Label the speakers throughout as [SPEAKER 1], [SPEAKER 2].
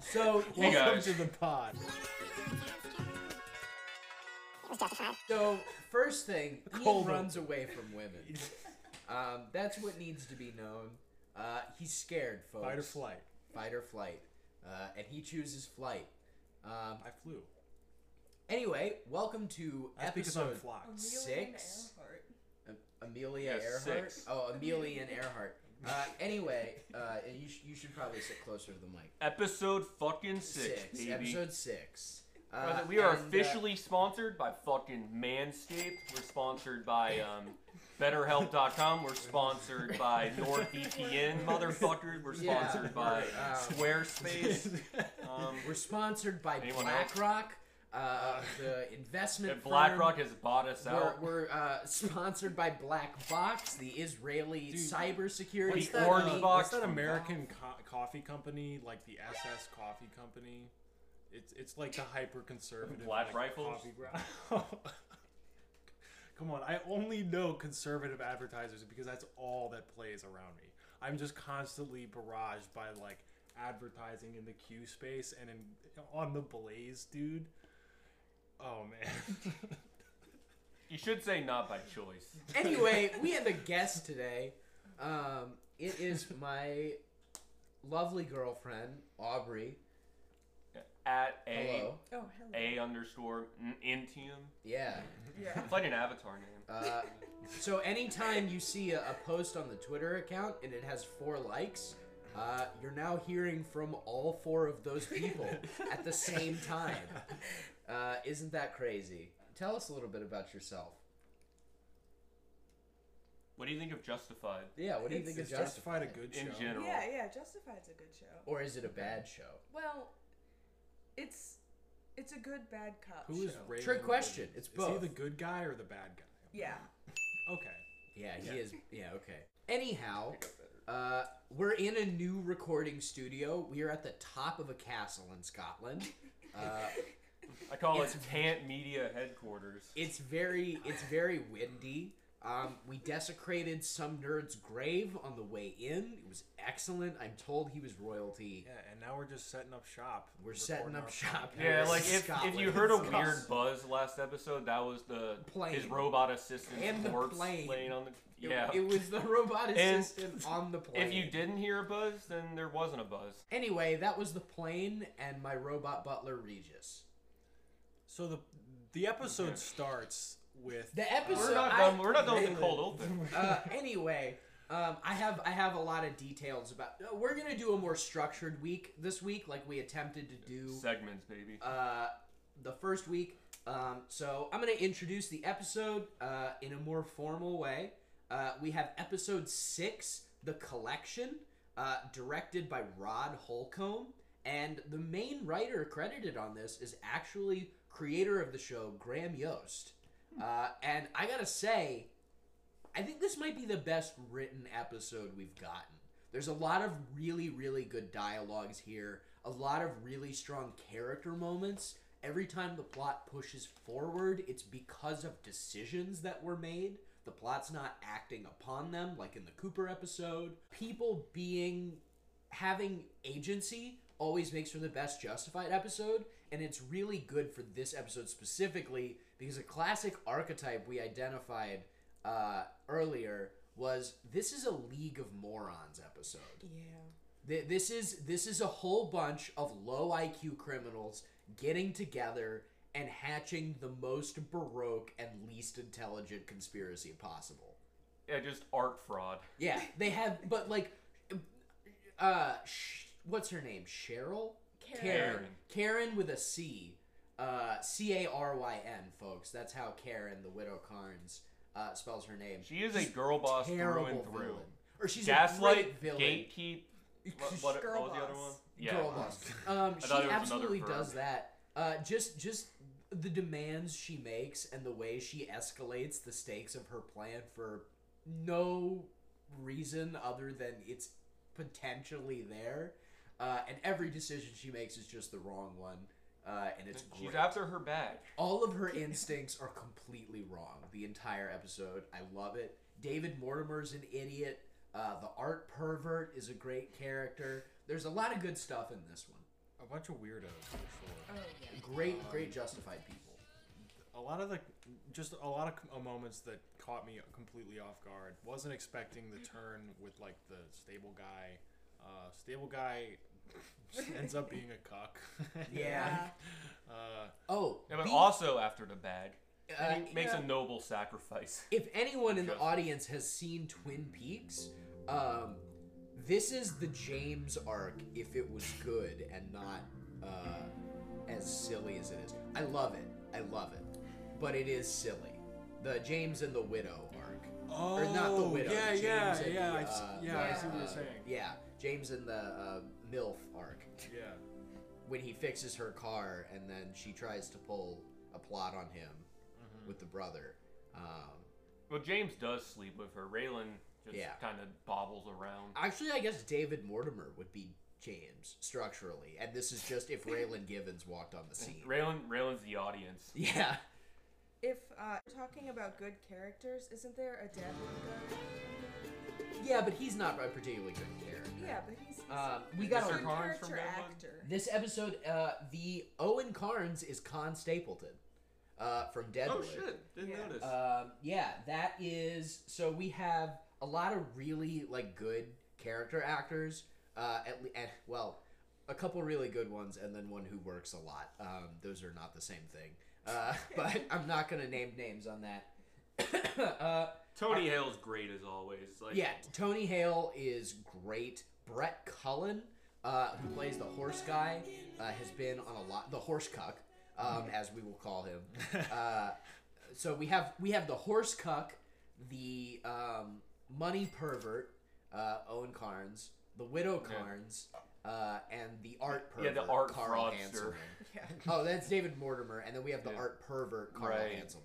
[SPEAKER 1] So
[SPEAKER 2] Hey,
[SPEAKER 1] welcome
[SPEAKER 2] guys.
[SPEAKER 1] to the pod.
[SPEAKER 3] It was justified.
[SPEAKER 4] So first thing, Ian
[SPEAKER 1] Cold
[SPEAKER 4] runs away from women. Um, that's what needs to be known. Uh, he's scared, folks.
[SPEAKER 1] Fight or flight.
[SPEAKER 4] Fight or flight. Uh, and he chooses flight. Um,
[SPEAKER 1] I flew.
[SPEAKER 4] anyway, welcome to
[SPEAKER 1] That's because I'm
[SPEAKER 4] episode
[SPEAKER 1] flocked.
[SPEAKER 4] Six? Am- Amelia
[SPEAKER 2] Yeah,
[SPEAKER 4] Earhart.
[SPEAKER 2] six.
[SPEAKER 4] Oh, Amelia and Earhart. Uh, anyway, uh, and you, sh- you should probably sit closer to the mic.
[SPEAKER 2] Episode fucking six, baby.
[SPEAKER 4] Episode six.
[SPEAKER 2] Brother, we are
[SPEAKER 4] and, uh,
[SPEAKER 2] officially sponsored by fucking Manscaped. We're sponsored by um, BetterHelp.com. We're sponsored by NordVPN, motherfucker. We're
[SPEAKER 4] Yeah.
[SPEAKER 2] sponsored by
[SPEAKER 4] Um,
[SPEAKER 2] Squarespace. Um,
[SPEAKER 4] We're sponsored by
[SPEAKER 2] Anyone else?
[SPEAKER 4] BlackRock, uh, the investment.
[SPEAKER 2] and BlackRock
[SPEAKER 4] firm.
[SPEAKER 2] has bought us
[SPEAKER 4] We're,
[SPEAKER 2] out.
[SPEAKER 4] we're uh, sponsored by Black Box, the Israeli
[SPEAKER 1] Dude,
[SPEAKER 4] cybersecurity
[SPEAKER 2] what's
[SPEAKER 1] that,
[SPEAKER 2] that, Orange
[SPEAKER 4] company.
[SPEAKER 2] uh, box
[SPEAKER 1] what's that
[SPEAKER 2] from
[SPEAKER 1] American co- coffee company, like the SS Coffee Company? It's it's like the hyper conservative
[SPEAKER 2] Black
[SPEAKER 1] like,
[SPEAKER 2] Rifles?
[SPEAKER 1] coffee ground. Come on, I only know conservative advertisers because that's all that plays around me. I'm just constantly barraged by like advertising in the Q space and in on the Blaze, dude. Oh man.
[SPEAKER 2] You should say not by choice.
[SPEAKER 4] anyway, we have a guest today. Um, it is my lovely girlfriend Aubrey.
[SPEAKER 2] At a
[SPEAKER 4] Hello.
[SPEAKER 3] Oh, hello.
[SPEAKER 2] a underscore n- intium.
[SPEAKER 4] Yeah.
[SPEAKER 3] Yeah.
[SPEAKER 2] It's like an avatar name.
[SPEAKER 4] Uh, so anytime you see a, a post on the Twitter account and it has four likes, uh, you're now hearing from all four of those people at the same time. Uh, isn't that crazy? Tell us a little bit about yourself.
[SPEAKER 2] What do you think of Justified?
[SPEAKER 4] Yeah, what do you think
[SPEAKER 1] Is
[SPEAKER 4] of Justified?
[SPEAKER 1] Justified a good
[SPEAKER 2] In
[SPEAKER 1] show?
[SPEAKER 2] general.
[SPEAKER 3] Yeah, yeah. Justified's a good show.
[SPEAKER 4] Or is it a bad show?
[SPEAKER 3] Well, it's it's a good bad cop
[SPEAKER 1] Who is
[SPEAKER 3] show.
[SPEAKER 1] Raymond?
[SPEAKER 4] Oh, Trick question.
[SPEAKER 1] Williams?
[SPEAKER 4] It's
[SPEAKER 1] Is
[SPEAKER 4] both.
[SPEAKER 1] he the good guy or the bad guy?
[SPEAKER 3] yeah.
[SPEAKER 1] Okay.
[SPEAKER 4] Yeah, he
[SPEAKER 1] Yeah.
[SPEAKER 4] is. Yeah, okay. Anyhow, uh, we're in a new recording studio. We are at the top of a castle in Scotland. Uh,
[SPEAKER 2] I call it Tant Media Headquarters.
[SPEAKER 4] it's very, it's very windy. Um, we desecrated some nerd's grave on the way in. It was excellent. I'm told he was royalty.
[SPEAKER 1] Yeah, and now we're just setting up shop.
[SPEAKER 4] We're setting
[SPEAKER 1] recording
[SPEAKER 4] up
[SPEAKER 1] our
[SPEAKER 4] shop.
[SPEAKER 1] podcast.
[SPEAKER 2] Yeah,
[SPEAKER 4] It's
[SPEAKER 2] like if, if
[SPEAKER 4] Scotland.
[SPEAKER 2] you heard a
[SPEAKER 4] It's
[SPEAKER 2] weird
[SPEAKER 4] Scotland.
[SPEAKER 2] buzz last episode, that was the
[SPEAKER 4] Plane.
[SPEAKER 2] his robot assistant
[SPEAKER 4] And the
[SPEAKER 2] corpse
[SPEAKER 4] plane.
[SPEAKER 2] laying on the
[SPEAKER 4] It-
[SPEAKER 2] yeah.
[SPEAKER 4] It, was the robot
[SPEAKER 2] And
[SPEAKER 4] assistant on the plane.
[SPEAKER 2] if you didn't hear a buzz, then there wasn't a buzz.
[SPEAKER 4] Anyway, that was the plane and my robot butler Regis.
[SPEAKER 1] So the the episode starts with
[SPEAKER 4] The episode.
[SPEAKER 2] We're not
[SPEAKER 4] I-
[SPEAKER 2] done. We're not done with the cold open.
[SPEAKER 4] uh, anyway, um, I have I have a lot of details about. uh, We're gonna do a more structured week this week, like we attempted to do
[SPEAKER 2] Segments, baby.
[SPEAKER 4] uh, the first week. Um, so I'm gonna introduce the episode uh, in a more formal way. Uh, we have episode six, the collection, uh, directed by Rod Holcomb, and the main writer credited on this is actually creator of the show Graham Yost. Uh, and I gotta say, I think this might be the best written episode we've gotten. There's a lot of really, really good dialogues here, a lot of really strong character moments. Every time the plot pushes forward, it's because of decisions that were made. The plot's not acting upon them, like in the Cooper episode. People being having agency always makes for the best justified episode and it's really good for this episode specifically because a classic archetype we identified uh, earlier was this is a league of morons episode
[SPEAKER 3] Yeah.
[SPEAKER 4] Th- this is this is a whole bunch of low iq criminals getting together and hatching the most baroque and least intelligent conspiracy possible
[SPEAKER 2] Yeah, just art fraud.
[SPEAKER 4] yeah, they have, but like, uh, sh- what's her name? Cheryl. Karen.
[SPEAKER 2] Karen.
[SPEAKER 4] Karen with a C. Uh, C A R Y N, folks. That's how Karen, the widow Carnes, uh, spells her name.
[SPEAKER 2] She is a girl boss through
[SPEAKER 4] Terrible
[SPEAKER 2] and through.
[SPEAKER 4] villain. Or she's a great
[SPEAKER 2] Gaslight,
[SPEAKER 4] villain.
[SPEAKER 2] gatekeep. What, what,
[SPEAKER 3] Girl
[SPEAKER 2] what was the other one?
[SPEAKER 3] boss.
[SPEAKER 2] Yeah.
[SPEAKER 4] girl boss. Um, she
[SPEAKER 2] thought it was another
[SPEAKER 4] absolutely
[SPEAKER 2] verb.
[SPEAKER 4] does that. Uh, just just the demands she makes and the way she escalates the stakes of her plan for no reason other than it's potentially there. Uh, and every decision she makes is just the wrong one. Uh, and it's
[SPEAKER 2] She's
[SPEAKER 4] great.
[SPEAKER 2] after her badge.
[SPEAKER 4] All of her instincts are completely wrong. The entire episode, I love it. David Mortimer's an idiot. Uh, the art pervert is a great character. There's a lot of good stuff in this one.
[SPEAKER 1] a bunch of weirdos for sure.
[SPEAKER 3] Oh yeah.
[SPEAKER 4] Great, great justified people. Uh,
[SPEAKER 1] A lot of the just a lot of com- uh, moments that caught me completely off guard. Wasn't expecting the turn with like the stable guy. Uh, stable guy ends up being a cuck.
[SPEAKER 4] Yeah.
[SPEAKER 1] Uh,
[SPEAKER 4] Oh,
[SPEAKER 2] Yeah, but
[SPEAKER 4] the-
[SPEAKER 2] also after the bag,
[SPEAKER 4] uh,
[SPEAKER 2] he makes
[SPEAKER 3] yeah.
[SPEAKER 2] a noble sacrifice.
[SPEAKER 4] if anyone in the
[SPEAKER 2] Just-
[SPEAKER 4] audience has seen Twin Peaks, um, this is the James arc if it was good and not uh, as silly as it is. I love it. I love it. But it is silly. The James and the Widow arc.
[SPEAKER 1] oh,
[SPEAKER 4] Or not the widow,
[SPEAKER 1] Yeah,
[SPEAKER 4] James
[SPEAKER 1] yeah,
[SPEAKER 4] and
[SPEAKER 1] yeah.
[SPEAKER 4] the,
[SPEAKER 1] I s-
[SPEAKER 4] uh,
[SPEAKER 1] yeah, I see what
[SPEAKER 4] uh,
[SPEAKER 1] you're saying.
[SPEAKER 4] Yeah, James and the uh, MILF arc.
[SPEAKER 1] yeah.
[SPEAKER 4] When he fixes her car and then she tries to pull a plot on him with the brother. Um,
[SPEAKER 2] Well, James does sleep with her. Raylan just
[SPEAKER 4] Yeah.
[SPEAKER 2] kind of bobbles around.
[SPEAKER 4] Actually, I guess David Mortimer would be James structurally, and this is just if Raylan Givens walked on the scene.
[SPEAKER 2] Raylan, Raylan's the audience.
[SPEAKER 4] Yeah,
[SPEAKER 3] If uh, we're talking about good characters, isn't there a Devin guy?
[SPEAKER 4] yeah, but he's not a particularly good character.
[SPEAKER 3] Yeah, but he's, he's
[SPEAKER 4] Um, we
[SPEAKER 3] he's
[SPEAKER 4] got
[SPEAKER 3] a
[SPEAKER 4] a-
[SPEAKER 3] good
[SPEAKER 2] Mr. Carnes from
[SPEAKER 3] character
[SPEAKER 2] Deadwood?
[SPEAKER 3] actor.
[SPEAKER 4] This episode, uh, the Owen Carnes is Con Stapleton, uh, from Deadwood.
[SPEAKER 2] Oh, Didn't
[SPEAKER 3] Yeah.
[SPEAKER 2] notice.
[SPEAKER 4] Um, yeah, that is. So we have a lot of really like good character actors. Uh, at, le- at well, a couple really good ones, and then one who works a lot. Um, those are not the same thing. Uh, but I'm not gonna name names on that. uh,
[SPEAKER 2] Tony Hale's great as always. Like,
[SPEAKER 4] yeah, Tony Hale is great. Brett Cullen, uh, who plays the horse guy, uh, has been on a lot. The horse cuck, um, as we will call him. Uh, so we have we have the horse cuck, the um, money pervert, uh, Owen Carnes, the widow
[SPEAKER 2] Yeah.
[SPEAKER 4] Carnes, uh, and the art
[SPEAKER 2] Yeah,
[SPEAKER 4] pervert.
[SPEAKER 2] the art
[SPEAKER 4] Carl
[SPEAKER 2] fraudster.
[SPEAKER 4] Hanselman.
[SPEAKER 3] Yeah.
[SPEAKER 4] Oh, that's David Mortimer, and then we have the
[SPEAKER 2] Yeah.
[SPEAKER 4] art pervert Carl
[SPEAKER 2] Right.
[SPEAKER 4] Hanselman,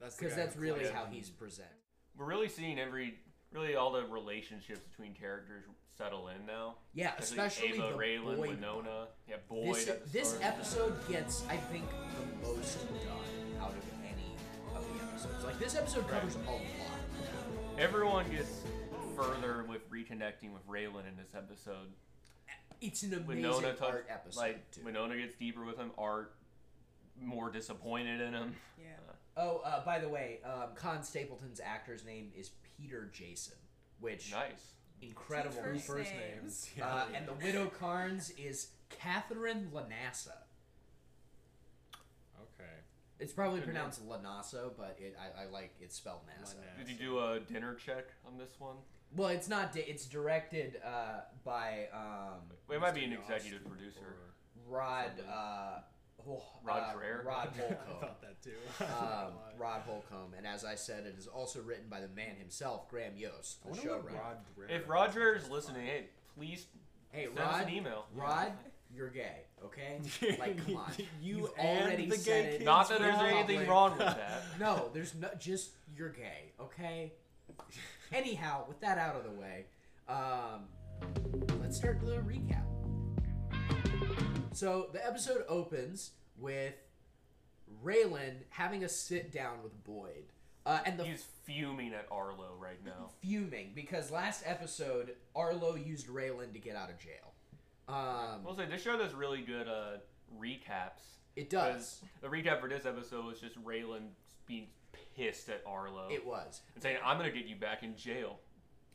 [SPEAKER 1] That's the
[SPEAKER 4] because
[SPEAKER 1] guy
[SPEAKER 4] that's
[SPEAKER 1] who
[SPEAKER 4] really
[SPEAKER 1] plays
[SPEAKER 4] how
[SPEAKER 1] him.
[SPEAKER 4] he's
[SPEAKER 2] Mm-hmm.
[SPEAKER 4] presented.
[SPEAKER 2] we're really seeing every, really all the relationships between characters settle in now.
[SPEAKER 4] Yeah,
[SPEAKER 2] Especially
[SPEAKER 4] especially
[SPEAKER 2] Ava,
[SPEAKER 4] the
[SPEAKER 2] Raylan,
[SPEAKER 4] boy
[SPEAKER 2] Winona. Yeah, Boyd.
[SPEAKER 4] This,
[SPEAKER 2] at the
[SPEAKER 4] this
[SPEAKER 2] start.
[SPEAKER 4] episode gets, I think, the most done out of any of the episodes. Like this episode covers a lot.
[SPEAKER 2] Everyone gets further with reconnecting with Raylan in this episode.
[SPEAKER 4] It's an amazing
[SPEAKER 2] Winona touch,
[SPEAKER 4] art episode.
[SPEAKER 2] like
[SPEAKER 4] too.
[SPEAKER 2] Winona gets deeper with him. Art more disappointed in him.
[SPEAKER 3] Yeah.
[SPEAKER 4] oh, uh, by the way, um, Con Stapleton's actor's name is Peter Jason, which
[SPEAKER 2] Nice.
[SPEAKER 4] incredible.
[SPEAKER 3] Two
[SPEAKER 1] First,
[SPEAKER 3] First
[SPEAKER 1] names.
[SPEAKER 3] names.
[SPEAKER 1] Yeah.
[SPEAKER 4] Uh, and the widow Carnes is Catherine Lanassa.
[SPEAKER 1] okay.
[SPEAKER 4] It's probably
[SPEAKER 2] Good name.
[SPEAKER 4] pronounced Lanasso, but it, I, I like it's spelled Nassa.
[SPEAKER 1] Lanassa.
[SPEAKER 2] Did you do a dinner check on this one?
[SPEAKER 4] Well, it's not. Di- it's directed uh, by um,
[SPEAKER 2] Well, it might be an
[SPEAKER 1] Mr. Yost
[SPEAKER 2] executive producer.
[SPEAKER 1] or-
[SPEAKER 4] Rod uh, Hol-
[SPEAKER 2] Rod
[SPEAKER 4] uh,
[SPEAKER 2] Dreher?
[SPEAKER 4] Rod
[SPEAKER 1] I
[SPEAKER 4] Holcomb.
[SPEAKER 1] thought that too.
[SPEAKER 4] um, Rod Holcomb, and as I said, it is also written by the man himself, Graham Yost,
[SPEAKER 1] I
[SPEAKER 4] the
[SPEAKER 1] wonder what
[SPEAKER 4] showrunner.
[SPEAKER 1] Rod Dreher
[SPEAKER 2] If
[SPEAKER 1] does
[SPEAKER 2] Roger is
[SPEAKER 1] with his
[SPEAKER 2] listening, hey, please
[SPEAKER 4] Hey,
[SPEAKER 2] send us
[SPEAKER 4] Rod,
[SPEAKER 2] an email.
[SPEAKER 4] Rod, you're gay, okay?
[SPEAKER 1] time.
[SPEAKER 4] Like, come on.
[SPEAKER 1] you
[SPEAKER 4] You've
[SPEAKER 1] and
[SPEAKER 4] already
[SPEAKER 1] the
[SPEAKER 4] said
[SPEAKER 1] gay
[SPEAKER 4] it.
[SPEAKER 1] kids
[SPEAKER 2] Not that
[SPEAKER 1] were
[SPEAKER 2] there's
[SPEAKER 1] in
[SPEAKER 2] anything
[SPEAKER 1] public.
[SPEAKER 2] wrong with that.
[SPEAKER 4] No, there's no, just you're gay, okay? Anyhow, with that out of the way, um, let's start the recap. So the episode opens with Raylan having a sit down with Boyd, uh, and the
[SPEAKER 2] He's fuming at Arlo right now.
[SPEAKER 4] fuming because last episode Arlo used Raylan to get out of jail. Um,
[SPEAKER 2] We'll say this show does really good uh, recaps.
[SPEAKER 4] it does.
[SPEAKER 2] 'cause The recap for this episode was just Raylan being pissed at Arlo
[SPEAKER 4] It was.
[SPEAKER 2] and saying, "I'm gonna get you back in jail."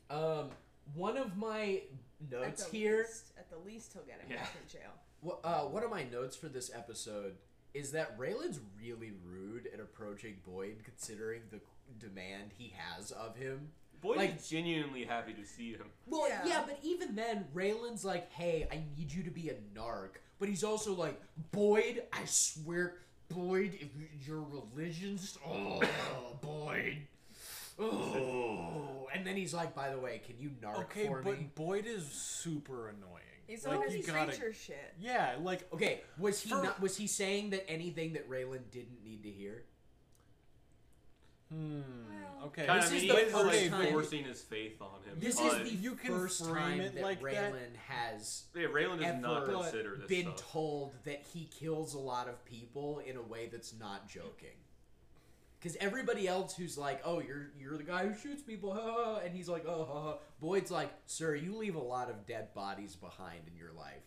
[SPEAKER 4] Um, one of my
[SPEAKER 3] At
[SPEAKER 4] notes
[SPEAKER 3] the
[SPEAKER 4] Uh, here.
[SPEAKER 3] least, at the least, he'll get him
[SPEAKER 2] Yeah.
[SPEAKER 3] back in jail.
[SPEAKER 4] wh- Uh, one of my notes for this episode is that Raylan's really rude at approaching Boyd, considering the demand he has of him.
[SPEAKER 2] Boyd
[SPEAKER 4] Like-
[SPEAKER 2] is genuinely happy to see him.
[SPEAKER 4] Well, yeah.
[SPEAKER 3] Yeah.
[SPEAKER 4] but even then, Raylan's like, "Hey, I need you to be a narc," but he's also like, "Boyd, I swear, Boyd, if y- your religion's oh, Boyd." Oh, and then he's like, "By the way, can you narc
[SPEAKER 1] Okay,
[SPEAKER 4] for
[SPEAKER 1] but
[SPEAKER 4] me?"
[SPEAKER 1] Boyd is super annoying.
[SPEAKER 3] He's
[SPEAKER 1] like,
[SPEAKER 3] always
[SPEAKER 1] you
[SPEAKER 3] always
[SPEAKER 1] gotta,
[SPEAKER 3] Reacher shit.
[SPEAKER 1] Yeah, like oh, okay.
[SPEAKER 4] Okay, was he
[SPEAKER 1] For-
[SPEAKER 4] not? Was he saying that anything that Raylan didn't need to hear?
[SPEAKER 1] Hmm.
[SPEAKER 3] Well-
[SPEAKER 1] Okay.
[SPEAKER 4] Kinda, This I mean, is the he's, first like, time-
[SPEAKER 2] forcing his faith on him.
[SPEAKER 4] This
[SPEAKER 1] But
[SPEAKER 4] is the
[SPEAKER 1] uh, you can
[SPEAKER 4] first
[SPEAKER 1] frame
[SPEAKER 4] time
[SPEAKER 1] it
[SPEAKER 4] that
[SPEAKER 1] like that.
[SPEAKER 4] Raylan has
[SPEAKER 2] yeah, Raylan does not
[SPEAKER 4] ever
[SPEAKER 2] consider this
[SPEAKER 4] been
[SPEAKER 2] stuff.
[SPEAKER 4] told that he kills a lot of people in a way that's not joking. Because everybody else who's like, "Oh, you're you're the guy who shoots people," ha, ha, ha," and he's like, "Oh, ha, ha." Boyd's like, "Sir, you leave a lot of dead bodies behind in your life."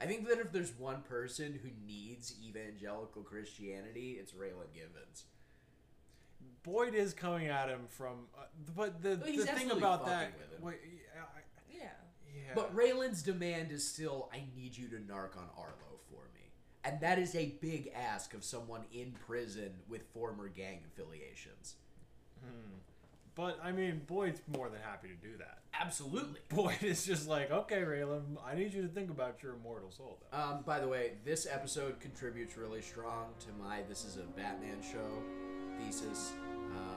[SPEAKER 4] I think that if there's one person who needs evangelical Christianity, it's Raylan Givens.
[SPEAKER 1] Boyd is coming at him from, uh, but the,
[SPEAKER 4] But
[SPEAKER 1] the
[SPEAKER 4] he's
[SPEAKER 1] thing
[SPEAKER 4] absolutely
[SPEAKER 1] about
[SPEAKER 4] fucking
[SPEAKER 1] that,
[SPEAKER 4] with him.
[SPEAKER 1] wait, yeah, I-
[SPEAKER 3] Yeah.
[SPEAKER 1] yeah.
[SPEAKER 4] But Raylan's demand is still, I need you to narc on Arlo for me. And that is a big ask of someone in prison with former gang affiliations.
[SPEAKER 1] hmm. but I mean, Boyd's more than happy to do that.
[SPEAKER 4] Absolutely.
[SPEAKER 1] Boyd is just like, okay, Raylan, I need you to think about your immortal soul, though.
[SPEAKER 4] Um, by the way, this episode contributes really strong to my This is a Batman show thesis. Um,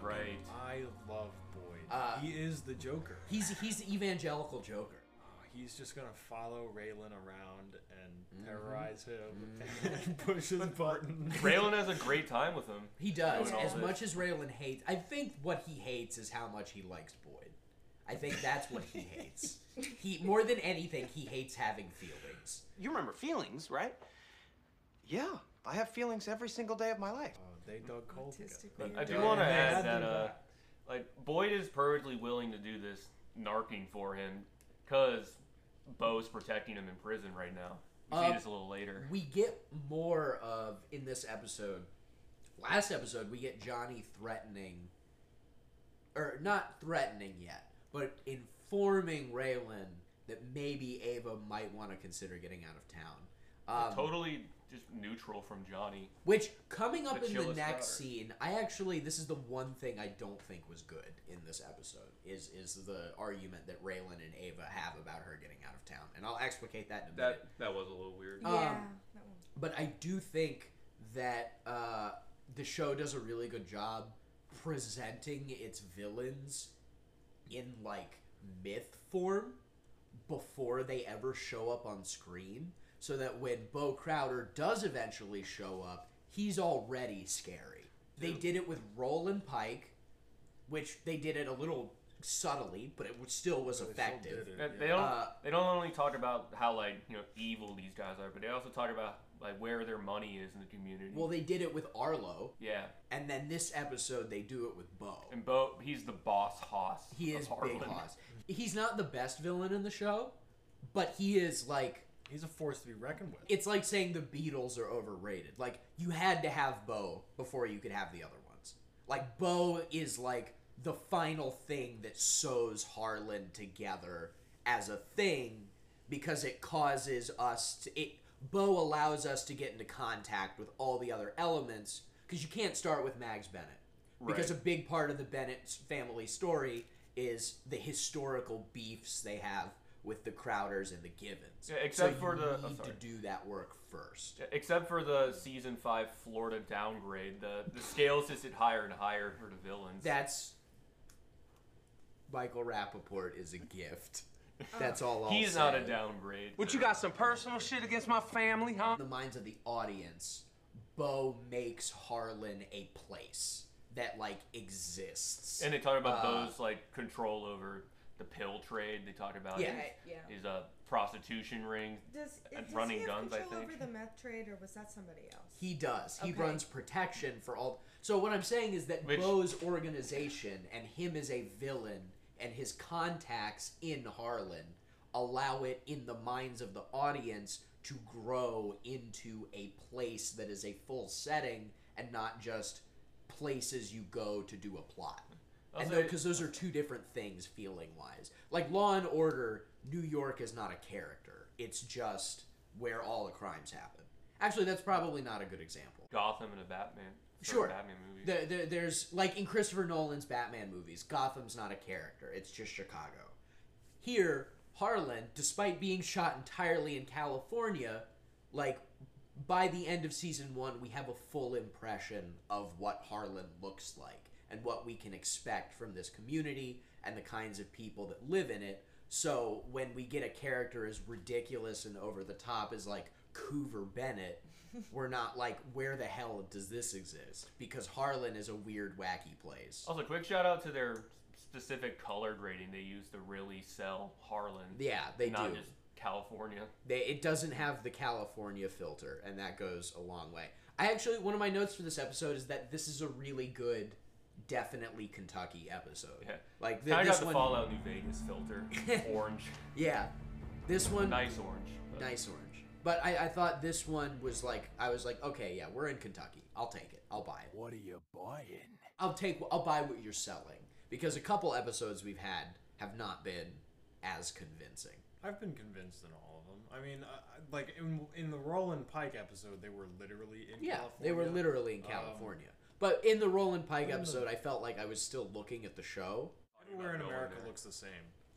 [SPEAKER 2] Right.
[SPEAKER 1] I love Boyd.
[SPEAKER 4] Uh,
[SPEAKER 1] he is the Joker.
[SPEAKER 4] he's, he's the evangelical Joker.
[SPEAKER 1] He's just gonna follow Raylan around
[SPEAKER 4] Mm-hmm.
[SPEAKER 1] and terrorize him and push his button.
[SPEAKER 2] Raylan has a great time with him.
[SPEAKER 4] He does.
[SPEAKER 2] Doing all
[SPEAKER 4] As
[SPEAKER 2] this.
[SPEAKER 4] much as Raylan hates, I think what he hates is how much he likes Boyd. I think that's what he hates. He more than anything, he hates having feelings.
[SPEAKER 5] You remember feelings, right? Yeah, I have feelings every single day of my life.
[SPEAKER 1] Oh, they dug coal together.
[SPEAKER 3] Autistic weird.
[SPEAKER 2] I do
[SPEAKER 1] Yeah,
[SPEAKER 2] want to
[SPEAKER 1] they
[SPEAKER 2] add
[SPEAKER 1] had
[SPEAKER 2] that,
[SPEAKER 1] their
[SPEAKER 2] uh,
[SPEAKER 1] back.
[SPEAKER 2] like, Boyd is perfectly willing to do this narking for him because Bo's protecting him in prison right now. We see
[SPEAKER 4] Uh,
[SPEAKER 2] this a little later.
[SPEAKER 4] We get more of in this episode. Last episode, we get Johnny threatening, or not threatening yet, but informing Raylan that maybe Ava might want to consider getting out of town. Um,
[SPEAKER 2] Totally just neutral from Johnny.
[SPEAKER 4] Which coming up
[SPEAKER 2] The
[SPEAKER 4] in the
[SPEAKER 2] chillest
[SPEAKER 4] next
[SPEAKER 2] daughter.
[SPEAKER 4] scene, I actually this is the one thing I don't think was good in this episode is is the argument that Raylan and Ava have about her getting out of town, and I'll explicate that in a minute.
[SPEAKER 2] that was a little weird.
[SPEAKER 4] Um,
[SPEAKER 3] yeah. That one.
[SPEAKER 4] But I do think that uh, the show does a really good job presenting its villains in like myth form before they ever show up on screen, so that when Bo Crowder does eventually show up, he's already scary. They did it with Roland Pike, which they did it a little subtly, but it was- still was
[SPEAKER 1] They still
[SPEAKER 4] effective.
[SPEAKER 1] did
[SPEAKER 2] They
[SPEAKER 1] it,
[SPEAKER 2] they
[SPEAKER 1] yeah.
[SPEAKER 2] don't.
[SPEAKER 4] Uh,
[SPEAKER 2] they don't only talk about how like you know evil these guys are, but they also talk about like where their money is in the community.
[SPEAKER 4] Well, they did it with Arlo,
[SPEAKER 2] yeah,
[SPEAKER 4] and then this episode they do it with Bo.
[SPEAKER 2] and Bo, he's the boss hoss.
[SPEAKER 4] He
[SPEAKER 2] of
[SPEAKER 4] is
[SPEAKER 2] Harlan.
[SPEAKER 4] big boss. He's not the best villain in the show, but he is like
[SPEAKER 1] He's a force to be reckoned with.
[SPEAKER 4] it's like saying the Beatles are overrated. Like you had to have Bo before you could have the other ones. Like Bo is like the final thing that sews Harlan together as a thing because it causes us to it Bo allows us to get into contact with all the other elements because you can't start with Mags Bennett because a
[SPEAKER 2] Right.
[SPEAKER 4] big part of the Bennett family story is the historical beefs they have with the Crowders and the Givens.
[SPEAKER 2] Yeah, except
[SPEAKER 4] So
[SPEAKER 2] for
[SPEAKER 4] you
[SPEAKER 2] the- oh,
[SPEAKER 4] need
[SPEAKER 2] sorry.
[SPEAKER 4] to do that work first.
[SPEAKER 2] Except for the season five Florida downgrade, the the scales just hit higher and higher for the villains.
[SPEAKER 4] That's Michael Rappaport is a gift. That's all. I'll
[SPEAKER 2] he's not a
[SPEAKER 4] say.
[SPEAKER 2] downgrade.
[SPEAKER 5] What, you got some personal shit against my family, huh?
[SPEAKER 4] In the minds of the audience, Bo makes Harlan a place that like exists.
[SPEAKER 2] And they talk about
[SPEAKER 4] Uh,
[SPEAKER 2] Bo's like control over the pill trade. They talk about
[SPEAKER 4] Yeah.
[SPEAKER 2] his,
[SPEAKER 3] Right, yeah.
[SPEAKER 2] his uh, prostitution ring.
[SPEAKER 3] Does,
[SPEAKER 2] and
[SPEAKER 3] does
[SPEAKER 2] running
[SPEAKER 3] he have
[SPEAKER 2] guns, I
[SPEAKER 3] control
[SPEAKER 2] think.
[SPEAKER 3] over the meth trade, or was that somebody else?
[SPEAKER 4] He does. He
[SPEAKER 3] Okay.
[SPEAKER 4] runs protection for all. So what I'm saying is that
[SPEAKER 2] Which-
[SPEAKER 4] Bo's organization and him as a villain and his contacts in Harlan allow it in the minds of the audience to grow into a place that is a full setting and not just places you go to do a plot. and
[SPEAKER 2] Also-
[SPEAKER 4] because those are two different things feeling wise. Like Law and Order, New York is not a character. It's just where all the crimes happen. Actually, that's probably not a good example.
[SPEAKER 2] Gotham and a Batman. sort
[SPEAKER 4] Sure.
[SPEAKER 2] of Batman movie.
[SPEAKER 4] There, there, there's like in Christopher Nolan's Batman movies, Gotham's not a character. It's just Chicago. Here, Harlan, despite being shot entirely in California, like by the end of season one, we have a full impression of what Harlan looks like and what we can expect from this community and the kinds of people that live in it. So when we get a character as ridiculous and over the top as like Coover Bennett, we're not like, where the hell does this exist? Because Harlan is a weird, wacky place.
[SPEAKER 2] Also, quick shout out to their specific color grading they use to really sell Harlan.
[SPEAKER 4] Yeah, they
[SPEAKER 2] not
[SPEAKER 4] do.
[SPEAKER 2] just California.
[SPEAKER 4] they it doesn't have the California filter, and that goes a long way. I actually one of my notes for this episode is that this is a really good, definitely Kentucky episode.
[SPEAKER 2] Yeah.
[SPEAKER 4] Like th-
[SPEAKER 2] Kind of
[SPEAKER 4] this
[SPEAKER 2] got the
[SPEAKER 4] one,
[SPEAKER 2] Fallout New Vegas filter. orange.
[SPEAKER 4] yeah, this one
[SPEAKER 2] Nice orange. but-
[SPEAKER 4] nice orange. But I, I thought this one was like I was like, okay, yeah, we're in Kentucky. I'll take it. I'll buy it.
[SPEAKER 6] What are you buying?
[SPEAKER 4] I'll take. I'll buy what you're selling because a couple episodes we've had have not been as convincing.
[SPEAKER 1] I've been convinced in all of them. I mean, uh, like in, in the Roland Pike episode, they were literally in
[SPEAKER 4] Yeah,
[SPEAKER 1] California. Um,
[SPEAKER 4] they were literally in California. but in the Roland Pike episode, I felt like I was still looking at the show.
[SPEAKER 1] Everywhere in
[SPEAKER 2] Going
[SPEAKER 1] America
[SPEAKER 2] there.
[SPEAKER 1] looks the same.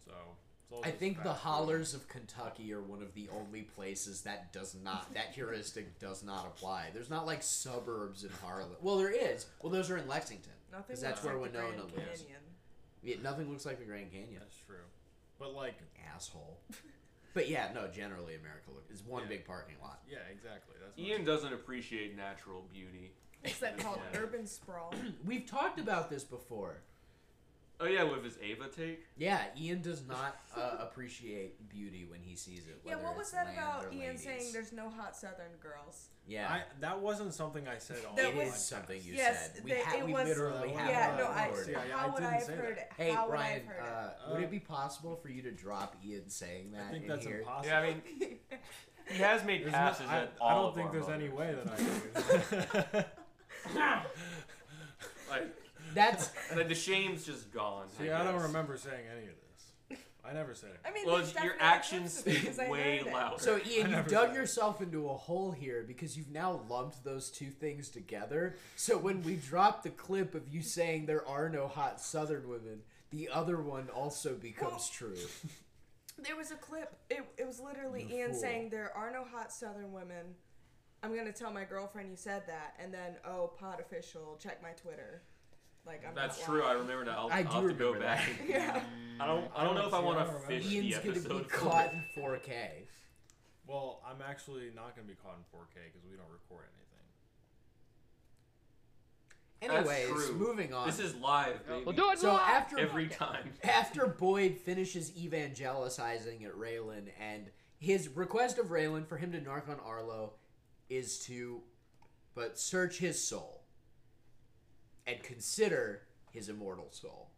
[SPEAKER 1] So it's all
[SPEAKER 4] I
[SPEAKER 1] just
[SPEAKER 4] think the
[SPEAKER 1] fast food.
[SPEAKER 4] hollers of Kentucky are one of the only places that does not that heuristic does not apply. There's not like suburbs in Harlan. Well, there is. Well, those are in Lexington
[SPEAKER 3] Nothing
[SPEAKER 4] because that's
[SPEAKER 3] looks
[SPEAKER 4] where
[SPEAKER 3] like the
[SPEAKER 4] Winona
[SPEAKER 3] Grand
[SPEAKER 4] lives.
[SPEAKER 3] Canyon.
[SPEAKER 4] Yeah, nothing looks like the Grand Canyon.
[SPEAKER 1] That's true. But like,
[SPEAKER 4] Asshole. But yeah, no. Generally, America look is one big parking lot.
[SPEAKER 1] yeah, exactly. That's what
[SPEAKER 2] Ian doesn't appreciate natural beauty.
[SPEAKER 3] What's that called?
[SPEAKER 2] Yeah.
[SPEAKER 3] Urban sprawl.
[SPEAKER 4] We've talked about this before.
[SPEAKER 2] Oh yeah, with his Ava take.
[SPEAKER 4] Yeah, Ian does not uh, appreciate beauty when he sees it.
[SPEAKER 3] yeah,
[SPEAKER 4] whether
[SPEAKER 3] what
[SPEAKER 4] it's
[SPEAKER 3] was that
[SPEAKER 4] land or
[SPEAKER 3] about Ian
[SPEAKER 4] ladies.
[SPEAKER 3] saying there's no hot Southern girls?
[SPEAKER 4] Yeah.
[SPEAKER 1] I, that wasn't something I said. All
[SPEAKER 3] That
[SPEAKER 1] the
[SPEAKER 4] it is
[SPEAKER 1] podcast.
[SPEAKER 4] something you
[SPEAKER 3] Yes,
[SPEAKER 4] said. We,
[SPEAKER 3] they-
[SPEAKER 4] ha-
[SPEAKER 3] it
[SPEAKER 4] we
[SPEAKER 3] was-
[SPEAKER 4] literally
[SPEAKER 1] Yeah,
[SPEAKER 4] have
[SPEAKER 3] yeah,
[SPEAKER 4] it
[SPEAKER 3] no,
[SPEAKER 4] on
[SPEAKER 3] I,
[SPEAKER 4] record.
[SPEAKER 1] Yeah, I
[SPEAKER 3] how would
[SPEAKER 1] didn't
[SPEAKER 3] I have
[SPEAKER 1] say that.
[SPEAKER 3] heard it?
[SPEAKER 4] Hey,
[SPEAKER 3] how would I
[SPEAKER 4] Brian,
[SPEAKER 3] have heard
[SPEAKER 4] uh,
[SPEAKER 1] it?
[SPEAKER 4] would
[SPEAKER 1] Uh,
[SPEAKER 4] it be possible for you to drop Ian saying that
[SPEAKER 1] I think
[SPEAKER 4] in
[SPEAKER 1] that's
[SPEAKER 4] here?
[SPEAKER 1] impossible.
[SPEAKER 2] Yeah, I mean,
[SPEAKER 4] uh,
[SPEAKER 3] it?
[SPEAKER 2] he has made
[SPEAKER 1] There's no-
[SPEAKER 2] passes
[SPEAKER 1] I,
[SPEAKER 2] at all
[SPEAKER 1] I don't
[SPEAKER 2] of
[SPEAKER 1] think
[SPEAKER 2] our
[SPEAKER 1] there's any
[SPEAKER 2] mothers.
[SPEAKER 1] way that I. Can
[SPEAKER 2] Like,
[SPEAKER 4] That's
[SPEAKER 2] like, the shame's just gone.
[SPEAKER 1] See, I don't remember saying any of this. I never said
[SPEAKER 3] I
[SPEAKER 1] it.
[SPEAKER 3] mean,
[SPEAKER 2] Well,
[SPEAKER 3] this
[SPEAKER 2] your
[SPEAKER 3] definitely
[SPEAKER 2] actions
[SPEAKER 3] happened
[SPEAKER 2] speak
[SPEAKER 3] because I
[SPEAKER 2] way
[SPEAKER 3] heard it.
[SPEAKER 2] louder.
[SPEAKER 4] so
[SPEAKER 1] I
[SPEAKER 4] Ian, you've
[SPEAKER 1] never
[SPEAKER 4] dug
[SPEAKER 1] said-
[SPEAKER 4] yourself into a hole here because you've now lumped those two things together. So when we drop the clip of you saying there are no hot southern women, the other one also becomes true.
[SPEAKER 3] There was a clip. It, it was literally
[SPEAKER 4] You
[SPEAKER 3] Ian
[SPEAKER 4] fool.
[SPEAKER 3] saying, There are no hot Southern women. I'm going to tell my girlfriend you said that. And then, oh, pod official, check my Twitter. Like, I'm
[SPEAKER 2] That's
[SPEAKER 3] not
[SPEAKER 2] true. I
[SPEAKER 3] lying.
[SPEAKER 2] remember now. I'll,
[SPEAKER 4] I
[SPEAKER 2] I'll
[SPEAKER 4] do
[SPEAKER 2] have to go
[SPEAKER 4] remember that.
[SPEAKER 2] back.
[SPEAKER 3] Yeah.
[SPEAKER 2] I don't. I don't know if I
[SPEAKER 1] See,
[SPEAKER 2] want
[SPEAKER 1] I don't
[SPEAKER 2] to fish
[SPEAKER 1] remember.
[SPEAKER 2] the
[SPEAKER 4] Ian's gonna be
[SPEAKER 2] episode.
[SPEAKER 4] caught in 4K.
[SPEAKER 1] Well, I'm actually not going to be caught in 4K because we don't record anything.
[SPEAKER 2] That's
[SPEAKER 4] Anyways,
[SPEAKER 2] true.
[SPEAKER 4] moving on.
[SPEAKER 2] This is live, baby.
[SPEAKER 7] We'll do it
[SPEAKER 4] so
[SPEAKER 7] live.
[SPEAKER 4] after
[SPEAKER 2] every time.
[SPEAKER 4] after Boyd finishes evangelicizing at Raylan, and his request of Raylan for him to narc on Arlo is to but search his soul and consider his immortal soul.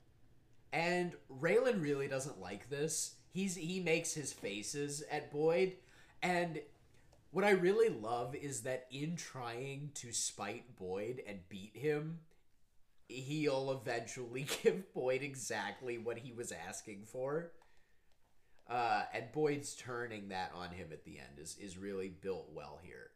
[SPEAKER 4] And Raylan really doesn't like this. He's he makes his faces at Boyd and what I really love is that in trying to spite Boyd and beat him, he'll eventually give Boyd exactly what he was asking for. Uh, and Boyd's turning that on him at the end is, is really built well here.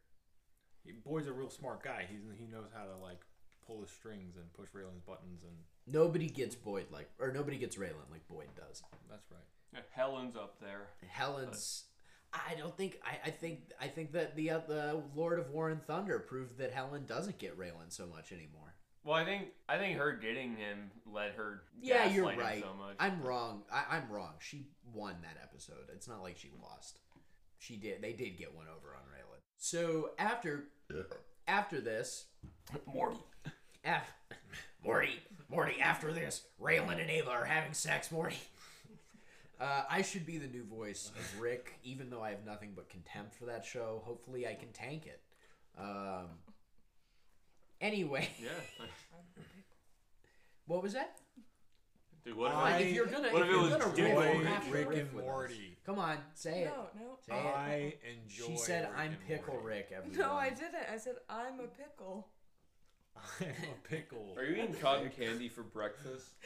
[SPEAKER 1] He, Boyd's a real smart guy. He's, he knows how to like pull his strings and push Raylan's buttons, and
[SPEAKER 4] Nobody gets Boyd like, or nobody gets Raylan like Boyd does.
[SPEAKER 1] that's right.
[SPEAKER 2] Helen's up there.
[SPEAKER 4] Helen's, I don't think, I, I think, I think that the uh, the Lord of War and Thunder proved that Helen doesn't get Raylan so much anymore.
[SPEAKER 2] Well, I think I think her getting him led her.
[SPEAKER 4] Yeah, you're
[SPEAKER 2] gaslight him
[SPEAKER 4] right.
[SPEAKER 2] So much.
[SPEAKER 4] I'm wrong. I, I'm wrong. She won that episode. It's not like she lost. She did. They did get one over on Raylan. So after after this,
[SPEAKER 2] Morty.
[SPEAKER 4] af- Morty, Morty. After this, Raylan and Ava are having sex. Morty. Uh, I should be the new voice of Rick, even though I have nothing but contempt for that show. Hopefully, I can tank it. Um, anyway,
[SPEAKER 2] Yeah.
[SPEAKER 4] what was that?
[SPEAKER 2] Dude, what if
[SPEAKER 1] I-
[SPEAKER 2] I,
[SPEAKER 4] Like, if you're gonna,
[SPEAKER 2] what
[SPEAKER 4] if
[SPEAKER 2] if it
[SPEAKER 4] you're
[SPEAKER 2] was
[SPEAKER 4] gonna
[SPEAKER 2] Joy,
[SPEAKER 4] riff, you
[SPEAKER 1] Boyd,
[SPEAKER 4] have to
[SPEAKER 1] Rick,
[SPEAKER 4] riff
[SPEAKER 1] and
[SPEAKER 4] with us.
[SPEAKER 1] Morty.
[SPEAKER 4] Come on, say it.
[SPEAKER 3] No, no.
[SPEAKER 4] Say it.
[SPEAKER 1] I enjoy.
[SPEAKER 4] She said,
[SPEAKER 1] Rick
[SPEAKER 4] "I'm
[SPEAKER 1] and
[SPEAKER 4] Pickle
[SPEAKER 1] Morty.
[SPEAKER 4] Rick." Everyone.
[SPEAKER 3] No, I didn't. I said, I'm a pickle.
[SPEAKER 1] I'm a pickle.
[SPEAKER 2] are you eating cotton candy for breakfast?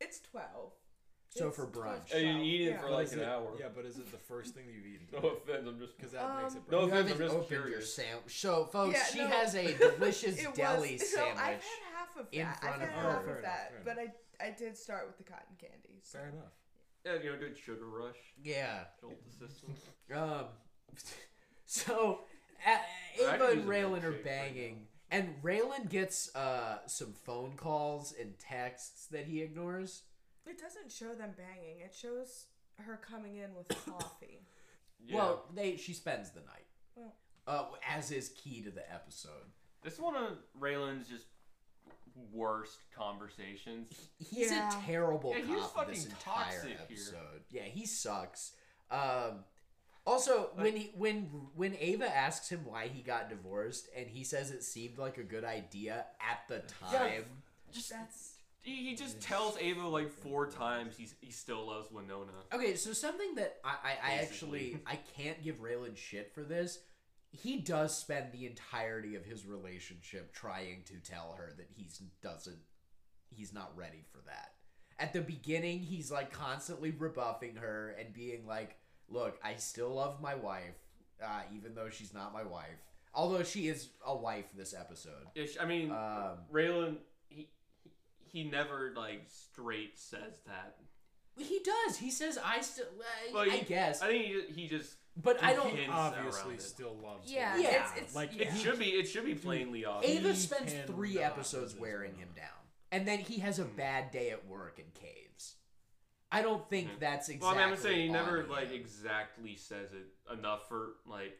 [SPEAKER 3] It's 12.
[SPEAKER 4] So
[SPEAKER 3] It's
[SPEAKER 4] for brunch.
[SPEAKER 3] 12.
[SPEAKER 2] Hey, you eat it
[SPEAKER 3] Yeah.
[SPEAKER 2] for
[SPEAKER 1] But
[SPEAKER 2] like
[SPEAKER 1] is
[SPEAKER 2] an
[SPEAKER 1] it-
[SPEAKER 2] hour.
[SPEAKER 1] Yeah, but is it the first thing that you've eaten?
[SPEAKER 2] No offense, I'm just.
[SPEAKER 1] Because that makes
[SPEAKER 3] Um,
[SPEAKER 1] it. breakfast.
[SPEAKER 2] No
[SPEAKER 4] You
[SPEAKER 2] offense, I'm
[SPEAKER 4] haven't
[SPEAKER 2] just
[SPEAKER 4] opened your
[SPEAKER 2] curious.
[SPEAKER 4] sandwich. So, folks,
[SPEAKER 3] Yeah,
[SPEAKER 4] Oh, she
[SPEAKER 3] no.
[SPEAKER 4] has a delicious
[SPEAKER 3] It
[SPEAKER 4] deli sandwich.
[SPEAKER 3] was, So I've had half of that.
[SPEAKER 4] in front
[SPEAKER 3] I've
[SPEAKER 4] of her.
[SPEAKER 3] had half
[SPEAKER 1] Fair
[SPEAKER 3] of
[SPEAKER 1] enough,
[SPEAKER 3] that,
[SPEAKER 1] fair
[SPEAKER 3] but I I did start with the cotton candy. So.
[SPEAKER 1] Fair enough.
[SPEAKER 2] Yeah, you know, good sugar rush,
[SPEAKER 4] yeah.
[SPEAKER 2] jolt the system.
[SPEAKER 4] Um. So, a-
[SPEAKER 2] I
[SPEAKER 4] Ava
[SPEAKER 2] could
[SPEAKER 4] and
[SPEAKER 2] use a
[SPEAKER 4] Raylan are
[SPEAKER 2] milkshake right
[SPEAKER 4] banging, and Raylan gets uh some phone calls and texts that he ignores.
[SPEAKER 3] It doesn't show them banging. It shows her coming in with coffee.
[SPEAKER 2] Yeah.
[SPEAKER 4] Well, they she spends the night.
[SPEAKER 3] Well.
[SPEAKER 4] Uh, as is key to the episode.
[SPEAKER 2] this is one of Raylan's just worst conversations.
[SPEAKER 4] He's
[SPEAKER 3] Yeah.
[SPEAKER 4] a terrible
[SPEAKER 2] Yeah, he was
[SPEAKER 4] cop this
[SPEAKER 2] fucking
[SPEAKER 4] entire
[SPEAKER 2] toxic here.
[SPEAKER 4] episode. Yeah, he sucks. Um, also, when he when when Ava asks him why he got divorced, and he says it seemed like a good idea at the time.
[SPEAKER 2] Just
[SPEAKER 3] That's
[SPEAKER 2] he, he just tells Ava like four times he's, he still loves Winona.
[SPEAKER 4] Okay, so something that I, I, I actually
[SPEAKER 2] Basically.
[SPEAKER 4] I can't give Raylan shit for this. He does spend the entirety of his relationship trying to tell her that he's doesn't he's not ready for that. At the beginning, he's like constantly rebuffing her and being like, "Look, I still love my wife, uh, even though she's not my wife. Although she is a wife this episode."
[SPEAKER 2] Ish. I mean,
[SPEAKER 4] Um,
[SPEAKER 2] Raylan, he, he never like straight says that.
[SPEAKER 4] he does. He says, "I still." I,
[SPEAKER 2] Well,
[SPEAKER 4] I
[SPEAKER 2] he-
[SPEAKER 4] guess,
[SPEAKER 2] I think he, he just
[SPEAKER 4] but I don't.
[SPEAKER 2] He hints around
[SPEAKER 1] obviously
[SPEAKER 2] it.
[SPEAKER 1] still loves
[SPEAKER 3] Yeah,
[SPEAKER 1] Logan.
[SPEAKER 4] Yeah.
[SPEAKER 3] It's, it's,
[SPEAKER 1] Like,
[SPEAKER 3] yeah.
[SPEAKER 2] It should be. It should be plainly obvious.
[SPEAKER 4] Ava
[SPEAKER 1] He
[SPEAKER 4] spends three
[SPEAKER 1] cannot
[SPEAKER 4] episodes
[SPEAKER 1] resist
[SPEAKER 4] wearing
[SPEAKER 1] Winona.
[SPEAKER 4] him down, and then he has a
[SPEAKER 2] Hmm.
[SPEAKER 4] bad day at work and caves. I don't think
[SPEAKER 2] Mhm.
[SPEAKER 4] that's exactly.
[SPEAKER 2] Well, I mean, I'm just saying he
[SPEAKER 4] on
[SPEAKER 2] never
[SPEAKER 4] him.
[SPEAKER 2] like exactly says it enough for like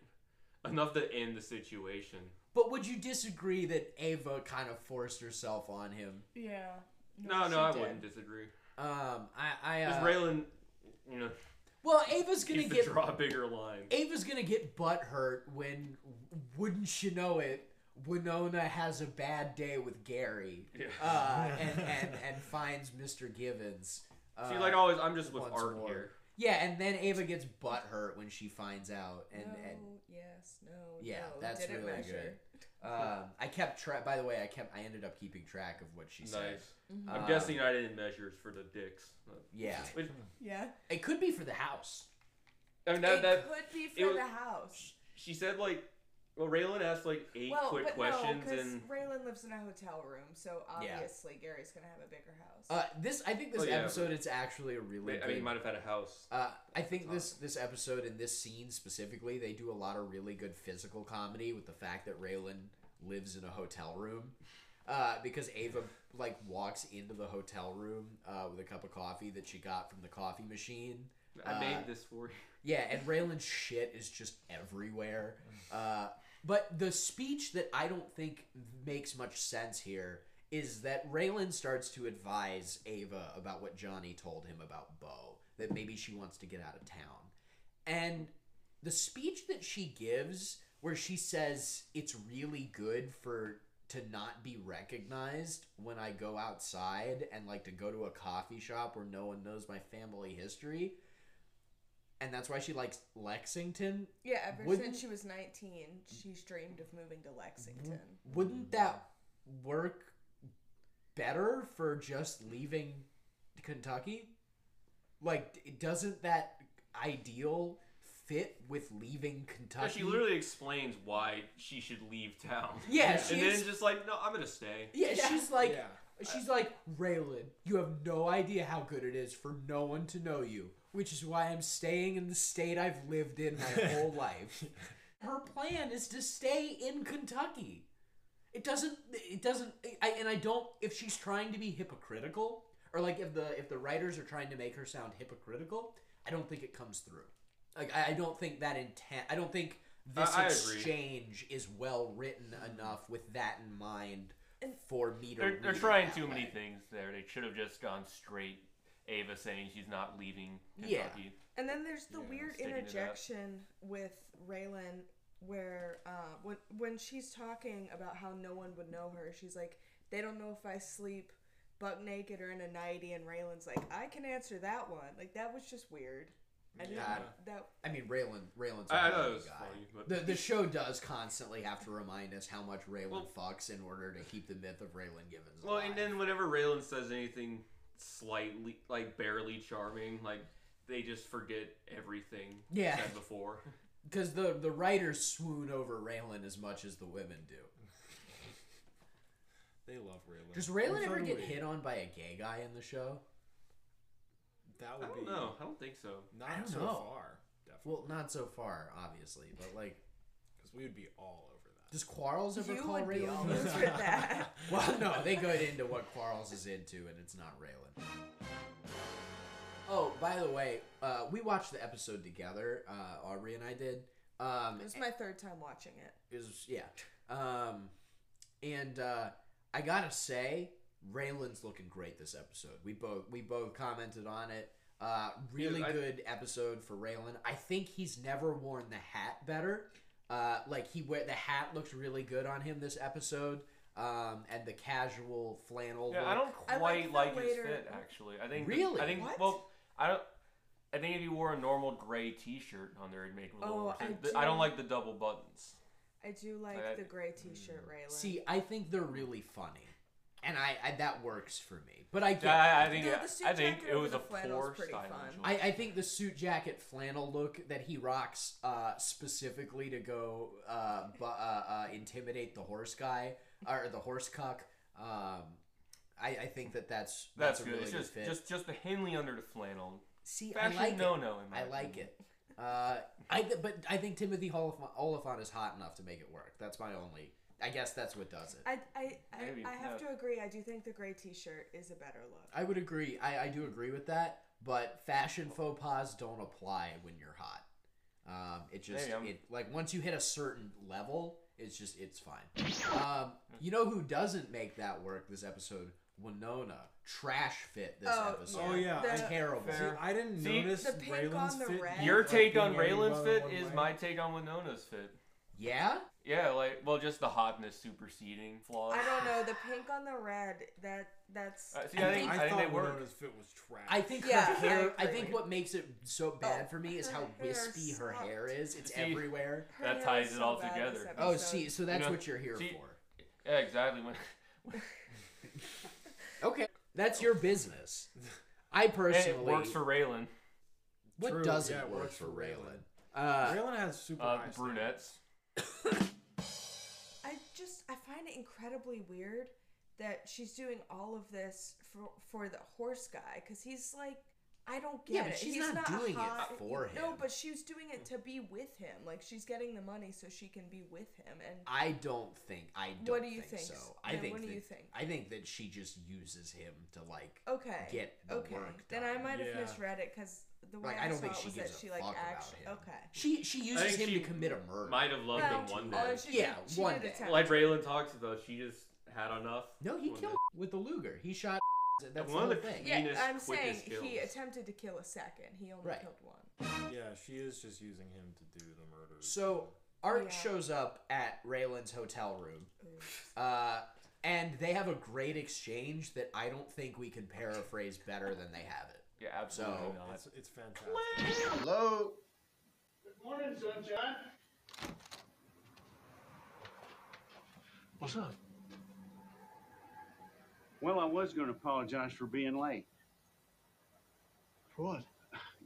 [SPEAKER 2] enough to end the situation.
[SPEAKER 4] But would you disagree that Ava kind of forced herself on him?
[SPEAKER 3] Yeah.
[SPEAKER 2] No, no,
[SPEAKER 3] she
[SPEAKER 2] I
[SPEAKER 3] did.
[SPEAKER 2] wouldn't disagree.
[SPEAKER 4] Um, I, I,
[SPEAKER 2] Because
[SPEAKER 4] uh,
[SPEAKER 2] Raylan, you know,
[SPEAKER 4] well, Ava's gonna
[SPEAKER 2] he's the
[SPEAKER 4] get
[SPEAKER 2] draw bigger line.
[SPEAKER 4] Ava's gonna get butt hurt when, wouldn't you know it, Winona has a bad day with Gary,
[SPEAKER 2] Yeah.
[SPEAKER 4] uh, and, and and finds Mr. Givens. Uh,
[SPEAKER 2] See, like always, I'm just with
[SPEAKER 4] once
[SPEAKER 2] art
[SPEAKER 4] more.
[SPEAKER 2] here.
[SPEAKER 4] Yeah, and then Ava gets butt hurt when she finds out, and,
[SPEAKER 3] no,
[SPEAKER 4] and
[SPEAKER 3] yes, no.
[SPEAKER 4] Yeah,
[SPEAKER 3] no,
[SPEAKER 4] that's
[SPEAKER 3] didn't
[SPEAKER 4] really
[SPEAKER 3] measure.
[SPEAKER 4] um, I kept track. By the way, I kept. I ended up keeping track of what she
[SPEAKER 2] Nice.
[SPEAKER 4] said.
[SPEAKER 2] I'm
[SPEAKER 4] Um,
[SPEAKER 2] guessing I didn't measure for the dicks.
[SPEAKER 4] Yeah,
[SPEAKER 2] Which,
[SPEAKER 3] Yeah.
[SPEAKER 4] it could be for the house.
[SPEAKER 2] I mean, that,
[SPEAKER 3] it
[SPEAKER 2] oh, that
[SPEAKER 3] could be for
[SPEAKER 2] it was-
[SPEAKER 3] the house.
[SPEAKER 2] she said like, well, Raylan asked like eight
[SPEAKER 3] well,
[SPEAKER 2] quick
[SPEAKER 3] but
[SPEAKER 2] questions,
[SPEAKER 3] no, because
[SPEAKER 2] and
[SPEAKER 3] Raylan lives in a hotel room, so
[SPEAKER 4] Yeah.
[SPEAKER 3] obviously Gary's gonna have a bigger house.
[SPEAKER 4] Uh, this I think this
[SPEAKER 2] Oh, yeah,
[SPEAKER 4] episode it's actually a really.
[SPEAKER 2] I
[SPEAKER 4] good-
[SPEAKER 2] mean, he might have had a house.
[SPEAKER 4] uh, I think this this episode and this scene specifically, they do a lot of really good physical comedy with the fact that Raylan lives in a hotel room, uh, because Ava like walks into the hotel room uh, with a cup of coffee that she got from the coffee machine.
[SPEAKER 2] I
[SPEAKER 4] uh,
[SPEAKER 2] made this for you.
[SPEAKER 4] Yeah, and Raylan's shit is just everywhere. Uh, but the speech that I don't think makes much sense here is that Raylan starts to advise Ava about what Johnny told him about Bo, that maybe she wants to get out of town. And the speech that she gives, where she says it's really good for to not be recognized when I go outside and like to go to a coffee shop where no one knows my family history, and that's why she likes Lexington.
[SPEAKER 3] yeah, ever
[SPEAKER 4] wouldn't-
[SPEAKER 3] since she was 19, she's dreamed of moving to Lexington.
[SPEAKER 4] Mm-hmm. Wouldn't that work better for just leaving Kentucky? Like, d- doesn't that ideal fit with leaving Kentucky?
[SPEAKER 2] Yeah, she literally explains why she should leave town.
[SPEAKER 4] Yeah,
[SPEAKER 2] and
[SPEAKER 4] she
[SPEAKER 2] then
[SPEAKER 4] is-
[SPEAKER 2] just like, no, I'm gonna stay.
[SPEAKER 4] Yeah,
[SPEAKER 3] Yeah.
[SPEAKER 4] she's like,
[SPEAKER 1] Yeah.
[SPEAKER 4] she's like, Raylan, you have no idea how good it is for no one to know you, which is why I'm staying in the state I've lived in my whole life. Her plan is to stay in Kentucky. It doesn't. It doesn't. I, and I don't. If she's trying to be hypocritical, or like if the if the writers are trying to make her sound hypocritical, I don't think it comes through. Like I, I don't think that intent. I don't think this
[SPEAKER 2] I- I agree. Mm-hmm.
[SPEAKER 4] exchange is well written enough with that in mind
[SPEAKER 3] And-
[SPEAKER 4] for me to.
[SPEAKER 2] They're, they're
[SPEAKER 4] read it
[SPEAKER 2] trying
[SPEAKER 4] that
[SPEAKER 2] too many
[SPEAKER 4] way.
[SPEAKER 2] things there. They should have just gone straight. Ava saying she's not leaving
[SPEAKER 4] Yeah.
[SPEAKER 2] Kentucky.
[SPEAKER 3] And then there's the
[SPEAKER 2] Yeah,
[SPEAKER 3] weird
[SPEAKER 2] sticking to that.
[SPEAKER 3] interjection with Raylan where uh, when when she's talking about how no one would know her, she's like, "They don't know if I sleep buck naked or in a nightie," and Raylan's like, "I can answer that one." Like that was just weird. I didn't
[SPEAKER 4] Yeah.
[SPEAKER 3] that
[SPEAKER 4] I mean, Raylan. Raylan's. a
[SPEAKER 2] I, I
[SPEAKER 4] funny
[SPEAKER 2] know it was
[SPEAKER 4] guy.
[SPEAKER 2] funny, but
[SPEAKER 4] The, the show does constantly have to remind us how much Raylan
[SPEAKER 2] Well-
[SPEAKER 4] fucks in order to keep the myth of Raylan Givens
[SPEAKER 2] well,
[SPEAKER 4] alive.
[SPEAKER 2] and then whenever Raylan says anything slightly, like barely charming, like they just forget everything
[SPEAKER 4] Yeah.
[SPEAKER 2] said before.
[SPEAKER 4] because the the writers swoon over Raylan as much as the women do.
[SPEAKER 1] They love Raylan.
[SPEAKER 4] Does Raylan
[SPEAKER 1] In
[SPEAKER 4] ever
[SPEAKER 1] some
[SPEAKER 4] get
[SPEAKER 1] way,
[SPEAKER 4] hit on by a gay guy in the show?
[SPEAKER 1] That
[SPEAKER 2] I
[SPEAKER 1] would
[SPEAKER 2] don't
[SPEAKER 1] be
[SPEAKER 2] know. I don't think so.
[SPEAKER 1] not
[SPEAKER 4] I don't
[SPEAKER 1] so
[SPEAKER 4] know.
[SPEAKER 1] far. Definitely,
[SPEAKER 4] Well, not so far, obviously, but like,
[SPEAKER 1] because we would be all over that.
[SPEAKER 4] does Quarles ever
[SPEAKER 3] you
[SPEAKER 4] call
[SPEAKER 3] would be all over
[SPEAKER 4] Raylan?
[SPEAKER 3] that.
[SPEAKER 4] well, no, they go into what Quarles is into, and it's not Raylan. Oh, by the way, uh, we watched the episode together. Uh, Aubrey and I did. Um,
[SPEAKER 3] It was my third time watching it.
[SPEAKER 4] is yeah. Um, and uh, I gotta say, Raylan's looking great this episode. We both we both commented on it. Uh, really
[SPEAKER 2] Yeah, I-
[SPEAKER 4] good episode for Raylan. I think he's never worn the hat better. Uh, like he wear the hat looks really good on him this episode. um, and the casual flannel.
[SPEAKER 2] Yeah, I
[SPEAKER 4] look.
[SPEAKER 2] don't
[SPEAKER 3] I
[SPEAKER 2] quite
[SPEAKER 3] like
[SPEAKER 2] like,
[SPEAKER 3] the
[SPEAKER 2] his
[SPEAKER 3] later-
[SPEAKER 2] fit actually. I think
[SPEAKER 4] Really?
[SPEAKER 2] I think
[SPEAKER 3] What?
[SPEAKER 2] well, I don't. I think if you wore a normal gray T-shirt on there, it'd make it a little
[SPEAKER 3] Oh,
[SPEAKER 2] more
[SPEAKER 3] I
[SPEAKER 2] sense. I don't
[SPEAKER 3] do.
[SPEAKER 2] like the double buttons.
[SPEAKER 3] I do like
[SPEAKER 2] I- mm.
[SPEAKER 3] the gray T-shirt, Raylan.
[SPEAKER 4] See, I think they're really funny, and I, I that works for me. But I get.
[SPEAKER 2] Yeah, I, I think
[SPEAKER 3] No, the suit
[SPEAKER 2] I think
[SPEAKER 3] jacket
[SPEAKER 2] it
[SPEAKER 3] over
[SPEAKER 2] was
[SPEAKER 3] the
[SPEAKER 2] a
[SPEAKER 3] flannel's
[SPEAKER 2] poor
[SPEAKER 3] pretty
[SPEAKER 2] styling
[SPEAKER 3] fun.
[SPEAKER 2] choice.
[SPEAKER 4] I, I think the suit jacket flannel look that he rocks uh, specifically to go uh, bu- uh, uh, intimidate the horse guy or the horse cuck. Um, I, I think that that's
[SPEAKER 2] that's
[SPEAKER 4] that's, a
[SPEAKER 2] good.
[SPEAKER 4] really
[SPEAKER 2] it's just
[SPEAKER 4] good fit.
[SPEAKER 2] just just the Henley under the flannel.
[SPEAKER 4] See, I
[SPEAKER 2] Fashion
[SPEAKER 4] like
[SPEAKER 2] no
[SPEAKER 4] it.
[SPEAKER 2] no in my
[SPEAKER 4] I like
[SPEAKER 2] opinion.
[SPEAKER 4] it. Uh, I th- but I think Timothy Olif- Oliphant is hot enough to make it work. That's my only. I guess that's what does it.
[SPEAKER 3] I I I,
[SPEAKER 2] Maybe,
[SPEAKER 3] I have
[SPEAKER 2] no.
[SPEAKER 3] to agree. I do think the gray T-shirt is a better look.
[SPEAKER 4] I would agree. I, I do agree with that. But fashion faux pas don't apply when you're hot. Um, it just
[SPEAKER 2] Hey, I'm-
[SPEAKER 4] it like once you hit a certain level, it's just it's fine. Um, you know who doesn't make that work this episode? Winona trash fit this
[SPEAKER 3] Oh,
[SPEAKER 4] episode.
[SPEAKER 1] Oh, yeah.
[SPEAKER 3] The-
[SPEAKER 4] terrible.
[SPEAKER 1] See, I didn't
[SPEAKER 2] See,
[SPEAKER 1] notice
[SPEAKER 3] the pink
[SPEAKER 1] Raylan's
[SPEAKER 3] on the
[SPEAKER 1] fit.
[SPEAKER 3] red.
[SPEAKER 2] Your
[SPEAKER 1] like,
[SPEAKER 2] take
[SPEAKER 1] being
[SPEAKER 2] on Raylan's
[SPEAKER 1] anywhere
[SPEAKER 2] fit
[SPEAKER 1] one
[SPEAKER 2] is
[SPEAKER 1] way.
[SPEAKER 2] my take on Winona's fit.
[SPEAKER 4] Yeah,
[SPEAKER 2] Yeah, like well, just the hotness superseding flaws.
[SPEAKER 3] I don't know the pink on the red. That that's.
[SPEAKER 2] Uh, see, I think, I think
[SPEAKER 1] thought
[SPEAKER 2] they work.
[SPEAKER 1] Winona's fit was trash.
[SPEAKER 4] I think
[SPEAKER 3] Yeah,
[SPEAKER 4] her
[SPEAKER 3] I
[SPEAKER 4] hair. I,
[SPEAKER 3] agree.
[SPEAKER 4] think what makes it so bad for me is
[SPEAKER 3] her
[SPEAKER 4] how
[SPEAKER 3] hair
[SPEAKER 4] wispy her
[SPEAKER 3] sucked.
[SPEAKER 4] hair is. It's
[SPEAKER 2] See,
[SPEAKER 4] everywhere.
[SPEAKER 3] Her
[SPEAKER 2] That
[SPEAKER 3] hair
[SPEAKER 2] ties
[SPEAKER 3] is
[SPEAKER 2] it
[SPEAKER 3] so
[SPEAKER 2] all
[SPEAKER 3] bad this
[SPEAKER 2] together.
[SPEAKER 4] Oh,
[SPEAKER 3] episode.
[SPEAKER 4] see, so that's
[SPEAKER 2] know,
[SPEAKER 4] what you're here
[SPEAKER 2] see-
[SPEAKER 4] for.
[SPEAKER 2] Yeah, exactly. When
[SPEAKER 4] Okay, that's your business. I
[SPEAKER 2] and
[SPEAKER 4] personally
[SPEAKER 2] it works for Raylan,
[SPEAKER 4] what
[SPEAKER 1] True,
[SPEAKER 4] doesn't
[SPEAKER 1] yeah, it
[SPEAKER 4] work
[SPEAKER 1] works
[SPEAKER 4] for
[SPEAKER 1] for
[SPEAKER 4] Raylan.
[SPEAKER 1] Raylan.
[SPEAKER 4] Uh,
[SPEAKER 1] Raylan has super
[SPEAKER 2] uh,
[SPEAKER 1] high
[SPEAKER 2] brunettes.
[SPEAKER 3] I just I find it incredibly weird that she's doing all of this for for the horse guy because he's like I don't get
[SPEAKER 4] Yeah, but
[SPEAKER 3] it.
[SPEAKER 4] she's
[SPEAKER 3] He's
[SPEAKER 4] not doing it
[SPEAKER 3] hot-
[SPEAKER 4] for
[SPEAKER 3] No,
[SPEAKER 4] him.
[SPEAKER 3] but she's doing it to be with him. Like she's getting the money so she can be with him. And
[SPEAKER 4] I don't think. I don't
[SPEAKER 3] What do you
[SPEAKER 4] think,
[SPEAKER 3] think?
[SPEAKER 4] so. I
[SPEAKER 3] Yeah,
[SPEAKER 4] think.
[SPEAKER 3] what do
[SPEAKER 4] that,
[SPEAKER 3] you think?
[SPEAKER 4] I think that she just uses him to like.
[SPEAKER 3] okay,
[SPEAKER 4] Get the
[SPEAKER 3] okay.
[SPEAKER 4] work
[SPEAKER 3] Then
[SPEAKER 4] done.
[SPEAKER 3] I might have
[SPEAKER 1] Yeah.
[SPEAKER 3] misread it because the way
[SPEAKER 4] Like
[SPEAKER 3] I,
[SPEAKER 4] I don't
[SPEAKER 3] saw
[SPEAKER 4] think
[SPEAKER 3] it
[SPEAKER 4] she
[SPEAKER 3] was
[SPEAKER 4] gives
[SPEAKER 3] that
[SPEAKER 4] a
[SPEAKER 3] she like
[SPEAKER 4] fuck
[SPEAKER 3] actually
[SPEAKER 4] about him.
[SPEAKER 3] okay.
[SPEAKER 4] She she uses
[SPEAKER 6] think
[SPEAKER 4] him to
[SPEAKER 6] she
[SPEAKER 4] commit a murder.
[SPEAKER 6] Might have loved him one
[SPEAKER 3] Well, oh,
[SPEAKER 6] day.
[SPEAKER 3] she
[SPEAKER 4] Yeah,
[SPEAKER 3] did- she
[SPEAKER 4] one
[SPEAKER 3] did
[SPEAKER 4] day.
[SPEAKER 3] attempt.
[SPEAKER 6] Like Raylan talks though, she just had enough.
[SPEAKER 4] No, he
[SPEAKER 6] one
[SPEAKER 4] killed
[SPEAKER 6] day.
[SPEAKER 4] with the Luger. He shot. That's
[SPEAKER 6] one
[SPEAKER 4] the
[SPEAKER 6] of
[SPEAKER 4] whole
[SPEAKER 6] the
[SPEAKER 4] thing.
[SPEAKER 3] yeah,
[SPEAKER 6] meanest,
[SPEAKER 3] I'm saying
[SPEAKER 6] quickest
[SPEAKER 3] he
[SPEAKER 6] kills.
[SPEAKER 3] attempted to kill a second. He only
[SPEAKER 4] Right.
[SPEAKER 3] killed one.
[SPEAKER 1] Stat. Yeah, she is just using him to do the murder.
[SPEAKER 4] So Art
[SPEAKER 3] Yeah.
[SPEAKER 4] shows up at Raylan's hotel room, uh, and they have a great exchange that I don't think we can paraphrase better than they have it.
[SPEAKER 2] Yeah, absolutely
[SPEAKER 4] So-
[SPEAKER 2] not.
[SPEAKER 1] it's, it's fantastic.
[SPEAKER 5] Hello?
[SPEAKER 7] Good morning, sunshine.
[SPEAKER 6] What's up?
[SPEAKER 7] Well, I was going to apologize for being late.
[SPEAKER 6] For what?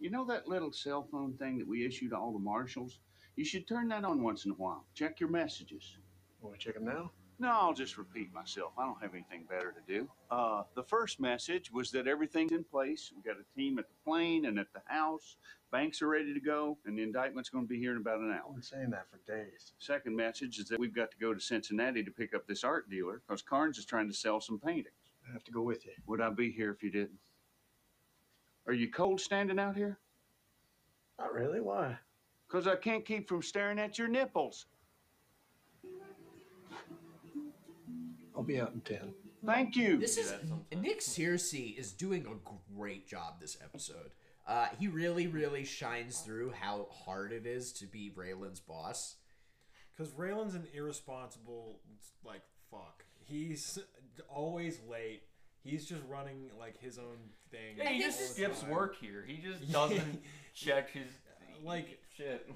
[SPEAKER 7] You know that little cell phone thing that we issue to all the marshals? You should turn that on once in a while. Check your messages.
[SPEAKER 6] Want to check him now?
[SPEAKER 7] No, I'll just repeat myself. I don't have anything better to do. Uh, the first message was that everything's in place. We got a team at the plane and at the house. Banks are ready to go, and the indictment's going to be here in about an hour.
[SPEAKER 6] I've been saying that for days.
[SPEAKER 7] Second message is that we've got to go to Cincinnati to pick up this art dealer because Carnes is trying to sell some paintings.
[SPEAKER 6] I have to go with you.
[SPEAKER 7] Would I be here if you didn't? Are you cold standing out here?
[SPEAKER 6] Not really. Why?
[SPEAKER 7] Because I can't keep from staring at your nipples.
[SPEAKER 6] I'll be out in ten.
[SPEAKER 7] Thank you.
[SPEAKER 4] This is
[SPEAKER 2] that sometimes.
[SPEAKER 4] Nick Searcy is doing a great job this episode. Uh, he really, really shines through how hard it is to be Raylan's boss.
[SPEAKER 1] Because Raylan's an irresponsible, like, fuck. He's always late. He's just running, like, his own thing.
[SPEAKER 2] Yeah, he
[SPEAKER 3] think
[SPEAKER 2] just
[SPEAKER 3] this-
[SPEAKER 2] skips work here. He just doesn't check his
[SPEAKER 1] Like-
[SPEAKER 2] shit.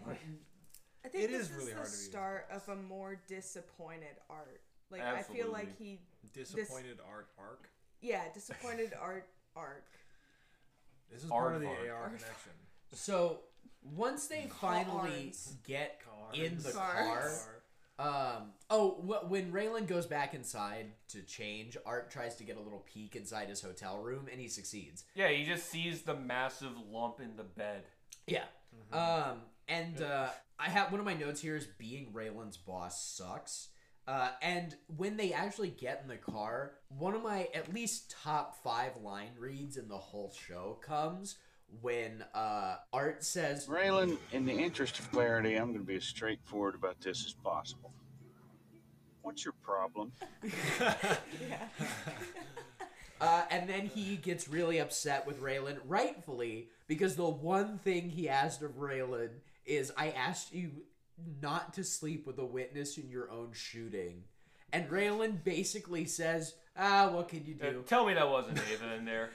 [SPEAKER 3] I think
[SPEAKER 1] It
[SPEAKER 3] this
[SPEAKER 1] is really
[SPEAKER 3] the
[SPEAKER 1] hard to be
[SPEAKER 3] start of a more disappointed art. Like I feel like he,
[SPEAKER 1] Disappointed art arc.
[SPEAKER 3] yeah, disappointed art arc.
[SPEAKER 1] This is part of the
[SPEAKER 2] Aardvark.
[SPEAKER 1] AR connection.
[SPEAKER 4] So once they finally
[SPEAKER 3] Cars.
[SPEAKER 4] get
[SPEAKER 1] Cars.
[SPEAKER 4] in the
[SPEAKER 3] Cars.
[SPEAKER 4] car, um, oh, wh- when Raylan goes back inside to change, Art tries to get a little peek inside his hotel room, and he succeeds.
[SPEAKER 2] Yeah, he just sees the massive lump in the bed.
[SPEAKER 4] Yeah. Um, and uh, I have one of my notes here is being Raylan's boss sucks. Uh, and when they actually get in the car, one of my at least top five line reads in the whole show comes when uh, Art says,
[SPEAKER 7] Raylan, in the interest of clarity, I'm going to be as straightforward about this as possible. What's your problem?
[SPEAKER 4] uh, and then he gets really upset with Raylan, rightfully, because the one thing he asked of Raylan is, I asked you not to sleep with a witness in your own shooting. And Raylan basically says, ah, what can you
[SPEAKER 2] Uh,
[SPEAKER 4] do?
[SPEAKER 2] Tell me that wasn't Ava in there.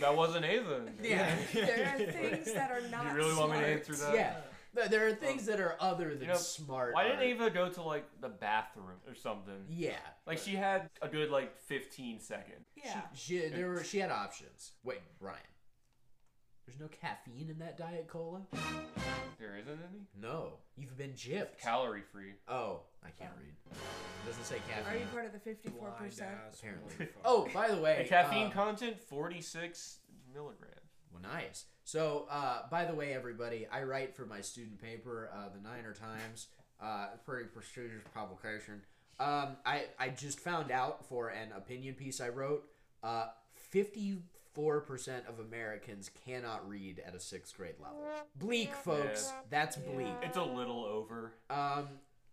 [SPEAKER 2] That wasn't Ava in there.
[SPEAKER 4] Yeah.
[SPEAKER 3] there are things that are not.
[SPEAKER 2] You really want me to
[SPEAKER 3] smart.
[SPEAKER 2] answer that?
[SPEAKER 4] Yeah. But there are things that are other than
[SPEAKER 2] know,
[SPEAKER 4] smart.
[SPEAKER 2] Why didn't
[SPEAKER 4] art.
[SPEAKER 2] Ava go to like the bathroom or something?
[SPEAKER 4] Yeah.
[SPEAKER 2] Like she had a good like 15 seconds.
[SPEAKER 3] Yeah.
[SPEAKER 4] She, there were, she had options. Wait, Ryan. There's no caffeine in that Diet Cola?
[SPEAKER 2] There isn't any.
[SPEAKER 4] No. You've been gypped.
[SPEAKER 2] Calorie free.
[SPEAKER 4] oh, I can't read. It doesn't say
[SPEAKER 3] Are you
[SPEAKER 4] caffeine.
[SPEAKER 3] part of the 54%?
[SPEAKER 4] Apparently. Oh, by the way.
[SPEAKER 2] And caffeine
[SPEAKER 4] um,
[SPEAKER 2] content 46 milligrams.
[SPEAKER 4] Well, nice. So, uh, by the way, everybody, I write for my student paper, uh, the Niner Times, uh, pretty prestigious publication. Um, I, I just found out for an opinion piece I wrote, uh, 54% of Americans cannot read at a sixth grade level. Bleak, folks.
[SPEAKER 2] Yeah.
[SPEAKER 4] That's bleak.
[SPEAKER 2] It's a little over.
[SPEAKER 4] Um,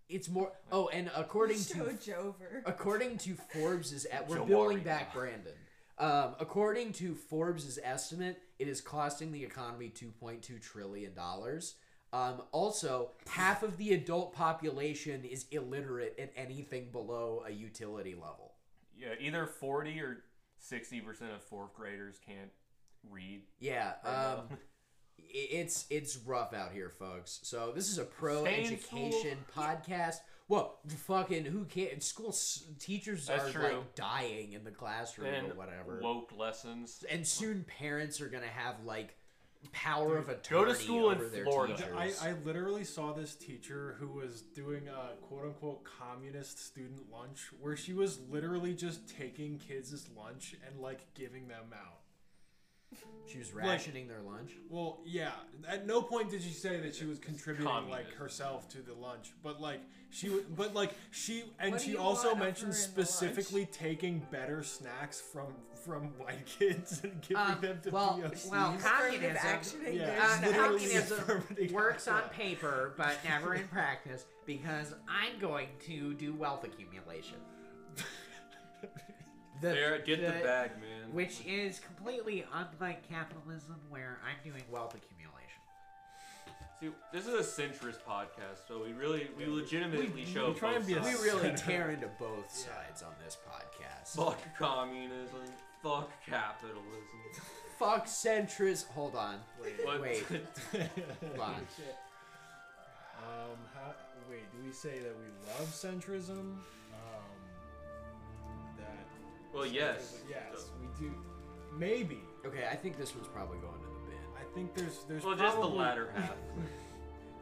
[SPEAKER 4] it's more. Oh, and according
[SPEAKER 3] so
[SPEAKER 4] to
[SPEAKER 3] Jover.
[SPEAKER 4] According to Forbes's, e- we're
[SPEAKER 2] Jawari.
[SPEAKER 4] billing back Brandon. Um, according to Forbes's estimate, it is costing the economy 2.2 trillion dollars. Um, also, half of the adult population is illiterate at anything below a utility level.
[SPEAKER 2] Yeah, either 40 or 60% of fourth graders can't read.
[SPEAKER 4] Yeah,
[SPEAKER 2] well.
[SPEAKER 4] um, i- it's it's rough out here, folks. So this is a pro
[SPEAKER 2] Stay in
[SPEAKER 4] education podcast. Well, fucking who can't? School s- teachers
[SPEAKER 2] That's
[SPEAKER 4] are
[SPEAKER 2] true.
[SPEAKER 4] like dying in the classroom
[SPEAKER 2] And
[SPEAKER 4] or whatever.
[SPEAKER 2] woke lessons.
[SPEAKER 4] and soon parents are gonna have like power of attorney
[SPEAKER 2] go to school in
[SPEAKER 4] over their
[SPEAKER 2] Florida.
[SPEAKER 4] teachers.
[SPEAKER 1] I, I literally saw this teacher who was doing a quote unquote communist student lunch where she was literally just taking kids' lunch and like giving them out.
[SPEAKER 4] she was rationing their lunch.
[SPEAKER 1] Well, yeah. At no point did she say that she was contributing like
[SPEAKER 2] communism.
[SPEAKER 1] herself to the lunch, but like she, would- but like she, and
[SPEAKER 3] What do
[SPEAKER 1] she
[SPEAKER 3] you
[SPEAKER 1] also
[SPEAKER 3] want of her in
[SPEAKER 1] mentioned
[SPEAKER 3] the
[SPEAKER 1] specifically taking better snacks from from white kids and giving
[SPEAKER 3] Uh,
[SPEAKER 8] Um,
[SPEAKER 1] them to
[SPEAKER 8] well,
[SPEAKER 1] POCs.
[SPEAKER 8] well,
[SPEAKER 3] Affirmative
[SPEAKER 8] communism.
[SPEAKER 3] actioning
[SPEAKER 1] Yeah,
[SPEAKER 3] their
[SPEAKER 1] it's
[SPEAKER 8] Uh,
[SPEAKER 3] snacks.
[SPEAKER 1] literally
[SPEAKER 8] communism
[SPEAKER 1] affirmative
[SPEAKER 8] works on
[SPEAKER 1] action.
[SPEAKER 8] paper, but never in practice, because I'm going to do wealth accumulation,
[SPEAKER 4] The-
[SPEAKER 2] There, get the
[SPEAKER 8] the-
[SPEAKER 2] bag, man.
[SPEAKER 8] which is completely unlike capitalism, where I'm doing wealth accumulation.
[SPEAKER 2] See, this is a centrist podcast, so we really, we legitimately show
[SPEAKER 1] we try
[SPEAKER 2] both
[SPEAKER 1] and be a
[SPEAKER 4] we
[SPEAKER 2] sides.
[SPEAKER 4] really tear into both sides on this podcast.
[SPEAKER 2] Fuck communism. Fuck capitalism.
[SPEAKER 4] Fuck centrist. Hold on.
[SPEAKER 2] What-
[SPEAKER 4] Wait. Hold on.
[SPEAKER 1] Um, how, wait, do we say that we love centrism? Um, that.
[SPEAKER 2] well, yes.
[SPEAKER 1] Yes, we do. Maybe.
[SPEAKER 4] Okay, I think this one's probably going in the bin.
[SPEAKER 1] I think there's there's
[SPEAKER 2] Well, just the
[SPEAKER 1] probably,
[SPEAKER 2] latter half.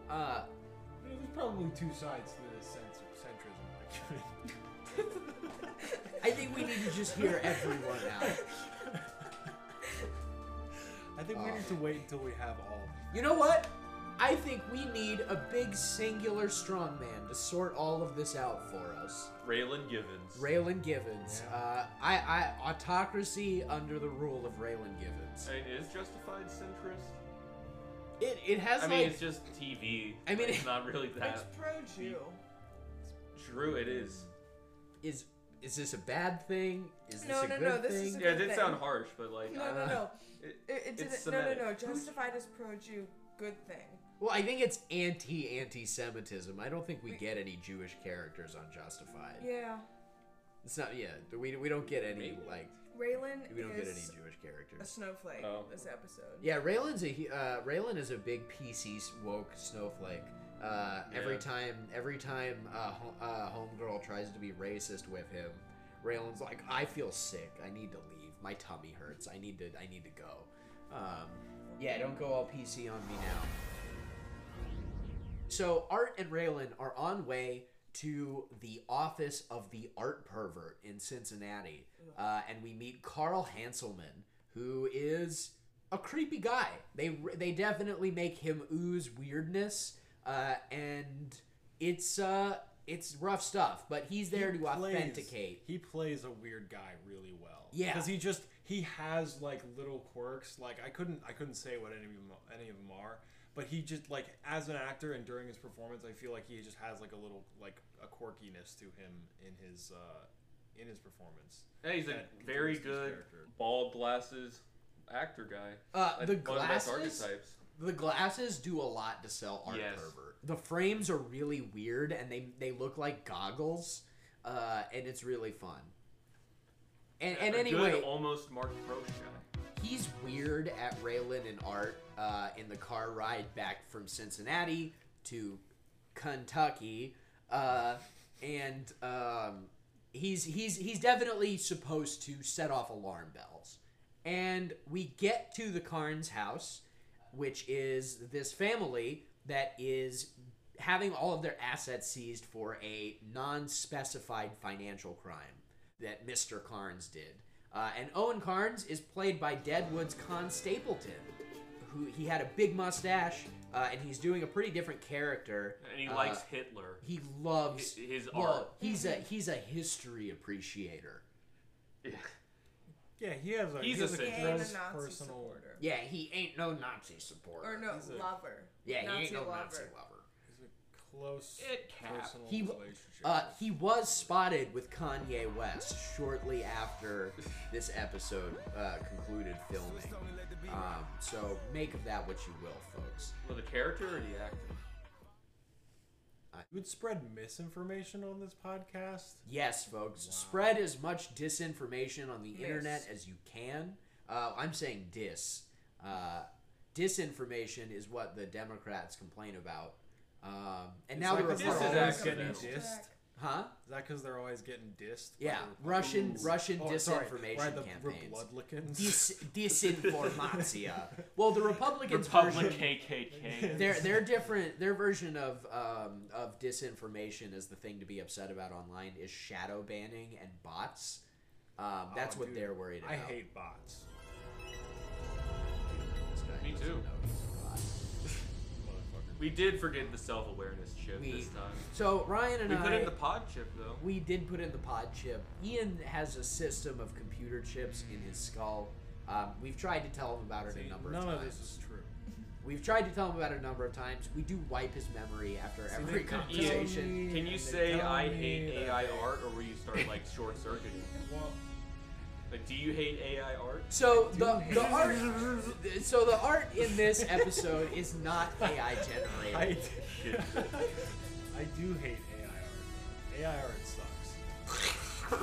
[SPEAKER 4] Uh,
[SPEAKER 1] There's probably two sides to this cens- centrism. actually.
[SPEAKER 4] I think we need to just hear everyone out.
[SPEAKER 1] I think we
[SPEAKER 4] Um,
[SPEAKER 1] need to wait until we have all.
[SPEAKER 4] You know what? I think we need a big singular strongman to sort all of this out for us.
[SPEAKER 2] Raylan Givens.
[SPEAKER 4] Raylan Givens.
[SPEAKER 1] Yeah.
[SPEAKER 4] Uh, I, I autocracy under the rule of Raylan Givens.
[SPEAKER 2] I mean, is justified centrist?
[SPEAKER 4] It, it has
[SPEAKER 2] I mean,
[SPEAKER 4] like
[SPEAKER 2] it's just TV.
[SPEAKER 4] I mean,
[SPEAKER 2] it's not really
[SPEAKER 3] It's
[SPEAKER 2] that
[SPEAKER 3] pro-Jew.
[SPEAKER 2] true. It is.
[SPEAKER 4] is is this a bad thing? Is this
[SPEAKER 3] No,
[SPEAKER 4] a
[SPEAKER 3] no,
[SPEAKER 4] good
[SPEAKER 3] no, this
[SPEAKER 4] thing?
[SPEAKER 3] is a
[SPEAKER 2] Yeah, it
[SPEAKER 3] good
[SPEAKER 2] did
[SPEAKER 3] thing.
[SPEAKER 2] sound harsh, but like,
[SPEAKER 3] No,
[SPEAKER 2] I-
[SPEAKER 3] no, no.
[SPEAKER 2] it-
[SPEAKER 3] It, it
[SPEAKER 2] it's
[SPEAKER 3] didn't. No, no, no.
[SPEAKER 2] Semitic.
[SPEAKER 3] Justified as pro-Jew. Good thing.
[SPEAKER 4] Well, I think it's anti anti-Semitism. I don't think we get any Jewish characters on Justified.
[SPEAKER 3] Yeah.
[SPEAKER 4] It's not. Yeah, we, we don't get any like
[SPEAKER 3] Raylan
[SPEAKER 4] we don't get any
[SPEAKER 3] is
[SPEAKER 4] Jewish
[SPEAKER 3] a
[SPEAKER 4] characters.
[SPEAKER 3] snowflake
[SPEAKER 2] Oh.
[SPEAKER 3] this episode.
[SPEAKER 4] Yeah, Raylan's a he- uh, Raylan is a big PC woke snowflake. Uh, Every
[SPEAKER 2] Yeah.
[SPEAKER 4] time, every time uh, ho- uh, homegirl tries to be racist with him, Raylan's like, "I feel sick. I need to leave. My tummy hurts. I need to. I need to go." Um, yeah, don't go all PC on me now. So Art and Raylan are on way to the office of the art pervert in Cincinnati, uh, and we meet Carl Hanselman, who is a creepy guy. They they definitely make him ooze weirdness, uh, and it's uh it's rough stuff. But he's there
[SPEAKER 1] He
[SPEAKER 4] to
[SPEAKER 1] plays-
[SPEAKER 4] authenticate.
[SPEAKER 1] He plays a weird guy really well.
[SPEAKER 4] Yeah.
[SPEAKER 1] because he just he has like little quirks. Like I couldn't I couldn't say what any of them, any of them are, but he just like as an actor and during his performance, I feel like he just has like a little like a quirkiness to him in his uh, in his performance.
[SPEAKER 2] yeah, he's a
[SPEAKER 1] That
[SPEAKER 2] very
[SPEAKER 1] contributes to his
[SPEAKER 2] good
[SPEAKER 1] character.
[SPEAKER 2] bald glasses actor guy.
[SPEAKER 4] Uh,
[SPEAKER 2] Like,
[SPEAKER 4] the
[SPEAKER 2] one of the best
[SPEAKER 4] glasses?
[SPEAKER 2] archetypes.
[SPEAKER 4] The glasses do a lot to sell art
[SPEAKER 2] Yes.
[SPEAKER 4] pervert. The frames are really weird and they they look like goggles. uh, and it's really fun. And, and
[SPEAKER 2] A
[SPEAKER 4] anyway,
[SPEAKER 2] good almost Mark Roche guy.
[SPEAKER 4] he's weird at Raylan and Art uh, in the car ride back from Cincinnati to Kentucky, uh, and um, he's he's he's definitely supposed to set off alarm bells. And we get to the Carnes house, which is this family that is having all of their assets seized for a non-specified financial crime that Mr. Carnes did. Uh, and Owen Carnes is played by Deadwood's Con Stapleton, who he had a big mustache, uh, and he's doing a pretty different character.
[SPEAKER 2] And he
[SPEAKER 4] Uh,
[SPEAKER 2] likes Hitler.
[SPEAKER 4] He loves
[SPEAKER 2] hi- his
[SPEAKER 4] well,
[SPEAKER 2] art.
[SPEAKER 4] He's a he's a history appreciator.
[SPEAKER 1] Yeah, he has a
[SPEAKER 2] He's
[SPEAKER 1] he has
[SPEAKER 2] a
[SPEAKER 1] a
[SPEAKER 2] sadist.
[SPEAKER 3] Gain a
[SPEAKER 1] gross
[SPEAKER 3] Nazi
[SPEAKER 1] personal
[SPEAKER 3] supporter.
[SPEAKER 4] Yeah, he ain't no Nazi supporter.
[SPEAKER 3] Or no,
[SPEAKER 1] He's a-
[SPEAKER 3] lover.
[SPEAKER 4] yeah,
[SPEAKER 3] Nazi
[SPEAKER 4] he ain't no
[SPEAKER 3] lover.
[SPEAKER 4] Nazi lover.
[SPEAKER 1] He's a close
[SPEAKER 2] It cap.
[SPEAKER 1] personal
[SPEAKER 4] He w-
[SPEAKER 1] relationship.
[SPEAKER 4] Uh, he was spotted with Kanye West shortly after this episode uh, concluded filming. Um, so make of that what you will, folks.
[SPEAKER 2] Well, the character or the actor?
[SPEAKER 1] you would spread misinformation on this podcast.
[SPEAKER 4] Yes, folks. Spread as much disinformation on the
[SPEAKER 3] Yes.
[SPEAKER 4] internet as you can. Uh, I'm saying dis. Uh, disinformation is what the Democrats complain about. Um, and now
[SPEAKER 1] It's
[SPEAKER 4] the
[SPEAKER 1] like
[SPEAKER 2] this
[SPEAKER 1] they're
[SPEAKER 2] is
[SPEAKER 1] always
[SPEAKER 4] Republicans,
[SPEAKER 2] actually-
[SPEAKER 1] getting
[SPEAKER 2] accidental.
[SPEAKER 1] dissed.
[SPEAKER 4] huh?
[SPEAKER 1] Is that because they're always getting dissed? by
[SPEAKER 4] Yeah,
[SPEAKER 1] the
[SPEAKER 4] Russian-
[SPEAKER 1] Republicans?
[SPEAKER 4] Russian
[SPEAKER 1] Oh, sorry,
[SPEAKER 4] disinformation
[SPEAKER 1] by the
[SPEAKER 4] campaigns.
[SPEAKER 1] Republicans.
[SPEAKER 4] Dis- disinformatia. well, the Republicans'
[SPEAKER 2] Republic
[SPEAKER 4] version-
[SPEAKER 2] KKK.
[SPEAKER 4] their their different their version of um, of disinformation is the thing to be upset about online is shadow banning and bots. Um, that's
[SPEAKER 1] Oh,
[SPEAKER 4] what
[SPEAKER 1] dude,
[SPEAKER 4] they're worried about.
[SPEAKER 1] I hate bots.
[SPEAKER 4] This guy
[SPEAKER 2] Me
[SPEAKER 4] doesn't
[SPEAKER 2] too.
[SPEAKER 4] know he's a bot.
[SPEAKER 2] We did forget the self-awareness chip
[SPEAKER 4] We-
[SPEAKER 2] this time.
[SPEAKER 4] So Ryan and
[SPEAKER 2] We
[SPEAKER 4] I
[SPEAKER 2] put in the pod chip though.
[SPEAKER 4] we did put in the pod chip. Ian has a system of computer chips in his skull. Um, we've tried to tell him about it
[SPEAKER 1] See,
[SPEAKER 4] a number of
[SPEAKER 1] none
[SPEAKER 4] times.
[SPEAKER 1] of this is true.
[SPEAKER 4] We've tried to tell him about it a number of times. We do wipe his memory after every
[SPEAKER 1] they- they tell
[SPEAKER 4] conversation.
[SPEAKER 1] me,
[SPEAKER 2] Can you
[SPEAKER 1] and they
[SPEAKER 2] say
[SPEAKER 1] tell
[SPEAKER 2] I
[SPEAKER 1] me
[SPEAKER 2] hate
[SPEAKER 1] that-
[SPEAKER 2] AI art, or will you start like short circuiting?
[SPEAKER 1] Well,
[SPEAKER 2] Like, do you hate AI art?
[SPEAKER 4] So the, the art so the art in this episode is not AI
[SPEAKER 1] I,
[SPEAKER 4] generated.
[SPEAKER 1] I do hate AI art. AI art sucks.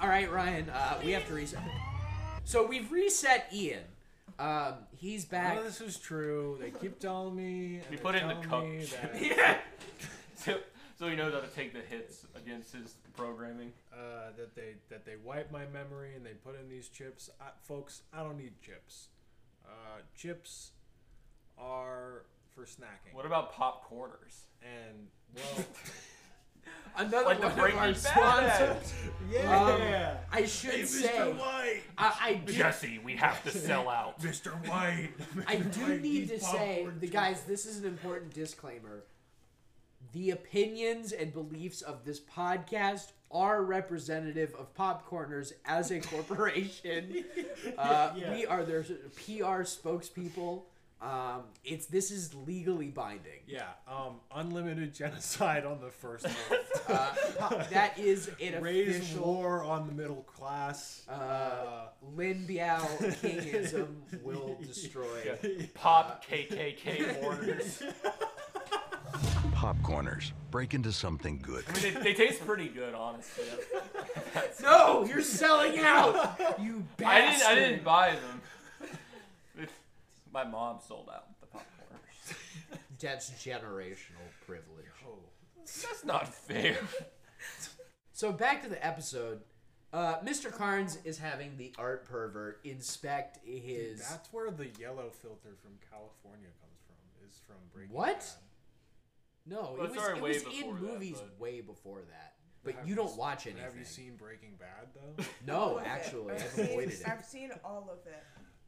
[SPEAKER 4] All right, Ryan, uh, we have to reset. So we've reset Ian. Um, he's back.
[SPEAKER 1] None of this is true. They keep telling me. and
[SPEAKER 2] We
[SPEAKER 1] they're
[SPEAKER 2] put in the
[SPEAKER 1] telling me
[SPEAKER 2] cup.
[SPEAKER 1] that,
[SPEAKER 4] Yeah.
[SPEAKER 2] So, so he knows how to take the hits against his programming.
[SPEAKER 1] uh, that they that they wipe my memory and they put in these chips. I, folks, I don't need chips. Uh, chips are for snacking.
[SPEAKER 2] What about pop corners?
[SPEAKER 1] And well,
[SPEAKER 4] Another
[SPEAKER 2] Like the
[SPEAKER 4] one of
[SPEAKER 2] Breaking
[SPEAKER 4] our
[SPEAKER 2] Bad.
[SPEAKER 4] sponsors. Um,
[SPEAKER 1] yeah.
[SPEAKER 4] I should say,
[SPEAKER 1] White,
[SPEAKER 4] I, I do,
[SPEAKER 2] Jesse, we have to sell out.
[SPEAKER 1] Mr. White.
[SPEAKER 4] I do need to say, the guys, this is an important disclaimer. The opinions and beliefs of this podcast are representative of Popcorners as a corporation. uh,
[SPEAKER 1] Yeah.
[SPEAKER 4] We are their PR spokespeople. Um, it's this is legally binding.
[SPEAKER 1] Yeah, um, unlimited genocide on the first one.
[SPEAKER 4] Uh, po- that is an
[SPEAKER 1] Raise
[SPEAKER 4] official
[SPEAKER 1] war on the middle class.
[SPEAKER 4] Uh, Lin Biao Kingism will destroy.
[SPEAKER 2] Pop KKK corners.
[SPEAKER 9] Popcorners. Break into something good.
[SPEAKER 2] I mean, they, they taste pretty good, honestly.
[SPEAKER 4] No, you're selling out. You
[SPEAKER 2] I
[SPEAKER 4] bastard.
[SPEAKER 2] didn't. I didn't buy them. My mom sold out the pop corners.
[SPEAKER 4] That's generational privilege.
[SPEAKER 2] That's not fair.
[SPEAKER 4] So back to the episode. Uh, Mr. Carnes is having the art pervert inspect his.
[SPEAKER 1] That's where the yellow filter from California comes from. Is from Breaking
[SPEAKER 4] What?
[SPEAKER 1] Bad.
[SPEAKER 4] no,
[SPEAKER 2] Well,
[SPEAKER 4] it
[SPEAKER 2] it's
[SPEAKER 4] was,
[SPEAKER 2] already
[SPEAKER 4] it
[SPEAKER 2] way
[SPEAKER 4] was
[SPEAKER 2] before
[SPEAKER 4] in
[SPEAKER 2] that,
[SPEAKER 4] movies
[SPEAKER 2] but-
[SPEAKER 4] way before that. But
[SPEAKER 1] Have
[SPEAKER 4] you don't watch
[SPEAKER 1] but
[SPEAKER 4] anything.
[SPEAKER 1] Have you seen Breaking Bad though?
[SPEAKER 4] No,
[SPEAKER 3] All of it.
[SPEAKER 4] Oh, actually,
[SPEAKER 3] I've
[SPEAKER 4] I've
[SPEAKER 3] seen-
[SPEAKER 4] avoided it.
[SPEAKER 3] I've seen all of it.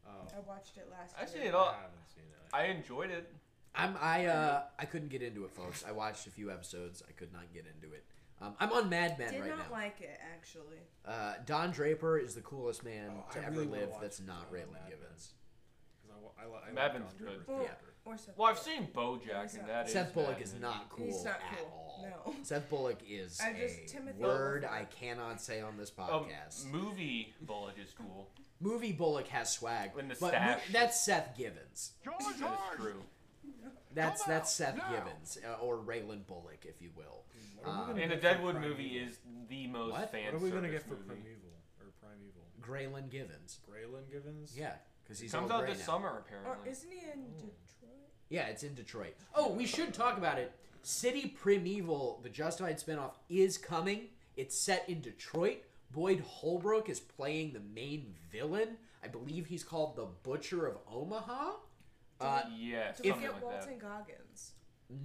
[SPEAKER 1] Oh.
[SPEAKER 3] I watched it last
[SPEAKER 2] I've seen
[SPEAKER 3] year.
[SPEAKER 2] it all.
[SPEAKER 1] I haven't seen it.
[SPEAKER 2] I enjoyed it.
[SPEAKER 4] I'm, I uh, I couldn't get into it, folks. I watched a few episodes. I could not get into it. Um, I'm on Mad Men
[SPEAKER 3] Did
[SPEAKER 4] right
[SPEAKER 3] not
[SPEAKER 4] now.
[SPEAKER 3] like it actually.
[SPEAKER 4] uh, Don Draper is the coolest man
[SPEAKER 1] Oh, I
[SPEAKER 4] to ever
[SPEAKER 1] really wanna
[SPEAKER 4] live.
[SPEAKER 1] watch
[SPEAKER 4] That's not
[SPEAKER 1] Mad
[SPEAKER 4] Raylan
[SPEAKER 1] Men.
[SPEAKER 4] Givens.
[SPEAKER 1] 'Cause I wa- I, li- I
[SPEAKER 2] Mad
[SPEAKER 1] like
[SPEAKER 2] Men's
[SPEAKER 1] Don
[SPEAKER 2] good.
[SPEAKER 1] Draper.
[SPEAKER 3] Or,
[SPEAKER 4] Yeah.
[SPEAKER 3] or Seth.
[SPEAKER 2] Well, I've
[SPEAKER 3] Bullock.
[SPEAKER 2] seen BoJack, and that is
[SPEAKER 4] Seth Bullock
[SPEAKER 2] Mad
[SPEAKER 4] is
[SPEAKER 2] Men.
[SPEAKER 4] not cool
[SPEAKER 3] He's not
[SPEAKER 4] at
[SPEAKER 3] cool,
[SPEAKER 4] all.
[SPEAKER 3] no.
[SPEAKER 4] Seth Bullock is
[SPEAKER 3] I just-
[SPEAKER 4] a
[SPEAKER 3] Timothy-
[SPEAKER 4] word I cannot say on this
[SPEAKER 2] Um,
[SPEAKER 4] podcast.
[SPEAKER 2] movie Bullock is cool.
[SPEAKER 4] Movie Bullock has swag,
[SPEAKER 2] When the
[SPEAKER 4] but mo-
[SPEAKER 2] stash-
[SPEAKER 4] that's Seth Givens.
[SPEAKER 2] That's true.
[SPEAKER 4] That's that's Seth Gibbons uh, or Raylan Bullock, if you will.
[SPEAKER 1] What are we
[SPEAKER 4] Um,
[SPEAKER 1] gonna
[SPEAKER 2] And the
[SPEAKER 1] get for
[SPEAKER 2] Deadwood movie
[SPEAKER 1] Primeval?
[SPEAKER 2] is the most
[SPEAKER 4] What?
[SPEAKER 2] fan
[SPEAKER 1] What are we gonna get
[SPEAKER 2] service
[SPEAKER 1] for
[SPEAKER 2] movie.
[SPEAKER 1] Primeval or Primeval?
[SPEAKER 4] Graylin Givens.
[SPEAKER 1] Graylin Givens.
[SPEAKER 4] Yeah, because he's
[SPEAKER 2] Comes
[SPEAKER 4] all
[SPEAKER 2] out
[SPEAKER 4] gray
[SPEAKER 2] this
[SPEAKER 4] now.
[SPEAKER 2] summer
[SPEAKER 3] Or
[SPEAKER 2] apparently.
[SPEAKER 3] isn't he in Detroit?
[SPEAKER 4] Yeah, it's in Detroit. Oh, we should talk about it. City Primeval, the Justified spinoff, is coming. It's set in Detroit. Boyd Holbrook is playing the main villain. I believe he's called the Butcher of Omaha. Uh,
[SPEAKER 2] yeah,
[SPEAKER 3] Do we
[SPEAKER 2] something
[SPEAKER 3] get
[SPEAKER 2] like that.
[SPEAKER 3] Walton Goggins?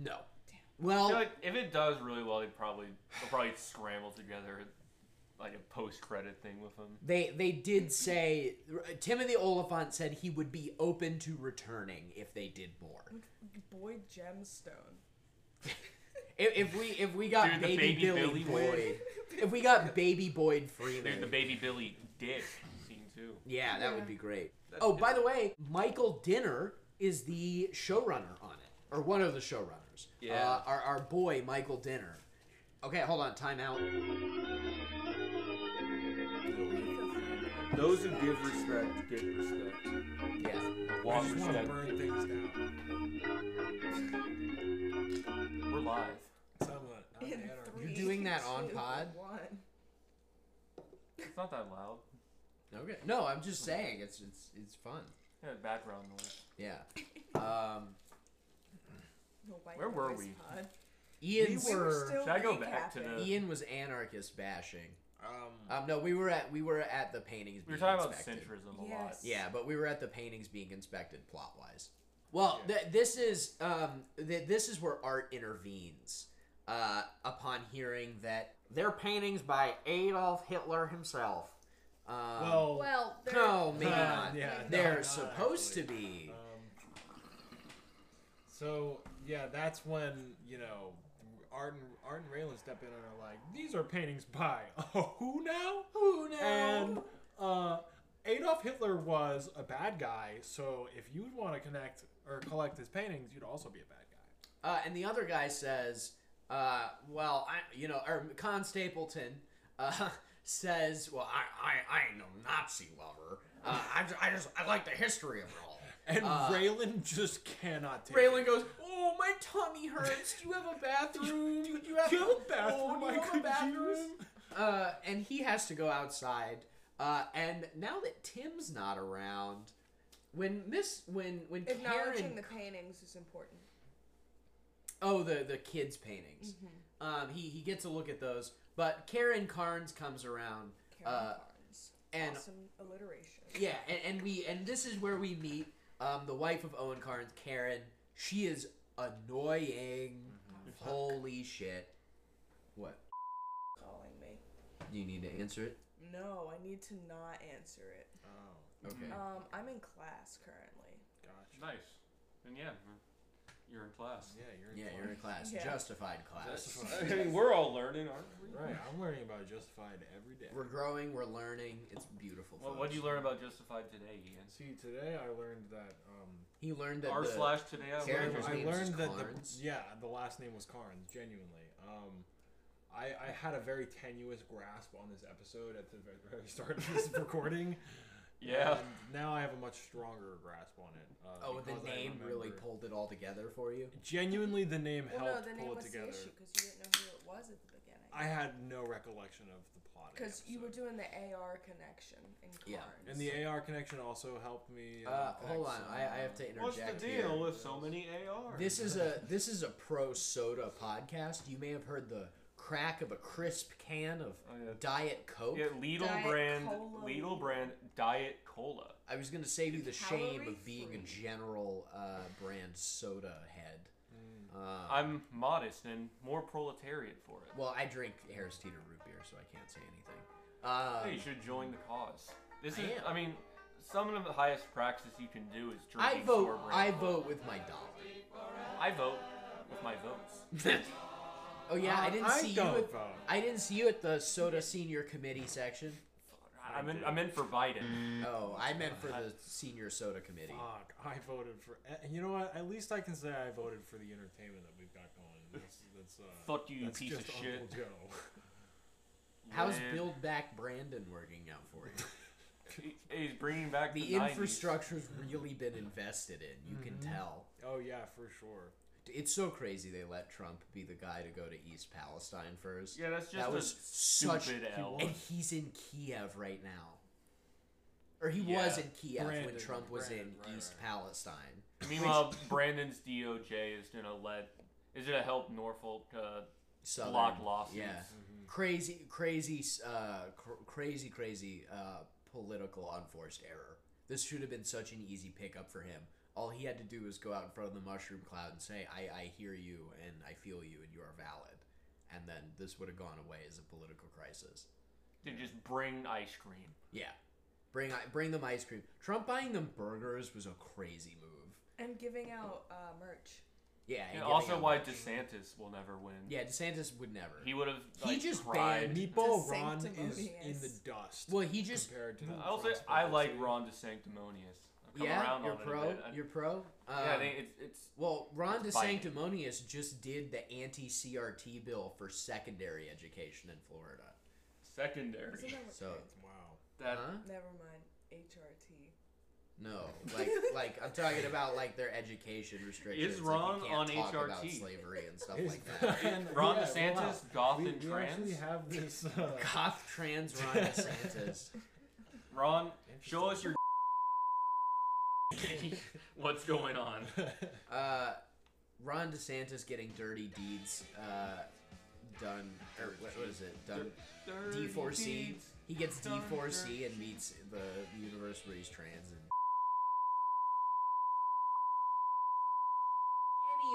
[SPEAKER 4] no.
[SPEAKER 2] I
[SPEAKER 4] Well,
[SPEAKER 2] feel like if it does really well, they probably they'll probably scramble together like a post credit thing with them.
[SPEAKER 4] They they did say Timothy Oliphant said he would be open to returning if they did more.
[SPEAKER 3] Boyd Gemstone.
[SPEAKER 4] If, if we if we got
[SPEAKER 2] Dude, the
[SPEAKER 4] baby,
[SPEAKER 2] baby
[SPEAKER 4] Billy,
[SPEAKER 2] Billy wig.
[SPEAKER 4] Boyd, if we got baby Boyd Freeman,
[SPEAKER 2] Dude, the baby Billy dick scene too.
[SPEAKER 4] yeah, that would be great. oh, by the way, Michael Dinner is the showrunner on it, or one of the showrunners.
[SPEAKER 2] Yeah.
[SPEAKER 4] uh, our our boy Michael Dinner. Okay, hold on, time out.
[SPEAKER 10] Those who give respect get respect.
[SPEAKER 4] Yeah.
[SPEAKER 1] I
[SPEAKER 2] Walk
[SPEAKER 1] just want to
[SPEAKER 2] respect.
[SPEAKER 1] burn things down.
[SPEAKER 2] We're live.
[SPEAKER 1] Someone, not
[SPEAKER 3] In
[SPEAKER 1] anarchy.
[SPEAKER 3] three,
[SPEAKER 4] You doing that on
[SPEAKER 3] two,
[SPEAKER 4] pod?
[SPEAKER 3] One.
[SPEAKER 2] It's not that loud.
[SPEAKER 4] Okay. No, I'm just saying it's it's it's fun.
[SPEAKER 2] Yeah, background noise.
[SPEAKER 4] Yeah. Um,
[SPEAKER 3] The white
[SPEAKER 2] Where were
[SPEAKER 3] noise
[SPEAKER 2] we?
[SPEAKER 3] pod.
[SPEAKER 4] Ian
[SPEAKER 3] We were still
[SPEAKER 2] Should I go back to
[SPEAKER 3] recapping.
[SPEAKER 2] the-
[SPEAKER 4] Ian was anarchist bashing.
[SPEAKER 1] Um,
[SPEAKER 2] Uh,
[SPEAKER 4] Um, no, we were at we were at the paintings.
[SPEAKER 2] We were
[SPEAKER 4] being
[SPEAKER 2] talking about
[SPEAKER 4] inspected.
[SPEAKER 2] centrism a
[SPEAKER 3] Yes.
[SPEAKER 2] lot.
[SPEAKER 4] Yeah, but we were at the paintings being inspected plot wise. Well, th- this is um, th- this is where art intervenes uh, upon hearing that they're paintings by Adolf Hitler himself. Um,
[SPEAKER 1] well,
[SPEAKER 3] Well, there-
[SPEAKER 4] no, maybe
[SPEAKER 1] uh,
[SPEAKER 4] not.
[SPEAKER 1] yeah, no,
[SPEAKER 4] they're
[SPEAKER 1] not
[SPEAKER 4] supposed
[SPEAKER 1] actually.
[SPEAKER 4] to be.
[SPEAKER 1] Um, so yeah, that's when you know Art and Art and Raylan step in and are like, "These are paintings by who now?
[SPEAKER 4] Who knows?
[SPEAKER 1] And uh, Adolf Hitler was a bad guy. So if you'd want to connect or collect his paintings, you'd also be a bad guy.
[SPEAKER 4] Uh, and the other guy says, uh, well, I, you know, or Con Stapleton uh, says, well, I, I, I ain't no Nazi lover. Uh, I, ju- I just, I like the history of it all.
[SPEAKER 1] And Raylan just cannot take. it.
[SPEAKER 4] Uh, Raylan goes, oh, my tummy hurts. Do you have a bathroom? Do you, have
[SPEAKER 1] Do you have
[SPEAKER 4] oh,
[SPEAKER 1] a bathroom
[SPEAKER 4] do you
[SPEAKER 1] I
[SPEAKER 4] have a
[SPEAKER 1] could
[SPEAKER 4] bathroom?"
[SPEAKER 1] use?
[SPEAKER 4] Uh, and he has to go outside. Uh, and now that Tim's not around, when Miss, when, when
[SPEAKER 3] Acknowledging
[SPEAKER 4] Karen
[SPEAKER 3] the paintings is important.
[SPEAKER 4] Oh, the the kids' paintings. Um, he he gets a look at those, but Karen Carnes comes around.
[SPEAKER 3] Karen
[SPEAKER 4] uh,
[SPEAKER 3] Barnes.
[SPEAKER 4] and-
[SPEAKER 3] awesome alliteration.
[SPEAKER 4] yeah, and, and we and this is where we meet um the wife of Owen Carnes, Karen. She is annoying.
[SPEAKER 2] Mm-hmm.
[SPEAKER 4] Holy shit! What
[SPEAKER 3] Calling me.
[SPEAKER 4] you need to answer it?
[SPEAKER 3] No, I need to not answer it.
[SPEAKER 1] Oh,
[SPEAKER 4] Okay.
[SPEAKER 3] Um, I'm in class currently.
[SPEAKER 1] gosh.
[SPEAKER 2] Nice. And yeah, you're in class.
[SPEAKER 1] Yeah, you're. in
[SPEAKER 4] Yeah,
[SPEAKER 1] class.
[SPEAKER 4] you're in class.
[SPEAKER 3] Yeah.
[SPEAKER 4] Justified class.
[SPEAKER 1] Justified.
[SPEAKER 2] I mean, we're all learning, aren't we?
[SPEAKER 1] Right, I'm learning about Justified every day.
[SPEAKER 4] We're growing. We're learning. It's beautiful.
[SPEAKER 2] Well,
[SPEAKER 4] folks.
[SPEAKER 2] what did you learn about Justified today, Ian?
[SPEAKER 1] See, today I learned that um,
[SPEAKER 4] He learned that
[SPEAKER 2] R
[SPEAKER 4] the-
[SPEAKER 2] slash today. I
[SPEAKER 4] Karen
[SPEAKER 1] I,
[SPEAKER 2] learned
[SPEAKER 4] was
[SPEAKER 2] was
[SPEAKER 1] I
[SPEAKER 4] name
[SPEAKER 1] learned
[SPEAKER 4] just
[SPEAKER 1] that the,
[SPEAKER 4] Carnes?
[SPEAKER 1] yeah, the last name was Carnes. Genuinely, um, I I had a very tenuous grasp on this episode at the very- very start of this recording.
[SPEAKER 2] Yeah.
[SPEAKER 1] and now I have a much stronger grasp on it. Uh,
[SPEAKER 4] Oh, the
[SPEAKER 1] because I
[SPEAKER 4] name really
[SPEAKER 1] remembered-
[SPEAKER 4] pulled it all together for you.
[SPEAKER 1] Genuinely, the name
[SPEAKER 3] Well, no,
[SPEAKER 1] helped
[SPEAKER 3] the name
[SPEAKER 1] pull it
[SPEAKER 3] was the
[SPEAKER 1] together.
[SPEAKER 3] issue because you didn't know who it was at the beginning.
[SPEAKER 1] I had no recollection of the plot. of the
[SPEAKER 3] Because you were
[SPEAKER 1] episode.
[SPEAKER 3] doing the AR connection in
[SPEAKER 4] Yeah.
[SPEAKER 3] Carnes.
[SPEAKER 1] And the AR connection also helped me.
[SPEAKER 4] Uh,
[SPEAKER 1] unpack
[SPEAKER 4] hold on,
[SPEAKER 1] some,
[SPEAKER 4] I, I have
[SPEAKER 1] uh,
[SPEAKER 4] to interject.
[SPEAKER 2] What's the
[SPEAKER 4] here.
[SPEAKER 2] deal with so many ARs?
[SPEAKER 4] This is a this is a pro soda podcast. You may have heard the crack of a crisp can of
[SPEAKER 2] Oh, yeah.
[SPEAKER 4] Diet Coke.
[SPEAKER 2] yeah, Lidl
[SPEAKER 3] Diet
[SPEAKER 2] brand,
[SPEAKER 3] Cola.
[SPEAKER 2] Lidl brand Diet Cola.
[SPEAKER 4] I was gonna save you the shame of being a
[SPEAKER 3] Calorie-free.
[SPEAKER 4] general uh, brand soda head. Uh,
[SPEAKER 2] Mm. I'm modest and more proletariat for it.
[SPEAKER 4] well, I drink Harris Teeter root beer, so I can't say anything.
[SPEAKER 2] Hey, you
[SPEAKER 4] Uh,
[SPEAKER 2] should join the cause. This
[SPEAKER 4] I
[SPEAKER 2] is,
[SPEAKER 4] am.
[SPEAKER 2] I mean, some of the highest practice you can do is
[SPEAKER 4] I
[SPEAKER 2] drinking store
[SPEAKER 4] vote. I
[SPEAKER 2] brand.
[SPEAKER 4] vote with my dollar.
[SPEAKER 2] I vote with my votes.
[SPEAKER 4] oh yeah, I
[SPEAKER 1] Uh,
[SPEAKER 4] didn't
[SPEAKER 1] I
[SPEAKER 4] see
[SPEAKER 1] don't
[SPEAKER 4] you. At,
[SPEAKER 1] vote.
[SPEAKER 4] I didn't see you at the soda senior committee section.
[SPEAKER 2] I'm in, I'm in for Biden.
[SPEAKER 4] Oh, I meant for the senior soda committee.
[SPEAKER 1] Fuck, I voted for. eh, You know what? At least I can say I voted for the entertainment that we've got going. That's, that's, uh,
[SPEAKER 2] Fuck you, you
[SPEAKER 1] that's
[SPEAKER 2] piece
[SPEAKER 1] just
[SPEAKER 2] of shit.
[SPEAKER 1] Uncle Joe.
[SPEAKER 4] How's
[SPEAKER 2] Man.
[SPEAKER 4] Build Back Brandon working out for you?
[SPEAKER 2] He's bringing back the,
[SPEAKER 4] The
[SPEAKER 2] 90s.
[SPEAKER 4] infrastructure's really been invested in. You
[SPEAKER 2] Mm-hmm.
[SPEAKER 4] can tell.
[SPEAKER 1] Oh yeah, for sure.
[SPEAKER 4] It's so crazy they let Trump be the guy to go to East Palestine first.
[SPEAKER 2] Yeah, that's
[SPEAKER 4] that
[SPEAKER 2] just a
[SPEAKER 4] was such,
[SPEAKER 2] stupid L.
[SPEAKER 4] And he's in Kiev right now, or he
[SPEAKER 2] Yeah.
[SPEAKER 4] was in Kiev when
[SPEAKER 1] Brandon,
[SPEAKER 4] Trump was
[SPEAKER 1] Brandon,
[SPEAKER 4] in
[SPEAKER 1] right,
[SPEAKER 4] East
[SPEAKER 1] right.
[SPEAKER 4] Palestine.
[SPEAKER 2] Meanwhile, Brandon's DOJ is gonna let is gonna help Norfolk uh,
[SPEAKER 4] Southern.
[SPEAKER 2] block lawsuits. Mm-hmm.
[SPEAKER 4] Yeah, crazy, crazy, uh, cr- crazy, crazy uh, political unforced error. This should have been such an easy pickup for him. All he had to do was go out in front of the mushroom cloud and say, "I, I hear you and I feel you and you are valid," and then this would have gone away as a political crisis.
[SPEAKER 2] To just bring ice cream.
[SPEAKER 4] Yeah, bring I- bring them ice cream. Trump buying them burgers was a crazy move.
[SPEAKER 3] And giving out uh, merch.
[SPEAKER 4] Yeah,
[SPEAKER 2] And
[SPEAKER 4] giving
[SPEAKER 2] also
[SPEAKER 4] out-
[SPEAKER 2] why DeSantis will never win.
[SPEAKER 4] Yeah, DeSantis would never.
[SPEAKER 2] He would have
[SPEAKER 4] He
[SPEAKER 2] like,
[SPEAKER 4] just banned-
[SPEAKER 2] cried.
[SPEAKER 1] Meatball Ron is in
[SPEAKER 3] sanctimonious.
[SPEAKER 1] the dust.
[SPEAKER 4] Well, he just-
[SPEAKER 1] compared to the
[SPEAKER 2] I also I like Ron DeSanctimonious. I've come
[SPEAKER 4] yeah,
[SPEAKER 2] around
[SPEAKER 4] you're
[SPEAKER 2] on it a
[SPEAKER 4] pro.
[SPEAKER 2] bit. I-
[SPEAKER 4] You're pro.
[SPEAKER 2] yeah, I
[SPEAKER 4] Um,
[SPEAKER 2] think it's, it's
[SPEAKER 4] Well, Ron
[SPEAKER 2] It's biting.
[SPEAKER 4] DeSanctimonious just did the anti-CRT bill for secondary education in Florida.
[SPEAKER 3] Isn't
[SPEAKER 2] secondary.
[SPEAKER 3] that what
[SPEAKER 4] So,
[SPEAKER 3] it is?
[SPEAKER 1] Wow.
[SPEAKER 2] That
[SPEAKER 4] Huh?
[SPEAKER 3] Never mind. HRT.
[SPEAKER 4] No, like, like I'm talking about like their education restrictions. like, you
[SPEAKER 2] Ron
[SPEAKER 4] can't
[SPEAKER 2] on
[SPEAKER 4] talk about
[SPEAKER 2] HRT?
[SPEAKER 4] slavery and stuff
[SPEAKER 1] Is
[SPEAKER 4] like that.
[SPEAKER 1] Ron-
[SPEAKER 2] Ron
[SPEAKER 1] yeah,
[SPEAKER 2] DeSantis,
[SPEAKER 1] wow.
[SPEAKER 2] goth
[SPEAKER 1] We,
[SPEAKER 2] and
[SPEAKER 1] we actually
[SPEAKER 2] trans.
[SPEAKER 1] have this. Uh,
[SPEAKER 4] Goth trans Ron DeSantis.
[SPEAKER 2] Ron, show us your. What's going on?
[SPEAKER 4] Uh, Ron DeSantis getting dirty deeds uh, done. Or what was it? Done. D4C. He gets D4C and meets the universe where he's trans. And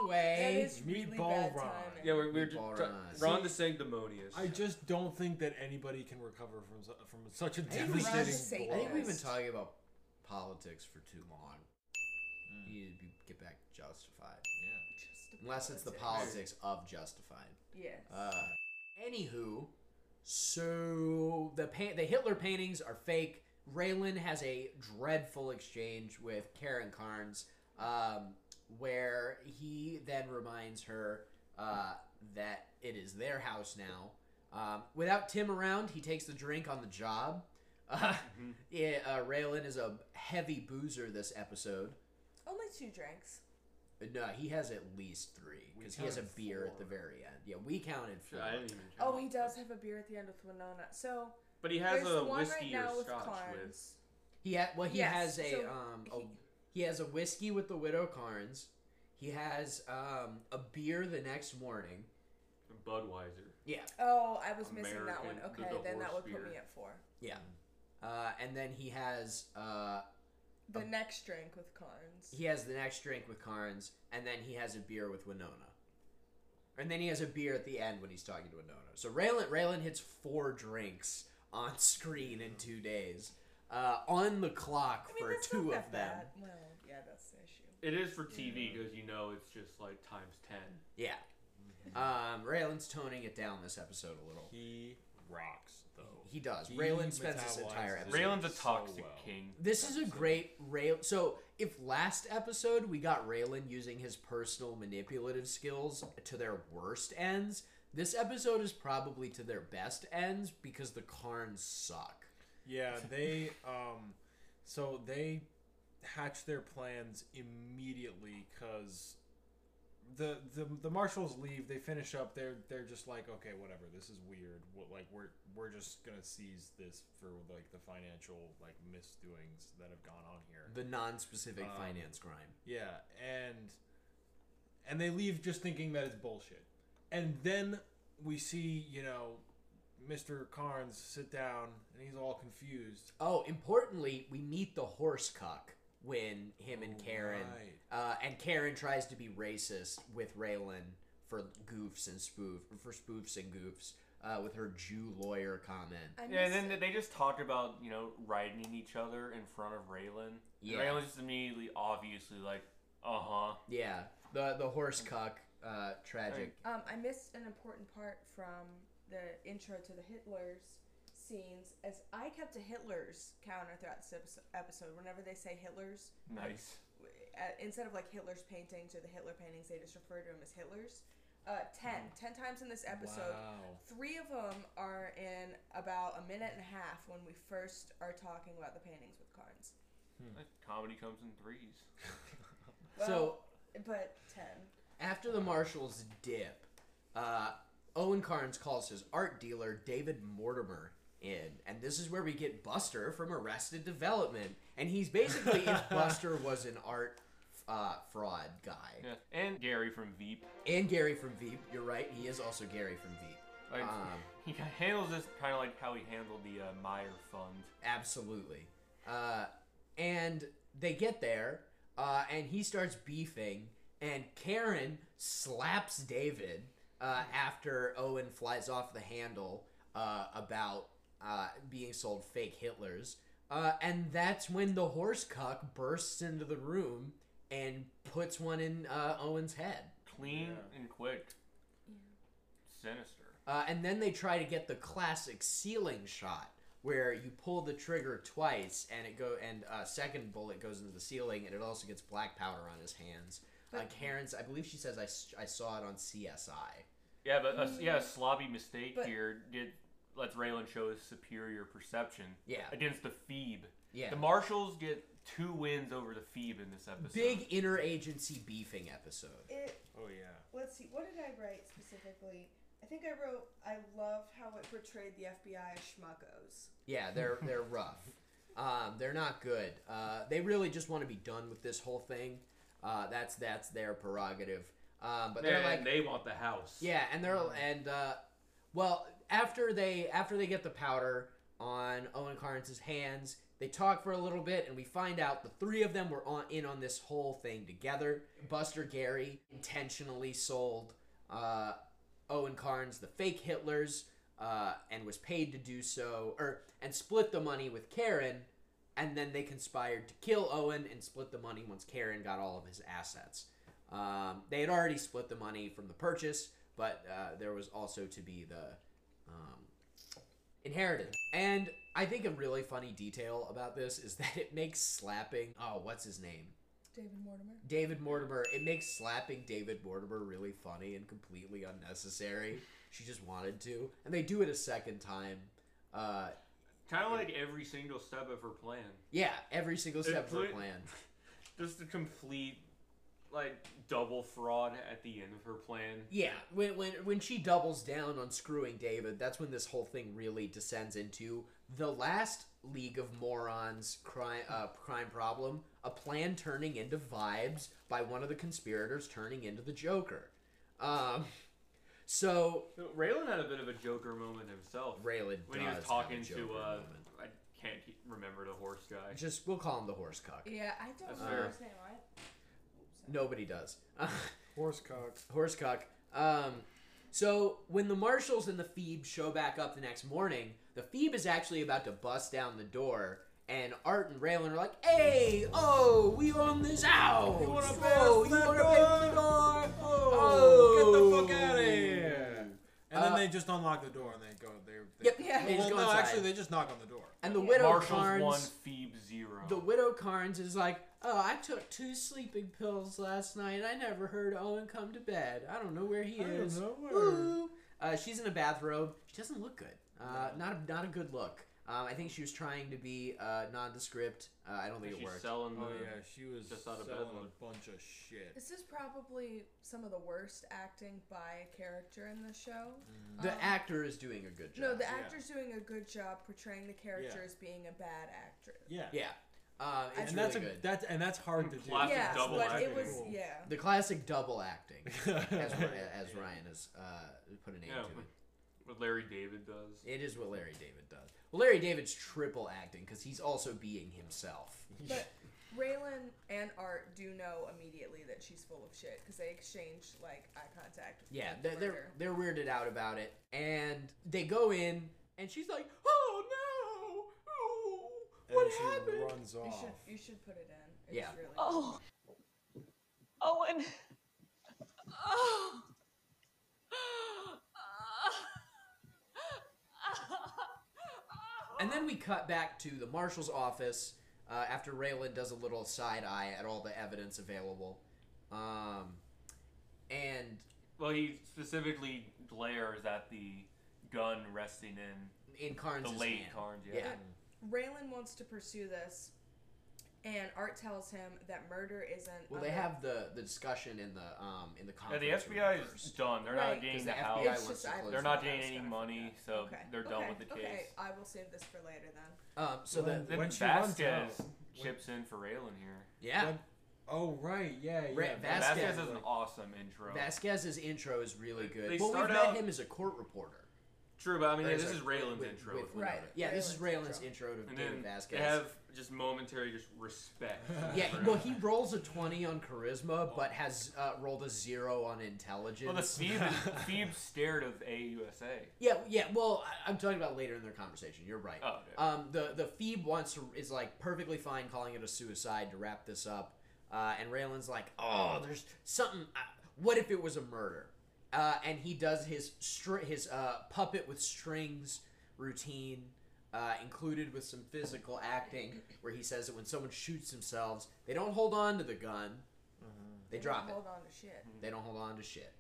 [SPEAKER 3] That
[SPEAKER 4] anyway,
[SPEAKER 3] is really
[SPEAKER 1] Meatball
[SPEAKER 3] bad
[SPEAKER 1] Ron.
[SPEAKER 3] timing.
[SPEAKER 10] Yeah, we're, we're
[SPEAKER 4] Meatball
[SPEAKER 10] just,
[SPEAKER 4] Ron.
[SPEAKER 10] Ron DeSanctimonious.
[SPEAKER 1] I just don't think that anybody can recover from su- from such a
[SPEAKER 4] think we-
[SPEAKER 1] devastating blow.
[SPEAKER 3] Ron
[SPEAKER 4] I think we've been
[SPEAKER 3] Yes.
[SPEAKER 4] talking about politics for too long. You need to be, get back justified,
[SPEAKER 3] Just a
[SPEAKER 4] unless it's the
[SPEAKER 3] politics.
[SPEAKER 4] politics of justified.
[SPEAKER 3] Yes.
[SPEAKER 4] Uh, anywho, so the pa- the Hitler paintings are fake. Raylan has a dreadful exchange with Karen Carnes, um, where he then reminds her uh, that it is their house now. Um, without Tim around, he takes the drink on the job. Uh, yeah, uh, Raylan is a heavy boozer this episode. Uh,
[SPEAKER 3] Only two drinks.
[SPEAKER 4] No, he has at least three because he has a
[SPEAKER 1] counted
[SPEAKER 4] beer at the
[SPEAKER 1] four.
[SPEAKER 4] very end. Yeah, we counted four.
[SPEAKER 10] I didn't even count.
[SPEAKER 3] Oh, he does have a beer at the end with Winona. So
[SPEAKER 10] But he has
[SPEAKER 3] there's
[SPEAKER 10] a
[SPEAKER 3] one
[SPEAKER 10] whiskey
[SPEAKER 3] right now
[SPEAKER 10] or
[SPEAKER 3] with
[SPEAKER 10] scotch with.
[SPEAKER 3] Clarence.
[SPEAKER 4] He ha- well, he
[SPEAKER 3] Yes,
[SPEAKER 4] has a
[SPEAKER 3] so
[SPEAKER 4] um a, he...
[SPEAKER 3] he-
[SPEAKER 4] has a whiskey with the widow Carnes. He has um a beer the next morning.
[SPEAKER 10] Budweiser.
[SPEAKER 4] Yeah,
[SPEAKER 3] Oh, I was missing that one.
[SPEAKER 10] American-
[SPEAKER 3] Okay,
[SPEAKER 10] the- the
[SPEAKER 3] then that
[SPEAKER 10] horse
[SPEAKER 3] would put me
[SPEAKER 10] beer.
[SPEAKER 3] at four.
[SPEAKER 4] yeah. Uh, and then he has uh
[SPEAKER 3] The next drink with Carnes.
[SPEAKER 4] he has the next drink with Carnes, and then he has a beer with Winona. And then he has a beer at the end when he's talking to Winona. So Raylan Raylan hits four drinks on screen in two days, uh, on the clock
[SPEAKER 3] I mean,
[SPEAKER 4] for
[SPEAKER 3] that's
[SPEAKER 4] two
[SPEAKER 3] not
[SPEAKER 4] of
[SPEAKER 3] that
[SPEAKER 4] them.
[SPEAKER 3] bad. Well, yeah, that's the issue.
[SPEAKER 10] It is for TV because you know it's just like times ten.
[SPEAKER 4] Yeah. Um, Raylan's toning it down this episode a little.
[SPEAKER 1] He rocks though.
[SPEAKER 4] He does.
[SPEAKER 1] He
[SPEAKER 4] Raylan spends this
[SPEAKER 1] metabolizes
[SPEAKER 4] entire
[SPEAKER 1] it
[SPEAKER 4] episode.
[SPEAKER 2] Raylan's a
[SPEAKER 1] so
[SPEAKER 2] toxic
[SPEAKER 1] well.
[SPEAKER 2] king.
[SPEAKER 4] This is a great Ray. So if last episode we got Raylan using his personal manipulative skills to their worst ends, this episode is probably to their best ends because the Karns suck.
[SPEAKER 1] Yeah, they um, so they hatch their plans immediately because the, the the marshals leave. They finish up. They're they're just like, okay, whatever. This is weird. What like we're we're just gonna seize this for like the financial like misdoings that have gone on here.
[SPEAKER 4] The non-specific
[SPEAKER 1] Um,
[SPEAKER 4] finance crime.
[SPEAKER 1] Yeah, and and they leave just thinking that it's bullshit. And then we see, you know, Mr. Carnes sit down and he's all confused.
[SPEAKER 4] Oh, importantly, we meet the horse cuck when him and
[SPEAKER 1] Oh,
[SPEAKER 4] Karen,
[SPEAKER 1] right.
[SPEAKER 4] uh, and Karen tries to be racist with Raylan for goofs and spoof for spoofs and goofs uh, with her Jew lawyer comment.
[SPEAKER 3] I
[SPEAKER 2] Yeah, and
[SPEAKER 3] miss
[SPEAKER 2] then they just talk about you know riding each other in front of Raylan.
[SPEAKER 4] Yeah.
[SPEAKER 2] Yeah. Raylan's just immediately, obviously, like, uh huh.
[SPEAKER 4] Yeah, the the horse cuck, uh, tragic.
[SPEAKER 3] Um, I missed an important part from the intro to the Hitler's scenes, as I kept a Hitler's counter throughout this episode. episode. Whenever they say Hitler's,
[SPEAKER 2] Nice.
[SPEAKER 3] uh, instead of like Hitler's paintings or the Hitler paintings, they just refer to him as Hitler's. Uh, ten.
[SPEAKER 10] Hmm.
[SPEAKER 3] Ten times in this episode.
[SPEAKER 1] Wow.
[SPEAKER 3] Three of them are in about a minute and a half when we first are talking about the paintings with Carnes.
[SPEAKER 2] Comedy comes in threes.
[SPEAKER 4] So-
[SPEAKER 3] But ten.
[SPEAKER 4] After the Marshals dip, uh, Owen Carnes calls his art dealer David Mortimer in, and this is where we get Buster from Arrested Development, and he's basically if Buster was an art uh, fraud guy,
[SPEAKER 2] Yeah. And Gary from Veep.
[SPEAKER 4] and Gary from Veep. You're right, he is also Gary from Veep.
[SPEAKER 2] Like,
[SPEAKER 4] Um,
[SPEAKER 2] he handles this kind of like how he handled the uh, Meyer Fund.
[SPEAKER 4] Absolutely. Uh, and they get there, uh, and he starts beefing, and Karen slaps David uh, after Owen flies off the handle uh, about uh, being sold fake Hitlers. Uh, and that's when the horse cuck bursts into the room and puts one in uh, Owen's head.
[SPEAKER 2] Clean and quick. Sinister.
[SPEAKER 4] Uh, and then they try to get the classic ceiling shot where you pull the trigger twice and it go and uh, second bullet goes into the ceiling and it also gets black powder on his hands. uh, Karen's, I believe she says I, s- I saw it on CSI.
[SPEAKER 2] Yeah, but a, yeah,
[SPEAKER 3] Mm.
[SPEAKER 2] a sloppy mistake
[SPEAKER 4] But-
[SPEAKER 2] here did lets Raylan show his superior perception.
[SPEAKER 4] Yeah.
[SPEAKER 2] Against the Phoebe.
[SPEAKER 4] Yeah.
[SPEAKER 2] The Marshals get two wins over the Phoebe in this episode.
[SPEAKER 4] Big interagency beefing episode.
[SPEAKER 3] It.
[SPEAKER 1] Oh yeah.
[SPEAKER 3] Let's see. What did I write specifically? I think I wrote. I loved how it portrayed the FBI as schmuckos.
[SPEAKER 4] Yeah, they're they're rough. Um, they're not good. Uh, they really just want to be done with this whole thing. Uh, that's that's their prerogative. Um, but they're
[SPEAKER 10] Man,
[SPEAKER 4] like
[SPEAKER 10] they want the house.
[SPEAKER 4] Yeah, and they're and uh, well after they after they get the powder on Owen Carnes' hands, they talk for a little bit, and we find out the three of them were on in on this whole thing together. Buster Gary intentionally sold uh, Owen Carnes the fake Hitlers. Uh, and was paid to do so, or and split the money with Karen, and then they conspired to kill Owen and split the money once Karen got all of his assets. Um, they had already split the money from the purchase, but uh, there was also to be the um, inheritance. And I think a really funny detail about this is that it makes slapping oh, what's his name?
[SPEAKER 3] David Mortimer.
[SPEAKER 4] David Mortimer. It makes slapping David Mortimer really funny and completely unnecessary. She just wanted to, and they do it a second time. Uh,
[SPEAKER 10] Kind of like every single step of her plan.
[SPEAKER 4] yeah, every single step of her
[SPEAKER 10] Including-
[SPEAKER 4] plan.
[SPEAKER 10] Just a complete, like, double fraud at the end of her plan.
[SPEAKER 4] Yeah, when, when when she doubles down on screwing David, that's when this whole thing really descends into the last League of Morons crime uh, crime problem, a plan turning into vibes by one of the conspirators turning into the Joker. Um, so
[SPEAKER 10] Raylan had a bit of a Joker moment himself.
[SPEAKER 4] Raylan
[SPEAKER 10] when he was
[SPEAKER 4] does
[SPEAKER 10] talking
[SPEAKER 4] have a
[SPEAKER 10] to
[SPEAKER 4] Joker
[SPEAKER 10] uh,
[SPEAKER 4] moment.
[SPEAKER 10] I can't he- remember the horse guy.
[SPEAKER 4] just we'll call him the horse cock.
[SPEAKER 3] Yeah, I don't
[SPEAKER 4] That's
[SPEAKER 3] remember
[SPEAKER 4] fair.
[SPEAKER 3] his name. I,
[SPEAKER 4] Nobody does.
[SPEAKER 1] Horsecock.
[SPEAKER 4] Horsecock. Um, so when the marshals and the Phoebe show back up the next morning, the Phoebe is actually about to bust down the door, and Art and Raylan are like, "Hey, oh, we on this out!
[SPEAKER 1] You wanna pay
[SPEAKER 4] oh,
[SPEAKER 1] us
[SPEAKER 4] you
[SPEAKER 1] that
[SPEAKER 4] wanna pay us that door?
[SPEAKER 1] Oh,
[SPEAKER 4] Oh,
[SPEAKER 1] get the fuck out of here! And then
[SPEAKER 4] Uh,
[SPEAKER 1] they just unlock the door and they go. They, they
[SPEAKER 4] Yep, yeah, they
[SPEAKER 1] Well,
[SPEAKER 4] just go
[SPEAKER 1] no,
[SPEAKER 4] inside.
[SPEAKER 1] actually, they just knock on the door.
[SPEAKER 4] And the widow
[SPEAKER 2] Marshall's
[SPEAKER 4] Carnes,
[SPEAKER 2] one, Phoebe zero.
[SPEAKER 4] the widow Carnes is like, "Oh, I took two sleeping pills last night. I never heard Owen come to bed. I don't know where he
[SPEAKER 1] I don't
[SPEAKER 4] is.
[SPEAKER 1] know where."
[SPEAKER 4] Woo." Uh, she's in a bathrobe. She doesn't look good. Uh, not a, not a good look. Um, I think she was trying to be uh, nondescript. Uh, I don't think it
[SPEAKER 2] She's
[SPEAKER 4] worked.
[SPEAKER 2] selling the.
[SPEAKER 1] Oh yeah, she was
[SPEAKER 2] just out of
[SPEAKER 1] selling
[SPEAKER 2] bed.
[SPEAKER 1] a bunch of shit.
[SPEAKER 3] this is probably some of the worst acting by a character in the show.
[SPEAKER 4] the
[SPEAKER 3] Um,
[SPEAKER 4] actor is doing a good job.
[SPEAKER 3] No, the actor's doing a good job portraying the character
[SPEAKER 1] Yeah.
[SPEAKER 3] as being a bad actress.
[SPEAKER 1] Yeah,
[SPEAKER 4] yeah, uh,
[SPEAKER 3] I-
[SPEAKER 4] it's
[SPEAKER 1] and
[SPEAKER 4] really
[SPEAKER 1] that's a,
[SPEAKER 4] good.
[SPEAKER 1] that's and that's hard to do.
[SPEAKER 10] Classic
[SPEAKER 3] Yes,
[SPEAKER 10] double
[SPEAKER 3] but
[SPEAKER 10] acting.
[SPEAKER 3] it was yeah.
[SPEAKER 4] the classic double acting, as, Ri- as
[SPEAKER 1] Yeah.
[SPEAKER 4] Ryan has uh, put a name
[SPEAKER 10] Yeah,
[SPEAKER 4] to
[SPEAKER 10] but-
[SPEAKER 4] it.
[SPEAKER 10] What Larry David does.
[SPEAKER 4] It is what Larry David does. Well, Larry David's triple acting because he's also being himself.
[SPEAKER 3] But Raylan and Art do know immediately that she's full of shit because they exchange like eye contact. With
[SPEAKER 4] Yeah,
[SPEAKER 3] the
[SPEAKER 4] they're, they're
[SPEAKER 3] murder.
[SPEAKER 4] they're weirded out about it, and they go in, and she's like, "Oh no, oh, what
[SPEAKER 1] and she
[SPEAKER 4] happened?"
[SPEAKER 1] runs
[SPEAKER 3] You
[SPEAKER 1] off.
[SPEAKER 3] should you should put it in. It's
[SPEAKER 4] Oh. Yeah.
[SPEAKER 3] Really
[SPEAKER 5] Oh. Owen. Oh.
[SPEAKER 4] And then we cut back to the marshal's office uh, after Raylan does a little side eye at all the evidence available, um, and
[SPEAKER 2] Well, he specifically glares at the gun resting in
[SPEAKER 4] In Karn's
[SPEAKER 2] the late
[SPEAKER 4] hand.
[SPEAKER 2] Carnes. Yeah.
[SPEAKER 4] Yeah.
[SPEAKER 3] Raylan wants to pursue this, and Art tells him that murder isn't.
[SPEAKER 4] Well,
[SPEAKER 3] on
[SPEAKER 4] they
[SPEAKER 3] the-
[SPEAKER 4] have the, the discussion in the um in the
[SPEAKER 2] Yeah,
[SPEAKER 4] conference.
[SPEAKER 2] the
[SPEAKER 4] room
[SPEAKER 2] FBI is
[SPEAKER 4] first.
[SPEAKER 2] done. They're
[SPEAKER 3] Right.
[SPEAKER 2] not getting
[SPEAKER 4] 'Cause
[SPEAKER 2] the,
[SPEAKER 4] the
[SPEAKER 2] house.
[SPEAKER 4] FBI wants It's to just- I- close
[SPEAKER 2] They're
[SPEAKER 4] it.
[SPEAKER 2] not
[SPEAKER 4] I was
[SPEAKER 2] getting any
[SPEAKER 4] gonna
[SPEAKER 2] money, so they're done
[SPEAKER 3] okay,
[SPEAKER 2] with the case.
[SPEAKER 3] Okay, I will save this for later then.
[SPEAKER 4] Um, so
[SPEAKER 1] When-
[SPEAKER 4] then
[SPEAKER 2] Then
[SPEAKER 1] when she runs
[SPEAKER 2] Vasquez
[SPEAKER 1] out, when-
[SPEAKER 2] chips in for Raylan here.
[SPEAKER 4] yeah,
[SPEAKER 1] When- oh right, yeah, yeah.
[SPEAKER 4] Ra- Vasquez-
[SPEAKER 1] that's-
[SPEAKER 2] Vasquez is an awesome intro.
[SPEAKER 4] Vasquez's intro is really good.
[SPEAKER 2] They
[SPEAKER 4] well,
[SPEAKER 2] start
[SPEAKER 4] we've
[SPEAKER 2] out-
[SPEAKER 4] met him as a court reporter.
[SPEAKER 2] True, but I mean,
[SPEAKER 4] Or
[SPEAKER 2] yeah,
[SPEAKER 4] as
[SPEAKER 2] this
[SPEAKER 4] a-
[SPEAKER 2] is Raylan's
[SPEAKER 4] with-
[SPEAKER 2] intro.
[SPEAKER 4] with
[SPEAKER 3] Right,
[SPEAKER 4] Winona. Yeah, this is
[SPEAKER 3] Raylan's
[SPEAKER 4] Raylan's intro to
[SPEAKER 10] And
[SPEAKER 4] David
[SPEAKER 10] then
[SPEAKER 4] Vasquez.
[SPEAKER 10] they have just momentary just respect.
[SPEAKER 4] yeah,
[SPEAKER 10] for
[SPEAKER 4] well,
[SPEAKER 10] him.
[SPEAKER 4] he rolls a twenty on charisma, but has uh, rolled a zero on intelligence.
[SPEAKER 2] Oh. Well, the Phoebe, Phoebe stared of AUSA.
[SPEAKER 4] Yeah, yeah. Well, I, I'm talking about later in their conversation. You're right.
[SPEAKER 2] Oh, okay.
[SPEAKER 4] Um, the the Phoebe wants to, is like perfectly fine calling it a suicide to wrap this up, uh, and Raylan's like, oh, there's something. Uh, what if it was a murder? Uh, and he does his str- his uh, puppet with strings routine, uh, included with some physical acting, where he says that when someone shoots themselves, they don't hold on to the gun, they,
[SPEAKER 3] They
[SPEAKER 4] drop
[SPEAKER 3] don't
[SPEAKER 4] it.
[SPEAKER 3] Hold on to shit.
[SPEAKER 4] They don't hold on to shit.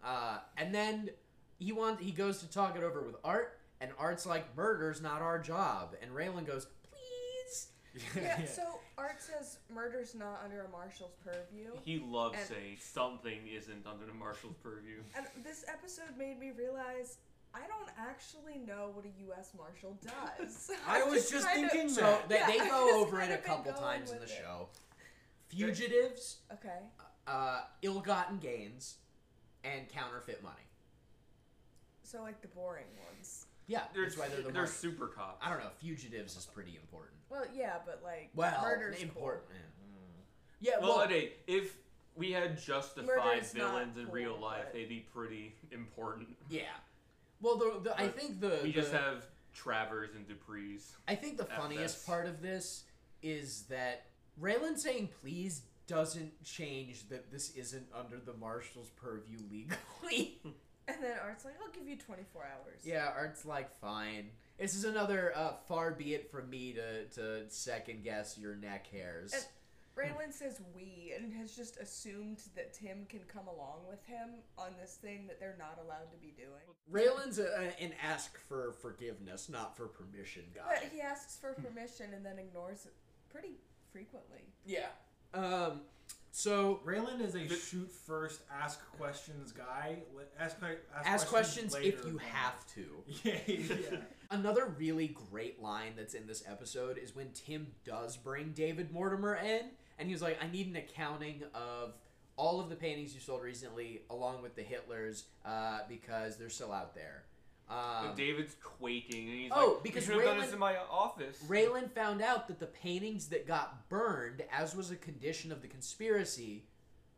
[SPEAKER 4] Uh, and then he wants he goes to talk it over with Art, and Art's like, "Murder's not our job." And Raylan goes, "Please."
[SPEAKER 3] Yeah. So Art says murder's not under a marshal's purview.
[SPEAKER 10] He loves
[SPEAKER 3] And-
[SPEAKER 10] saying something isn't under the marshal's purview.
[SPEAKER 3] And this episode made me realize I don't actually know what a U.S. Marshal does.
[SPEAKER 4] I
[SPEAKER 3] I've
[SPEAKER 4] was just
[SPEAKER 3] kind of-
[SPEAKER 4] thinking so they,
[SPEAKER 3] Yeah,
[SPEAKER 4] they
[SPEAKER 3] I've
[SPEAKER 4] go
[SPEAKER 3] just
[SPEAKER 4] over it
[SPEAKER 3] kind
[SPEAKER 4] a
[SPEAKER 3] of been
[SPEAKER 4] couple
[SPEAKER 3] going
[SPEAKER 4] times in the
[SPEAKER 3] with it.
[SPEAKER 4] show. Fugitives,
[SPEAKER 3] Okay.
[SPEAKER 4] uh, ill-gotten gains, and counterfeit money.
[SPEAKER 3] So like the boring ones.
[SPEAKER 4] Yeah,
[SPEAKER 10] They're,
[SPEAKER 4] that's why they're the
[SPEAKER 10] they're
[SPEAKER 4] most.
[SPEAKER 10] super cops.
[SPEAKER 4] I don't know. Fugitives is pretty important.
[SPEAKER 3] Well, yeah, but like
[SPEAKER 4] Well,
[SPEAKER 3] murder's cool.
[SPEAKER 4] important. Yeah,
[SPEAKER 10] Mm. Well,
[SPEAKER 4] well,
[SPEAKER 10] okay, if we had justified
[SPEAKER 3] Murder's not
[SPEAKER 10] villains in
[SPEAKER 3] cool,
[SPEAKER 10] real life,
[SPEAKER 3] but-
[SPEAKER 10] they'd be pretty important.
[SPEAKER 4] yeah. Well, the, the I
[SPEAKER 10] But
[SPEAKER 4] think the
[SPEAKER 10] We just
[SPEAKER 4] Uh, the-
[SPEAKER 10] have Travers and Dupree's.
[SPEAKER 4] I think the
[SPEAKER 10] At
[SPEAKER 4] funniest
[SPEAKER 10] best.
[SPEAKER 4] part of this is that Raylan saying please doesn't change that this isn't under the marshal's purview legally.
[SPEAKER 3] And then Art's like, I'll give you 24 hours.
[SPEAKER 4] yeah, Art's like, fine. This is another uh, far be it from me to, to second guess your neck hairs.
[SPEAKER 3] And- Raylan says we and has just assumed that Tim can come along with him on this thing that they're not allowed to be doing.
[SPEAKER 4] Raylan's a, a- an ask for forgiveness, not for permission guy.
[SPEAKER 3] But he asks for permission and then ignores it pretty frequently.
[SPEAKER 4] yeah. Um, so,
[SPEAKER 1] Raylan is a shoot first, ask questions guy. Li- Ask que- ask,
[SPEAKER 4] ask questions if
[SPEAKER 1] later
[SPEAKER 4] you
[SPEAKER 1] guy.
[SPEAKER 4] have to.
[SPEAKER 1] Yeah, yeah.
[SPEAKER 4] Another really great line that's in this episode is when Tim does bring David Mortimer in, and he was like, I need an accounting of all of the paintings you sold recently, along with the Hitlers, uh, because they're still out there. Um,
[SPEAKER 10] And David's quaking, and he's
[SPEAKER 4] oh,
[SPEAKER 10] like,
[SPEAKER 4] because
[SPEAKER 10] you should have done
[SPEAKER 4] Raylan-
[SPEAKER 10] this in my office.
[SPEAKER 4] Raylan found out that the paintings that got burned, as was a condition of the conspiracy,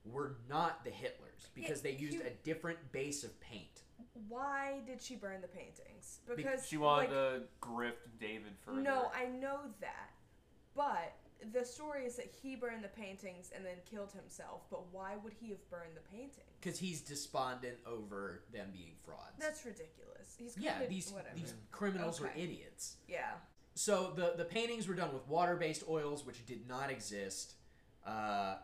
[SPEAKER 4] were not the Hitlers, because
[SPEAKER 3] Yeah,
[SPEAKER 4] they used
[SPEAKER 3] you-
[SPEAKER 4] a different base of paint.
[SPEAKER 3] Why did she burn the paintings?
[SPEAKER 2] Because
[SPEAKER 3] Because
[SPEAKER 2] she wanted
[SPEAKER 3] like,
[SPEAKER 2] to grift David further.
[SPEAKER 3] No, I know that. But the story is that he burned the paintings and then killed himself. But why would he have burned the painting?
[SPEAKER 4] Because he's despondent over them being frauds.
[SPEAKER 3] That's ridiculous. He's
[SPEAKER 4] yeah,
[SPEAKER 3] committed-
[SPEAKER 4] these
[SPEAKER 3] whatever.
[SPEAKER 4] these criminals are
[SPEAKER 3] Okay.
[SPEAKER 4] idiots.
[SPEAKER 3] yeah.
[SPEAKER 4] So the the paintings were done with water based oils, which did not exist. Uh,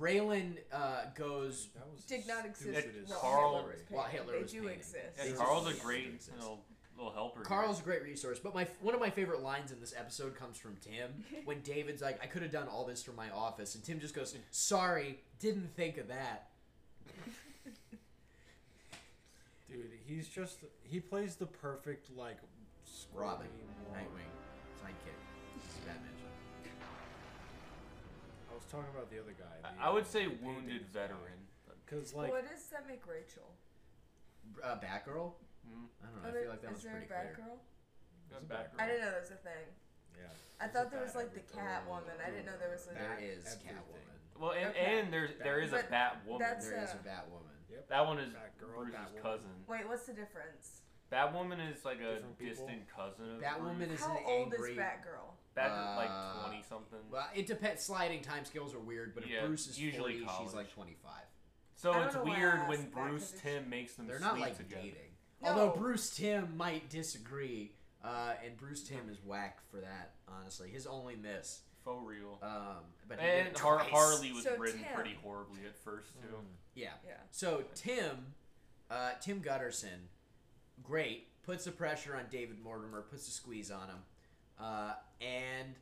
[SPEAKER 4] Raylan uh, goes.
[SPEAKER 1] That was
[SPEAKER 3] Did not
[SPEAKER 1] stupid
[SPEAKER 3] exist.
[SPEAKER 1] as
[SPEAKER 3] while
[SPEAKER 2] Carl-
[SPEAKER 3] Hitler was
[SPEAKER 4] While
[SPEAKER 3] painting.
[SPEAKER 4] Hitler
[SPEAKER 3] they
[SPEAKER 4] was
[SPEAKER 3] do
[SPEAKER 4] painting.
[SPEAKER 3] exist.
[SPEAKER 2] Yeah,
[SPEAKER 4] They
[SPEAKER 2] Carl's a
[SPEAKER 4] just-
[SPEAKER 2] great
[SPEAKER 4] they just
[SPEAKER 2] you know, little helper. here.
[SPEAKER 4] Carl's a great resource, but my one of my favorite lines in this episode comes from Tim when David's like, "I could have done all this from my office," and Tim just goes, "Sorry, didn't think of that."
[SPEAKER 1] Dude, he's just he plays the perfect like scrawny
[SPEAKER 4] Robin,
[SPEAKER 1] moron.
[SPEAKER 4] Nightwing, sidekick, This is Batman.
[SPEAKER 1] I was talking about the uh, other guy.
[SPEAKER 2] I- I would say wounded veteran.
[SPEAKER 1] because like
[SPEAKER 3] what does that make Rachel?
[SPEAKER 4] Uh, Batgirl.
[SPEAKER 2] Hmm.
[SPEAKER 4] I don't know.
[SPEAKER 3] Is
[SPEAKER 4] I feel like that was
[SPEAKER 3] there
[SPEAKER 4] pretty
[SPEAKER 3] a bad
[SPEAKER 4] clear.
[SPEAKER 3] girl?
[SPEAKER 1] It's a
[SPEAKER 2] Back
[SPEAKER 1] bad
[SPEAKER 3] I didn't know that was a thing.
[SPEAKER 1] yeah,
[SPEAKER 3] I
[SPEAKER 1] It's a
[SPEAKER 3] thought there
[SPEAKER 1] bad
[SPEAKER 3] was like the cat woman. I didn't know there was
[SPEAKER 4] There
[SPEAKER 3] a.
[SPEAKER 4] is
[SPEAKER 1] everything.
[SPEAKER 4] Catwoman.
[SPEAKER 2] Well, and,
[SPEAKER 3] Okay.
[SPEAKER 2] and there's there is a
[SPEAKER 3] But
[SPEAKER 2] Batwoman.
[SPEAKER 3] that's-
[SPEAKER 4] There is
[SPEAKER 3] uh,
[SPEAKER 4] a Batwoman.
[SPEAKER 1] yep.
[SPEAKER 2] that one is
[SPEAKER 1] Batgirl,
[SPEAKER 2] Bruce's
[SPEAKER 1] Batwoman.
[SPEAKER 2] cousin.
[SPEAKER 3] Wait, what's the difference?
[SPEAKER 2] Batwoman is like a
[SPEAKER 1] Different people.
[SPEAKER 2] distant cousin of
[SPEAKER 4] Batwoman
[SPEAKER 2] Bruce.
[SPEAKER 4] is
[SPEAKER 3] How
[SPEAKER 4] an
[SPEAKER 3] old
[SPEAKER 4] angry.
[SPEAKER 3] is Batgirl?
[SPEAKER 2] Bat
[SPEAKER 4] Uh,
[SPEAKER 2] like twenty something.
[SPEAKER 4] Well, it depends. Sliding time scales are weird, but if
[SPEAKER 2] Yeah,
[SPEAKER 4] Bruce is 40,
[SPEAKER 2] usually
[SPEAKER 4] she's
[SPEAKER 2] college.
[SPEAKER 4] like 25.
[SPEAKER 2] So
[SPEAKER 3] I don't
[SPEAKER 2] it's
[SPEAKER 3] know why I
[SPEAKER 2] weird
[SPEAKER 3] asked
[SPEAKER 2] when
[SPEAKER 3] that, 'cause
[SPEAKER 2] Bruce
[SPEAKER 3] it's-
[SPEAKER 2] Tim makes them
[SPEAKER 4] They're
[SPEAKER 2] sleep
[SPEAKER 4] not like
[SPEAKER 2] together.
[SPEAKER 4] dating.
[SPEAKER 3] No.
[SPEAKER 4] Although Bruce Tim might disagree, uh, and Bruce Tim is whack for that, honestly. His only miss.
[SPEAKER 2] faux real.
[SPEAKER 4] Um, but he did
[SPEAKER 2] and
[SPEAKER 4] it
[SPEAKER 2] Har-
[SPEAKER 4] twice. Hmm.
[SPEAKER 2] Harley was
[SPEAKER 3] So
[SPEAKER 2] written
[SPEAKER 3] Tim-
[SPEAKER 2] pretty horribly at first too.
[SPEAKER 4] Yeah.
[SPEAKER 3] Yeah.
[SPEAKER 4] So Tim, uh, Tim Gutterson, great, puts the pressure on David Mortimer, puts the squeeze on him, uh, and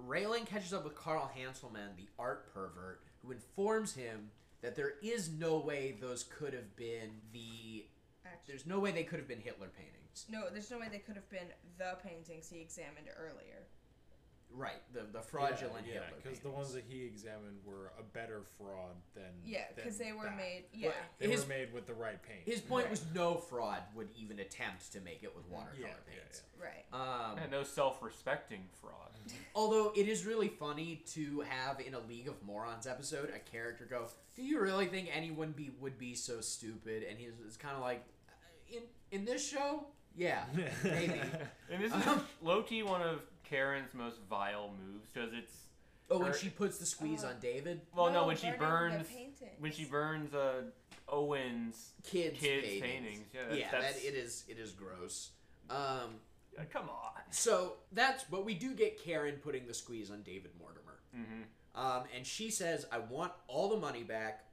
[SPEAKER 4] Raylan catches up with Carl Hanselman, the art pervert, who informs him that there is no way those could have been the.
[SPEAKER 3] Actually,
[SPEAKER 4] There's no way they could have been Hitler paintings.
[SPEAKER 3] no, there's no way they could have been the paintings he examined earlier.
[SPEAKER 4] Right. The the fraudulent
[SPEAKER 1] yeah,
[SPEAKER 4] Hitler.
[SPEAKER 1] because
[SPEAKER 4] paintings.
[SPEAKER 1] the ones that he examined were a better fraud than
[SPEAKER 3] Yeah, because
[SPEAKER 1] than
[SPEAKER 3] they were
[SPEAKER 1] that.
[SPEAKER 3] made. Yeah.
[SPEAKER 1] They
[SPEAKER 4] His-
[SPEAKER 1] were made with the right paint.
[SPEAKER 4] His point was no fraud would even attempt to make it with watercolor
[SPEAKER 1] yeah, yeah,
[SPEAKER 4] paints.
[SPEAKER 3] Right.
[SPEAKER 4] Um,
[SPEAKER 2] And uh, no self-respecting fraud.
[SPEAKER 4] Hmm. Although it is really funny to have in a League of Morons episode a character go, "Do you really think anyone be would be so stupid?" And he's it's kind of like, uh, in in this show, yeah, maybe.
[SPEAKER 2] And this is
[SPEAKER 4] Um.
[SPEAKER 2] low key one of Karen's most vile moves because it's
[SPEAKER 4] oh, when
[SPEAKER 2] Or-
[SPEAKER 4] she puts the squeeze
[SPEAKER 3] Oh.
[SPEAKER 4] on David,
[SPEAKER 2] well no,
[SPEAKER 3] No,
[SPEAKER 2] when she
[SPEAKER 3] burning the
[SPEAKER 2] burns
[SPEAKER 3] paintings.
[SPEAKER 2] when she burns uh Owen's
[SPEAKER 4] kids,
[SPEAKER 2] Kids'
[SPEAKER 4] paintings.
[SPEAKER 2] paintings, yeah, that's-
[SPEAKER 4] yeah,
[SPEAKER 2] that's-
[SPEAKER 4] that it is it is gross. Um,
[SPEAKER 2] uh, come on
[SPEAKER 4] so that's but we do get Karen putting the squeeze on David Mortimer.
[SPEAKER 2] mm-hmm.
[SPEAKER 4] Um, and she says, "I want all the money back,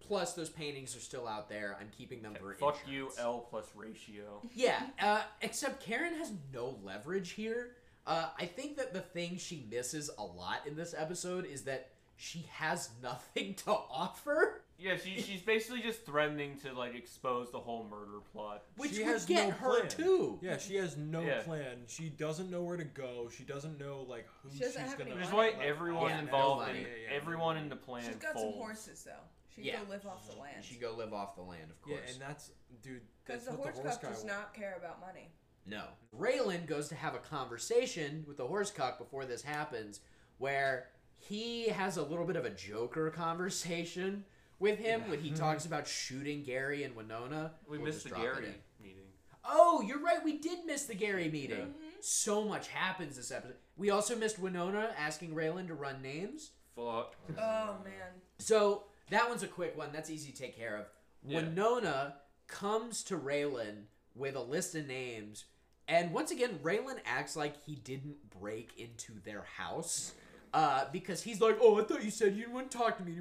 [SPEAKER 4] plus those paintings are still out there. I'm keeping them for
[SPEAKER 2] fuck you
[SPEAKER 4] insurance."
[SPEAKER 2] L plus ratio
[SPEAKER 4] Yeah, uh, except Karen has no leverage here. Uh, I think that the thing she misses a lot in this episode is that she has nothing to offer,
[SPEAKER 2] yeah she, she's basically just threatening to like expose the whole murder plot
[SPEAKER 4] which
[SPEAKER 1] She
[SPEAKER 4] would
[SPEAKER 1] has
[SPEAKER 4] get
[SPEAKER 1] no
[SPEAKER 4] her
[SPEAKER 1] plan.
[SPEAKER 4] too.
[SPEAKER 1] Yeah, she has no
[SPEAKER 2] Yeah.
[SPEAKER 1] plan. She doesn't know where to go. She doesn't know like who
[SPEAKER 3] She
[SPEAKER 1] she's
[SPEAKER 3] doesn't have
[SPEAKER 1] gonna.
[SPEAKER 3] any
[SPEAKER 2] which is
[SPEAKER 3] money.
[SPEAKER 2] why
[SPEAKER 1] let
[SPEAKER 2] everyone
[SPEAKER 1] out.
[SPEAKER 4] Yeah,
[SPEAKER 2] involved in
[SPEAKER 4] nobody.
[SPEAKER 1] Yeah, yeah,
[SPEAKER 2] everyone
[SPEAKER 1] yeah.
[SPEAKER 2] in the plan
[SPEAKER 3] She's got some
[SPEAKER 2] folds.
[SPEAKER 3] horses though. She
[SPEAKER 4] Yeah.
[SPEAKER 3] can go live off the land.
[SPEAKER 4] She go live off the land, of
[SPEAKER 1] Yeah,
[SPEAKER 4] course.
[SPEAKER 1] and that's dude.
[SPEAKER 3] Because
[SPEAKER 1] That's
[SPEAKER 3] the
[SPEAKER 1] what
[SPEAKER 3] horse
[SPEAKER 1] the horse
[SPEAKER 3] cup
[SPEAKER 1] guy.
[SPEAKER 3] does
[SPEAKER 1] wa-
[SPEAKER 3] not care about money.
[SPEAKER 4] No. Raylan goes to have a conversation with the horsecock before this happens, where he has a little bit of a Joker conversation with him when he talks about shooting Gary and Winona.
[SPEAKER 2] we
[SPEAKER 4] We'll just
[SPEAKER 2] missed the
[SPEAKER 4] drop it
[SPEAKER 2] Gary
[SPEAKER 4] in.
[SPEAKER 2] meeting
[SPEAKER 4] Oh, you're right. We did miss the Gary meeting.
[SPEAKER 3] Mm-hmm.
[SPEAKER 4] So much happens this episode. We also missed Winona asking Raylan to run names.
[SPEAKER 2] fuck
[SPEAKER 3] Oh man.
[SPEAKER 4] So that one's a quick one. That's easy to take care of. Winona comes to Raylan with a list of names, and once again, Raylan acts like he didn't break into their house. Uh, because he's like, oh, I thought you said you didn't want to talk to me.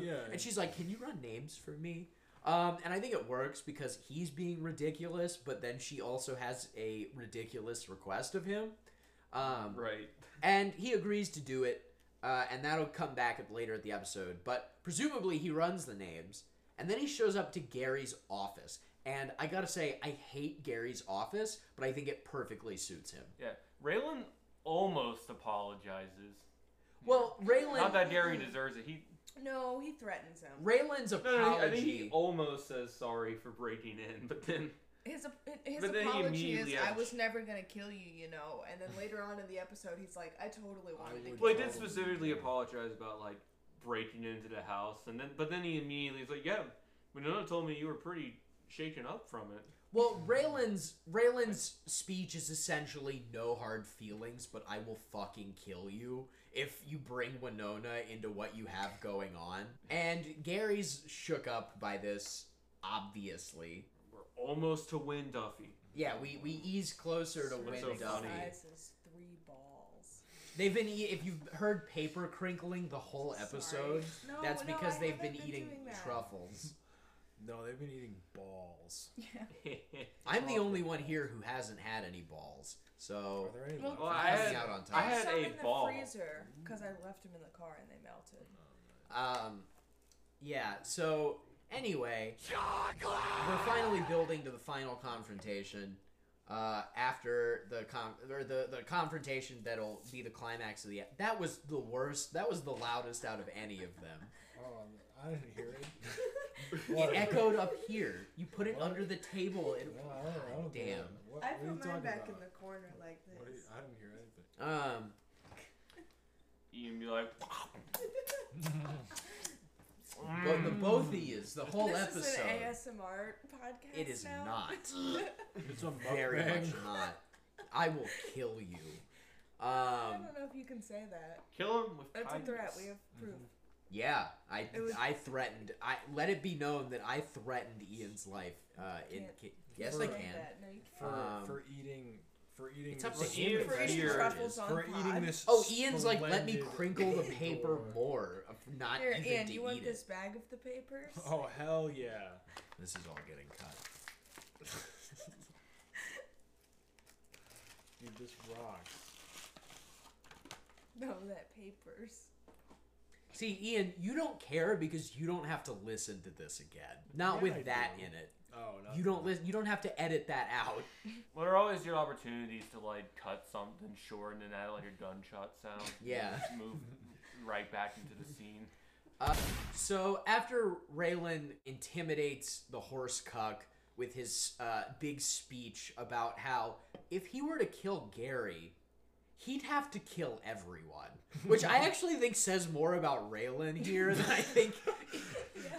[SPEAKER 1] Yeah.
[SPEAKER 4] And she's like, can you run names for me? Um, and I think it works because he's being ridiculous, but then she also has a ridiculous request of him. Um,
[SPEAKER 2] right
[SPEAKER 4] and he agrees to do it, uh, and that'll come back at- later at the episode. But presumably, he runs the names, and then he shows up to Gary's office. And I gotta say, I hate Gary's office, but I think it perfectly suits him.
[SPEAKER 2] yeah Raylan almost apologizes
[SPEAKER 4] Well,
[SPEAKER 2] not
[SPEAKER 4] Raylan,
[SPEAKER 2] that Gary
[SPEAKER 3] mm.
[SPEAKER 2] deserves it he
[SPEAKER 3] No, he threatens him.
[SPEAKER 4] Raylan's
[SPEAKER 10] No, no, I think he
[SPEAKER 4] apology.
[SPEAKER 10] almost says sorry for breaking in, but then
[SPEAKER 3] His ap- his
[SPEAKER 10] But then he
[SPEAKER 3] apology is,
[SPEAKER 10] immediately
[SPEAKER 3] "I
[SPEAKER 10] has-
[SPEAKER 3] was never gonna kill you," you know. And then later on in the episode, he's like, "I totally wanted
[SPEAKER 1] would-
[SPEAKER 3] to." kill
[SPEAKER 10] well,
[SPEAKER 3] you."
[SPEAKER 10] he did specifically apologize about like breaking into the house, and then but then he immediately is like, "Yeah, Winona told me you were pretty shaken up from it."
[SPEAKER 4] Well, Raylan's Raylan's speech is essentially no hard feelings, but I will fucking kill you if you bring Winona into what you have going on. And Gary's shook up by this, obviously.
[SPEAKER 10] We're almost to win Duffy.
[SPEAKER 4] Yeah, we, we ease closer to win
[SPEAKER 10] so
[SPEAKER 4] Dummy.
[SPEAKER 10] funny.
[SPEAKER 3] Size is three balls.
[SPEAKER 4] They've been e- if you've heard paper crinkling the whole
[SPEAKER 3] Sorry.
[SPEAKER 4] episode,
[SPEAKER 3] No,
[SPEAKER 4] that's
[SPEAKER 3] no,
[SPEAKER 4] because
[SPEAKER 3] I
[SPEAKER 4] they've
[SPEAKER 3] haven't
[SPEAKER 4] been,
[SPEAKER 3] been
[SPEAKER 4] eating
[SPEAKER 3] doing that.
[SPEAKER 4] truffles.
[SPEAKER 1] No, they've been eating balls.
[SPEAKER 4] I'm the only one here who hasn't had any balls,
[SPEAKER 1] Are
[SPEAKER 4] so
[SPEAKER 1] there any?
[SPEAKER 3] Well,
[SPEAKER 1] left?
[SPEAKER 10] Well, I
[SPEAKER 4] Missing
[SPEAKER 10] had,
[SPEAKER 4] out on
[SPEAKER 10] I
[SPEAKER 4] time.
[SPEAKER 10] had
[SPEAKER 3] Some
[SPEAKER 10] a
[SPEAKER 3] in the
[SPEAKER 10] ball.
[SPEAKER 3] freezer because I left them in the car and they melted.
[SPEAKER 1] Uh-huh.
[SPEAKER 4] um, yeah. So anyway, we're finally building to the final confrontation. Uh, after the con or the, the confrontation that'll be the climax of the ep- that was the worst that was the loudest out of any of them.
[SPEAKER 1] Oh, I didn't hear it.
[SPEAKER 4] It
[SPEAKER 1] What?
[SPEAKER 4] echoed up here. You put it
[SPEAKER 1] What?
[SPEAKER 4] under the table. It,
[SPEAKER 1] No, I don't, I don't think I-
[SPEAKER 4] damn.
[SPEAKER 1] What, what
[SPEAKER 3] I
[SPEAKER 1] are you
[SPEAKER 3] put mine
[SPEAKER 1] talking
[SPEAKER 3] back
[SPEAKER 1] about?
[SPEAKER 3] in the corner like
[SPEAKER 1] What are you,
[SPEAKER 3] this.
[SPEAKER 1] I didn't hear anything.
[SPEAKER 4] Um.
[SPEAKER 2] you can be like
[SPEAKER 4] But
[SPEAKER 2] "Mm."
[SPEAKER 4] the both of yous, the whole
[SPEAKER 3] this
[SPEAKER 4] episode.
[SPEAKER 3] is an ASMR podcast.
[SPEAKER 4] It is
[SPEAKER 3] now?
[SPEAKER 4] not.
[SPEAKER 1] It's a
[SPEAKER 4] very
[SPEAKER 1] mukbang.
[SPEAKER 4] much not. I will kill you.
[SPEAKER 3] I
[SPEAKER 4] Um.
[SPEAKER 3] don't know if you can say that.
[SPEAKER 2] kill him with
[SPEAKER 3] That's a
[SPEAKER 2] kindness.
[SPEAKER 3] threat. We have
[SPEAKER 1] mm-hmm.
[SPEAKER 3] proof.
[SPEAKER 4] Yeah. I
[SPEAKER 3] It was-
[SPEAKER 4] I threatened. I let it be known that I threatened Ian's life. Uh. In
[SPEAKER 3] Can't
[SPEAKER 4] ca- yes, I
[SPEAKER 1] For-
[SPEAKER 4] can.
[SPEAKER 3] That. No, you can't.
[SPEAKER 1] for
[SPEAKER 4] Um,
[SPEAKER 1] for eating for eating.
[SPEAKER 4] It's up
[SPEAKER 1] this-
[SPEAKER 4] to Ian.
[SPEAKER 1] For eating, for eating this.
[SPEAKER 4] Oh, Ian's like, let me
[SPEAKER 1] splendid
[SPEAKER 4] crinkle the
[SPEAKER 1] meal."
[SPEAKER 4] paper more. of Not
[SPEAKER 3] Here,
[SPEAKER 4] even
[SPEAKER 3] Ian,
[SPEAKER 4] to
[SPEAKER 3] you
[SPEAKER 4] eat
[SPEAKER 3] want
[SPEAKER 4] it.
[SPEAKER 3] this bag of the papers?
[SPEAKER 1] Oh hell yeah!
[SPEAKER 4] This is all getting cut.
[SPEAKER 1] Dude, this rocks.
[SPEAKER 3] No, that papers.
[SPEAKER 4] See, Ian, you don't care because you don't have to listen to this again. Not
[SPEAKER 2] Yeah,
[SPEAKER 4] with
[SPEAKER 2] I
[SPEAKER 4] that
[SPEAKER 2] do.
[SPEAKER 4] in it.
[SPEAKER 1] Oh no.
[SPEAKER 4] You don't listen. You don't have to edit that out.
[SPEAKER 2] Well, there are always your opportunities to like cut something short and then add like a gunshot sound.
[SPEAKER 4] Yeah.
[SPEAKER 2] Just move right back into the scene.
[SPEAKER 4] Uh, so after Raylan intimidates the horse cuck with his uh, big speech about how if he were to kill Gary, he'd have to kill everyone, which I actually think says more about Raylan here than I think.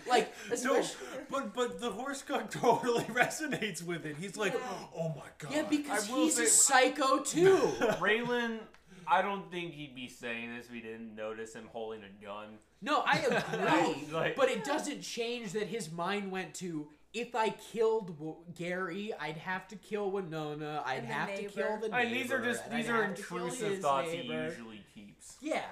[SPEAKER 4] Like,
[SPEAKER 1] no,
[SPEAKER 4] especially,
[SPEAKER 1] but but the horse cock totally resonates with it. He's like, oh my god.
[SPEAKER 4] yeah, because
[SPEAKER 2] I will
[SPEAKER 4] he's a
[SPEAKER 2] say-
[SPEAKER 4] psycho too.
[SPEAKER 2] Raylan, I don't think he'd be saying this if we didn't notice him holding a gun.
[SPEAKER 4] No, I agree,
[SPEAKER 2] Like-
[SPEAKER 4] but it doesn't change that his mind went to if I killed w- Gary, I'd have to kill Winona, I'd
[SPEAKER 3] And the
[SPEAKER 4] have to kill
[SPEAKER 3] neighbor.
[SPEAKER 4] the neighbor.
[SPEAKER 2] I mean, these are just
[SPEAKER 4] and I'd
[SPEAKER 2] these are
[SPEAKER 4] have to kill
[SPEAKER 2] intrusive
[SPEAKER 4] his
[SPEAKER 2] thoughts he
[SPEAKER 4] neighbor."
[SPEAKER 2] usually keeps.
[SPEAKER 4] Yeah,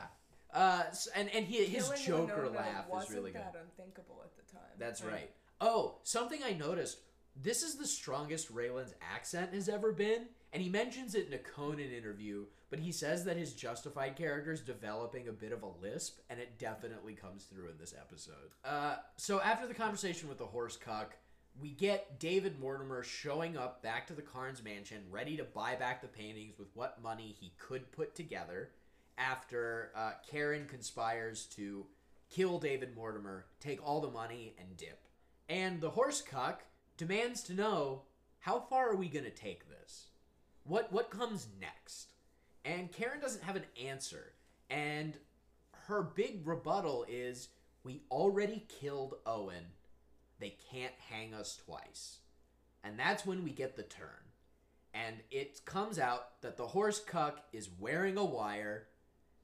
[SPEAKER 4] uh, s- and and he, his
[SPEAKER 3] Killing
[SPEAKER 4] Joker
[SPEAKER 3] Winona
[SPEAKER 4] laugh is
[SPEAKER 3] wasn't
[SPEAKER 4] really good.
[SPEAKER 3] that unthinkable at the time.
[SPEAKER 4] That's
[SPEAKER 3] Like,
[SPEAKER 4] right. Oh, something I noticed. This is the strongest Raylan's accent has ever been, and he mentions it in a Conan interview. But he says that his Justified character is developing a bit of a lisp, and it definitely comes through in this episode. Uh, so after the conversation with the horse cuck, we get David Mortimer showing up back to the Carnes mansion, ready to buy back the paintings with what money he could put together. After uh, Karen conspires to kill David Mortimer, take all the money, and dip. And the horse cuck demands to know how far are we going to take this? What what comes next? And Karen doesn't have an answer. And her big rebuttal is we already killed Owen. They can't hang us twice. And that's when we get the turn. And it comes out that the horse cuck is wearing a wire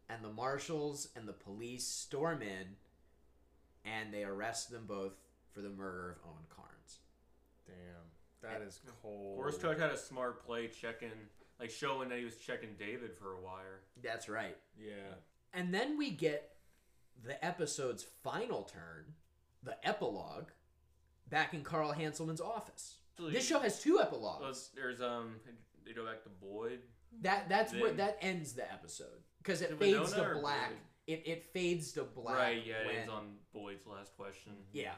[SPEAKER 4] and the marshals and the police storm in and they arrest them both for the murder of Owen Carnes.
[SPEAKER 1] Damn, that is cold.
[SPEAKER 10] Horse Chuck had a smart play checking, like showing that he was checking David for a wire.
[SPEAKER 4] That's right.
[SPEAKER 1] Yeah.
[SPEAKER 4] And then we get the episode's final turn, the epilogue, back in Carl Hanselman's office. This show has two epilogues.
[SPEAKER 10] Plus, there's um, they go back to Boyd.
[SPEAKER 4] That that's where
[SPEAKER 10] Then-
[SPEAKER 4] that ends the episode because
[SPEAKER 10] Is
[SPEAKER 4] it
[SPEAKER 10] it
[SPEAKER 4] fades
[SPEAKER 10] Winona
[SPEAKER 4] to
[SPEAKER 10] or
[SPEAKER 4] black.
[SPEAKER 10] Boyd?
[SPEAKER 4] It it fades to black.
[SPEAKER 10] right, yeah,
[SPEAKER 4] when-
[SPEAKER 10] it ends on Boyd's last question.
[SPEAKER 4] Yeah.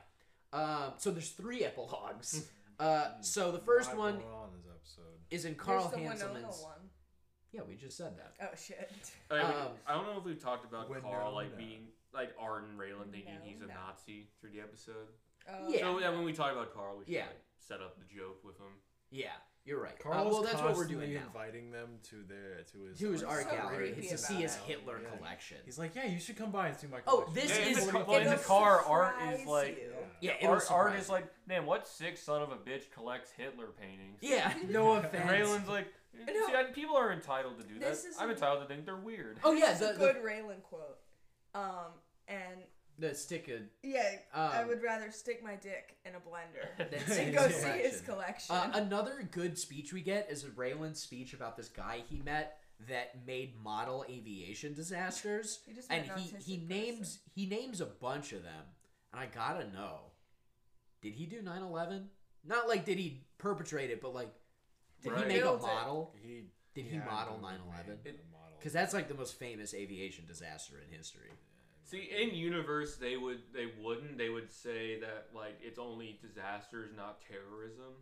[SPEAKER 4] Um, so there's three epilogues. uh, so the first
[SPEAKER 1] Lot
[SPEAKER 4] one
[SPEAKER 1] going on in this episode.
[SPEAKER 4] is in
[SPEAKER 3] Where's
[SPEAKER 4] Carl
[SPEAKER 3] the Winona
[SPEAKER 4] Hanselman's.
[SPEAKER 3] one?
[SPEAKER 4] Yeah, we just said that.
[SPEAKER 3] Oh shit.
[SPEAKER 10] I, mean,
[SPEAKER 4] Um,
[SPEAKER 10] I don't know if we've talked about
[SPEAKER 1] When
[SPEAKER 10] Carl like
[SPEAKER 1] Nona-
[SPEAKER 10] being like Arden Raylan thinking he's a
[SPEAKER 3] Nona.
[SPEAKER 10] Nazi through the episode.
[SPEAKER 3] Oh,
[SPEAKER 4] Yeah.
[SPEAKER 10] So yeah, when we talk about Carl, we should
[SPEAKER 4] Yeah.
[SPEAKER 10] like, set up the joke with him.
[SPEAKER 4] Yeah, you're right. Uh,
[SPEAKER 1] Carl's
[SPEAKER 4] well, that's what we're doing
[SPEAKER 1] constantly
[SPEAKER 4] now.
[SPEAKER 1] inviting them to their to his
[SPEAKER 4] To his
[SPEAKER 3] So
[SPEAKER 4] art gallery
[SPEAKER 3] creepy
[SPEAKER 4] it's to see
[SPEAKER 3] about
[SPEAKER 4] his
[SPEAKER 3] it.
[SPEAKER 4] Hitler
[SPEAKER 1] Yeah.
[SPEAKER 4] collection.
[SPEAKER 1] He's like, yeah, you should come by and see my.
[SPEAKER 4] Oh,
[SPEAKER 1] collection."
[SPEAKER 4] this
[SPEAKER 2] Yeah, in
[SPEAKER 4] is
[SPEAKER 2] the,
[SPEAKER 4] what
[SPEAKER 2] ca- well, in
[SPEAKER 4] it'll
[SPEAKER 2] the car, art
[SPEAKER 3] surprise
[SPEAKER 2] is like
[SPEAKER 3] you.
[SPEAKER 4] yeah,
[SPEAKER 2] the
[SPEAKER 4] it'll
[SPEAKER 2] art, art
[SPEAKER 4] surprise
[SPEAKER 2] is like, man, what sick son of a bitch collects Hitler paintings?
[SPEAKER 4] yeah. No
[SPEAKER 2] And
[SPEAKER 4] offense.
[SPEAKER 2] Raylan's like,
[SPEAKER 10] "Eh,
[SPEAKER 3] No.
[SPEAKER 2] see, I, people are entitled to do that.
[SPEAKER 3] This is-
[SPEAKER 2] I'm entitled to think they're weird.
[SPEAKER 4] oh yeah,
[SPEAKER 3] It's
[SPEAKER 4] the,
[SPEAKER 3] a good Raylan quote. Um, and
[SPEAKER 4] the, the stick of
[SPEAKER 3] yeah, I
[SPEAKER 4] Um,
[SPEAKER 3] would rather stick my dick in a blender
[SPEAKER 4] Than see
[SPEAKER 3] and
[SPEAKER 4] his
[SPEAKER 3] go see his
[SPEAKER 4] collection.
[SPEAKER 3] collection.
[SPEAKER 4] Uh, another good speech we get is Raylan's speech about this guy he met that made model aviation disasters,
[SPEAKER 3] You just met
[SPEAKER 4] and
[SPEAKER 3] an
[SPEAKER 4] he he
[SPEAKER 3] autistic
[SPEAKER 4] names he names a bunch of them, and I gotta know, did he do 9-11? Not like did he perpetrate it, but like did
[SPEAKER 10] Right.
[SPEAKER 4] he make a
[SPEAKER 3] Build it.
[SPEAKER 4] model?
[SPEAKER 1] He
[SPEAKER 4] Did he
[SPEAKER 1] yeah,
[SPEAKER 4] model
[SPEAKER 1] he
[SPEAKER 4] 9/11?
[SPEAKER 1] made the model.
[SPEAKER 4] Because that's like the most famous aviation disaster in history.
[SPEAKER 10] See, in universe, they would they wouldn't they would say that like it's only disasters, not terrorism.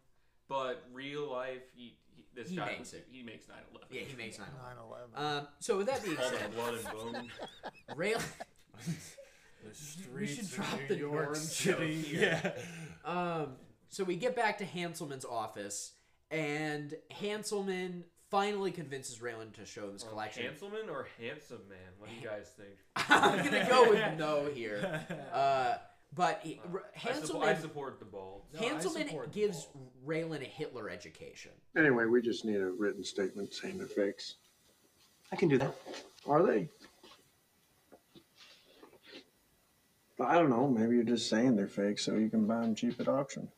[SPEAKER 10] But real life, he, he, this
[SPEAKER 4] He
[SPEAKER 10] guy
[SPEAKER 4] makes
[SPEAKER 10] was-
[SPEAKER 4] it.
[SPEAKER 10] he makes nine eleven.
[SPEAKER 4] Yeah, he makes 9
[SPEAKER 6] 9/11.
[SPEAKER 4] Um, so with that being
[SPEAKER 10] all the
[SPEAKER 4] said,
[SPEAKER 10] blood and bone.
[SPEAKER 4] rail.
[SPEAKER 1] the
[SPEAKER 4] we
[SPEAKER 1] streets
[SPEAKER 4] should
[SPEAKER 1] of
[SPEAKER 4] drop
[SPEAKER 1] New
[SPEAKER 4] the
[SPEAKER 1] York
[SPEAKER 4] dorm
[SPEAKER 1] City.
[SPEAKER 4] joke here.
[SPEAKER 1] Yeah.
[SPEAKER 4] Um, so we get back to Hanselman's office, and Hanselman finally convinces Raylan to show him
[SPEAKER 2] Oh,
[SPEAKER 4] his collection.
[SPEAKER 10] Hanselman or handsome man? What do you guys think?
[SPEAKER 4] I'm gonna go with no here. Uh, but he, R-
[SPEAKER 10] I, support, I
[SPEAKER 4] Hanselman,
[SPEAKER 10] support the bald.
[SPEAKER 1] No, I support
[SPEAKER 4] Hanselman
[SPEAKER 1] the
[SPEAKER 4] gives
[SPEAKER 1] ball.
[SPEAKER 4] Raylan a Hitler education.
[SPEAKER 6] Anyway, we just need a written statement saying the fakes. I can do that. Are they? But I don't know. Maybe you're just saying they're fake so you can buy them cheap at auction.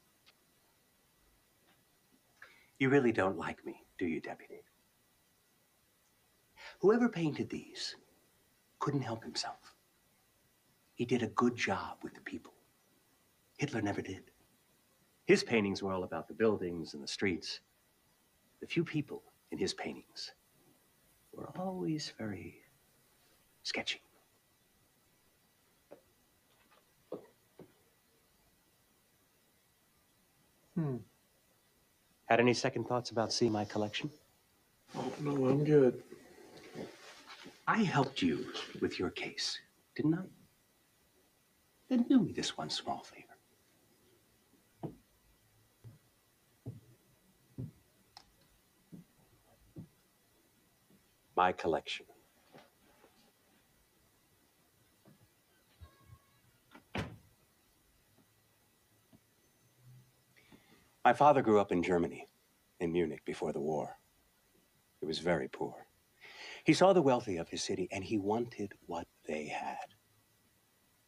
[SPEAKER 11] You really don't like me, do you, Deputy?
[SPEAKER 6] Whoever painted these couldn't help himself. He did a good job with the people. Hitler never did. His paintings were all about the buildings and the streets. The few people in his paintings were always very sketchy.
[SPEAKER 1] Hmm.
[SPEAKER 6] Had any second thoughts about seeing my collection?
[SPEAKER 1] No, I'm good.
[SPEAKER 6] I helped you with your case, didn't I? Then do me this one small favor. My collection. My father grew up in Germany, in Munich, before the war. He was very poor. He saw the wealthy of his city and he wanted what they had.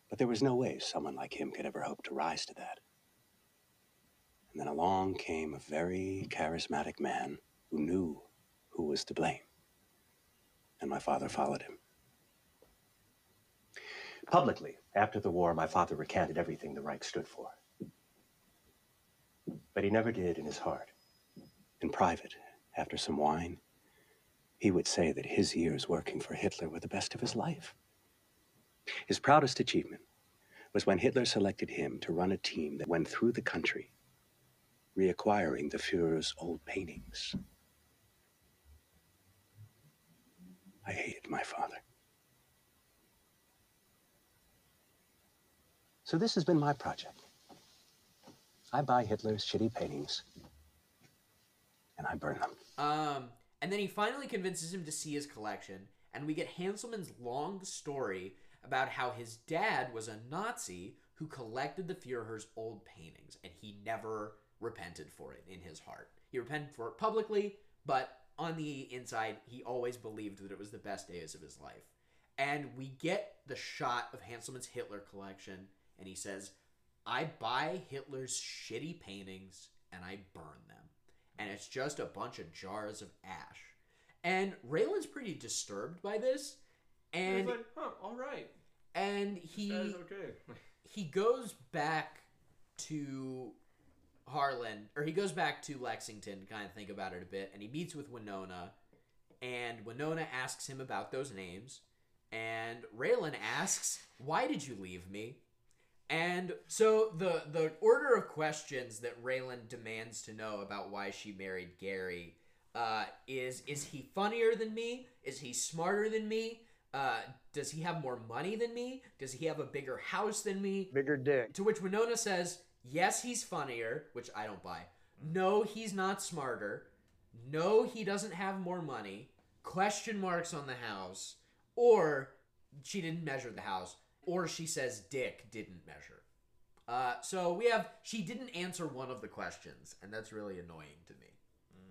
[SPEAKER 6] But there was no way someone like him could ever hope to rise to that. And then along came a very charismatic man who knew who was to blame. And my father followed him. Publicly, after the war, my father recanted everything the Reich stood for. But he never did in his heart. In private, after some wine, he would say that his years working for Hitler were the best of his life. His proudest achievement was when Hitler selected him to run a team that went through the country, reacquiring the Fuhrer's old paintings. I hated my father. So, this has been my project. I buy Hitler's shitty paintings and I burn them.
[SPEAKER 4] Um, and then he finally convinces him to see his collection, and we get Hanselman's long story about how his dad was a Nazi who collected the Fuhrer's old paintings, and he never repented for it in his heart. He repented for it publicly, but on the inside, he always believed that it was the best days of his life. And we get the shot of Hanselman's Hitler collection, and he says, I buy Hitler's shitty paintings and I burn them and it's just a bunch of jars of ash. And Raylan's pretty disturbed by this,
[SPEAKER 10] And
[SPEAKER 4] and
[SPEAKER 10] he's like, huh, all right.
[SPEAKER 4] and he
[SPEAKER 10] That is okay.
[SPEAKER 4] he goes back to Harlan, or he goes back to Lexington to kind of think about it a bit, and he meets with Winona, and Winona asks him about those names, and Raylan asks, "Why did you leave me?" And so the the order of questions that Raylan demands to know about why she married Gary uh, is is he funnier than me? Is he smarter than me? Uh, does he have more money than me? Does he have a bigger house than me?
[SPEAKER 11] Bigger dick.
[SPEAKER 4] To which Winona says, "Yes, he's funnier," which I don't buy. No, he's not smarter. No, he doesn't have more money. Question marks on the house. Or she didn't measure the house. Or she says Dick didn't measure. Uh, so we have she didn't answer one of the questions, and that's really annoying to me.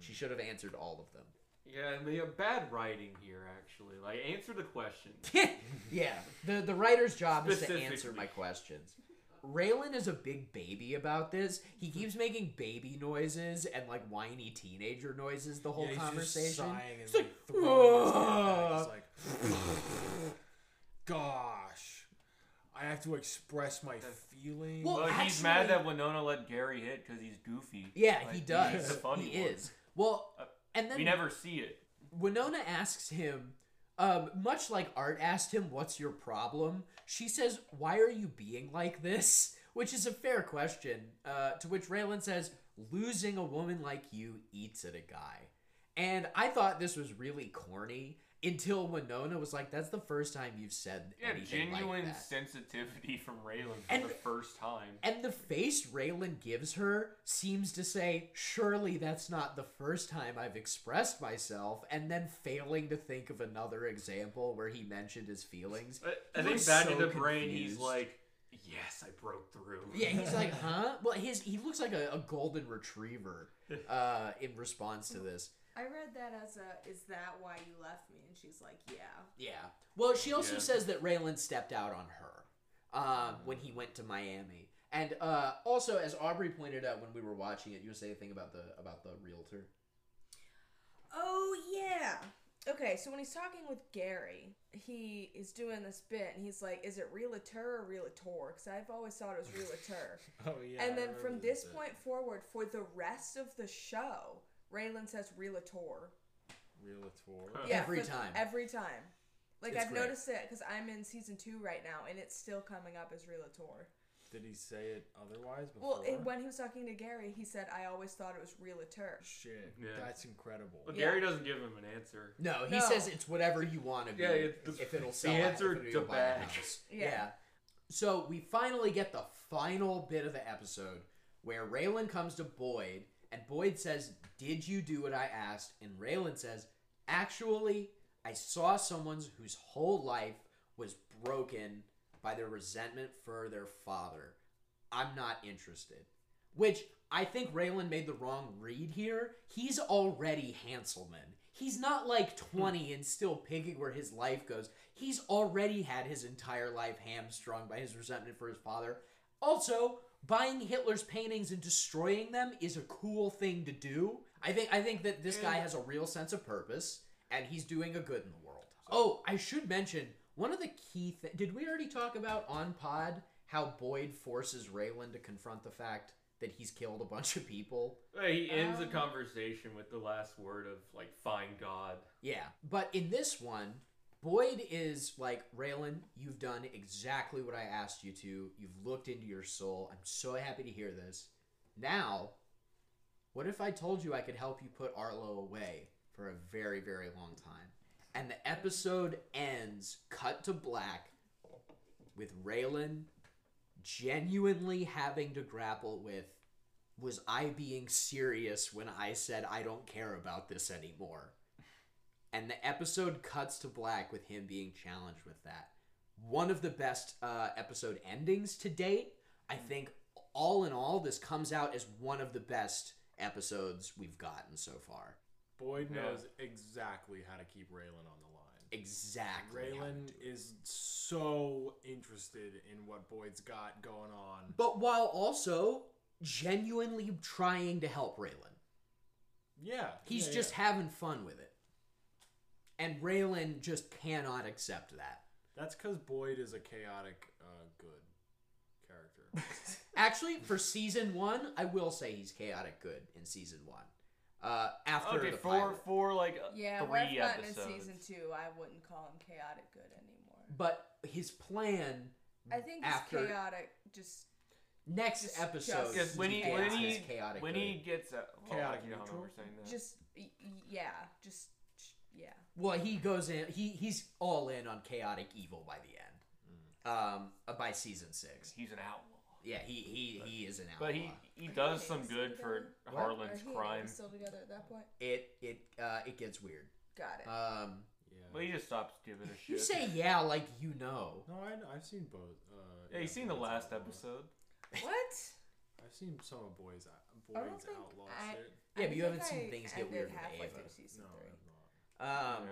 [SPEAKER 4] She should have answered all of them.
[SPEAKER 10] Yeah, and they have bad writing here, actually. Like, answer the question.
[SPEAKER 4] Yeah, the the writer's job is to answer
[SPEAKER 10] Specifically.
[SPEAKER 4] my questions. Raylan is a big baby about this. He keeps making baby noises and like whiny teenager noises the whole
[SPEAKER 1] Yeah, he's just
[SPEAKER 4] conversation.
[SPEAKER 1] sighing and,
[SPEAKER 4] It's
[SPEAKER 1] like, throwing his head back. He's like, Gosh, I have to express my feelings.
[SPEAKER 10] Well, he's mad that Winona let Gary hit because he's goofy.
[SPEAKER 4] Yeah,
[SPEAKER 10] Like,
[SPEAKER 4] he
[SPEAKER 10] he's
[SPEAKER 4] does.
[SPEAKER 10] the funny
[SPEAKER 4] he
[SPEAKER 10] one.
[SPEAKER 4] is. Well, and then
[SPEAKER 10] Uh, we never see it.
[SPEAKER 4] Winona asks him, um, much like Art asked him, "What's your problem?" She says, "Why are you being like this?" Which is a fair question. Uh, to which Raylan says, "Losing a woman like you eats at a guy." And I thought this was really corny until Winona was like, "That's the first time you've said
[SPEAKER 10] Yeah,
[SPEAKER 4] anything like
[SPEAKER 10] genuine
[SPEAKER 4] that."
[SPEAKER 10] sensitivity from Raylan for
[SPEAKER 4] And-
[SPEAKER 10] the first time.
[SPEAKER 4] And the face Raylan gives her seems to say, surely that's not the first time I've expressed myself, and then failing to think of another example where he mentioned his feelings.
[SPEAKER 10] I, I
[SPEAKER 4] He
[SPEAKER 10] think
[SPEAKER 4] looks
[SPEAKER 10] back
[SPEAKER 4] so
[SPEAKER 10] in the brain, he's
[SPEAKER 4] confused.
[SPEAKER 10] like, yes, I broke through.
[SPEAKER 4] Yeah, he's like, huh? Well, his he looks like a, a golden retriever uh, in response to this.
[SPEAKER 3] I read that as a, is that why you left me? And she's like, yeah.
[SPEAKER 4] Yeah. Well, she also
[SPEAKER 3] Yeah.
[SPEAKER 4] says that Raylan stepped out on her um, when he went to Miami, and uh, also as Aubrey pointed out when we were watching it, you want to say anything about the about the realtor?
[SPEAKER 3] Oh, yeah. Okay, so when he's talking with Gary, he is doing this bit, and he's like, "Is it realtor or realtor?" Because I've always thought it was realtor.
[SPEAKER 1] Oh, yeah, I
[SPEAKER 3] And then
[SPEAKER 1] remember
[SPEAKER 3] from
[SPEAKER 1] this
[SPEAKER 3] this
[SPEAKER 1] bit.
[SPEAKER 3] point forward, for the rest of the show, Raylan says realtor.
[SPEAKER 1] Realtor.
[SPEAKER 3] Yeah, for- Every time. Like
[SPEAKER 1] It's
[SPEAKER 3] I've
[SPEAKER 1] great.
[SPEAKER 3] noticed it because I'm in season two right now, and it's still coming up as realtor.
[SPEAKER 1] Did he say it otherwise before?
[SPEAKER 3] Well, it, when he was talking to Gary, he said, "I always thought it was realtor."
[SPEAKER 1] Shit,
[SPEAKER 10] Yeah.
[SPEAKER 1] that's incredible.
[SPEAKER 10] But Gary doesn't give him an answer.
[SPEAKER 4] No, he says it's whatever you want to be.
[SPEAKER 10] Yeah, it- the-
[SPEAKER 4] if it'll
[SPEAKER 10] the
[SPEAKER 4] sell.
[SPEAKER 10] answer
[SPEAKER 4] if
[SPEAKER 10] to
[SPEAKER 4] it'll buy a
[SPEAKER 10] back.
[SPEAKER 4] house.
[SPEAKER 10] Yeah.
[SPEAKER 4] Yeah. So we finally get the final bit of the episode where Raylan comes to Boyd and Boyd says, "Did you do what I asked?" And Raylan says, "Actually, I saw someone's whose whole life was broken by their resentment for their father. I'm not interested." Which I think Raylan made the wrong read here. He's already Hanselman. He's not like 20 and still picking where his life goes. He's already had his entire life hamstrung by his resentment for his father. Also, buying Hitler's paintings and destroying them is a cool thing to do. I think I think that this guy
[SPEAKER 8] And-
[SPEAKER 4] has a real sense of purpose and he's doing a good in the world. Oh, I should mention one of the key things. Did we already talk about on pod how Boyd forces Raylan to confront the fact that he's killed a bunch of people?
[SPEAKER 10] Hey, He ends the
[SPEAKER 4] Um,
[SPEAKER 10] conversation with the last word of like, "Find God."
[SPEAKER 4] Yeah, but in this one, Boyd is like, Raylan, you've done exactly what I asked you to. You've looked into your soul. I'm so happy to hear this. Now, what if I told you I could help you put Arlo away for a very, very long time? And the episode ends, cut to black, with Raylan genuinely having to grapple with was I being serious when I said I don't care about this anymore? and the episode cuts to black with him being challenged with that. One of the best uh, episode endings to date. I
[SPEAKER 1] Mm.
[SPEAKER 4] think all in all, this comes out as one of the best episodes we've gotten so far.
[SPEAKER 1] Boyd
[SPEAKER 4] Yeah.
[SPEAKER 1] knows exactly how to keep Raylan on the line.
[SPEAKER 4] Exactly.
[SPEAKER 1] Raylan is so interested in what Boyd's got going on.
[SPEAKER 4] But while also genuinely trying to help Raylan,
[SPEAKER 1] Yeah.
[SPEAKER 4] he's
[SPEAKER 1] yeah,
[SPEAKER 4] just
[SPEAKER 1] yeah.
[SPEAKER 4] having fun with it. And Raylan just cannot accept that.
[SPEAKER 1] That's because Boyd is a chaotic, uh, good character.
[SPEAKER 4] Actually, for season one, I will say he's chaotic good in season one. Uh, after
[SPEAKER 2] Okay,
[SPEAKER 4] the
[SPEAKER 2] for-
[SPEAKER 4] pilot.
[SPEAKER 2] for like uh,
[SPEAKER 3] Yeah,
[SPEAKER 4] three
[SPEAKER 3] we I've gotten
[SPEAKER 4] episodes.
[SPEAKER 3] in season two, I wouldn't call him chaotic good anymore.
[SPEAKER 4] But his plan.
[SPEAKER 3] I think he's
[SPEAKER 4] after
[SPEAKER 3] chaotic just
[SPEAKER 4] next
[SPEAKER 3] just-
[SPEAKER 4] episode,
[SPEAKER 2] Because when he when
[SPEAKER 4] gets
[SPEAKER 2] he
[SPEAKER 4] this chaotic.
[SPEAKER 2] when he gets a
[SPEAKER 4] Chaotic
[SPEAKER 2] chaotic oh, I don't know how
[SPEAKER 4] neutral?
[SPEAKER 2] we're saying that.
[SPEAKER 3] just y- y- yeah, just yeah.
[SPEAKER 4] well, he goes in. He he's all in on chaotic evil by the end. Um, uh, by season six,
[SPEAKER 2] he's an outlaw.
[SPEAKER 4] Yeah, he he he is an outlaw.
[SPEAKER 2] but he he does some good for
[SPEAKER 4] What?
[SPEAKER 2] Harlan's
[SPEAKER 3] Are he and Amy
[SPEAKER 2] crime.
[SPEAKER 3] still together at that point?
[SPEAKER 4] it it uh it gets weird.
[SPEAKER 3] Got it.
[SPEAKER 4] Um,
[SPEAKER 2] Well, he just stops giving a shit.
[SPEAKER 4] you say yeah like you know.
[SPEAKER 1] no, I, I've seen both. Uh,
[SPEAKER 2] Yeah, you seen the last episode.
[SPEAKER 3] What?
[SPEAKER 1] I've seen some of Boyd's, Boyd's
[SPEAKER 3] I don't think
[SPEAKER 1] outlaw
[SPEAKER 3] I-
[SPEAKER 1] shit.
[SPEAKER 4] Yeah, but you
[SPEAKER 3] think
[SPEAKER 4] haven't seen
[SPEAKER 3] I
[SPEAKER 4] things get
[SPEAKER 3] ended
[SPEAKER 4] weird with
[SPEAKER 3] halfway
[SPEAKER 4] Ava.
[SPEAKER 3] through season
[SPEAKER 1] No,
[SPEAKER 3] three.
[SPEAKER 4] Um,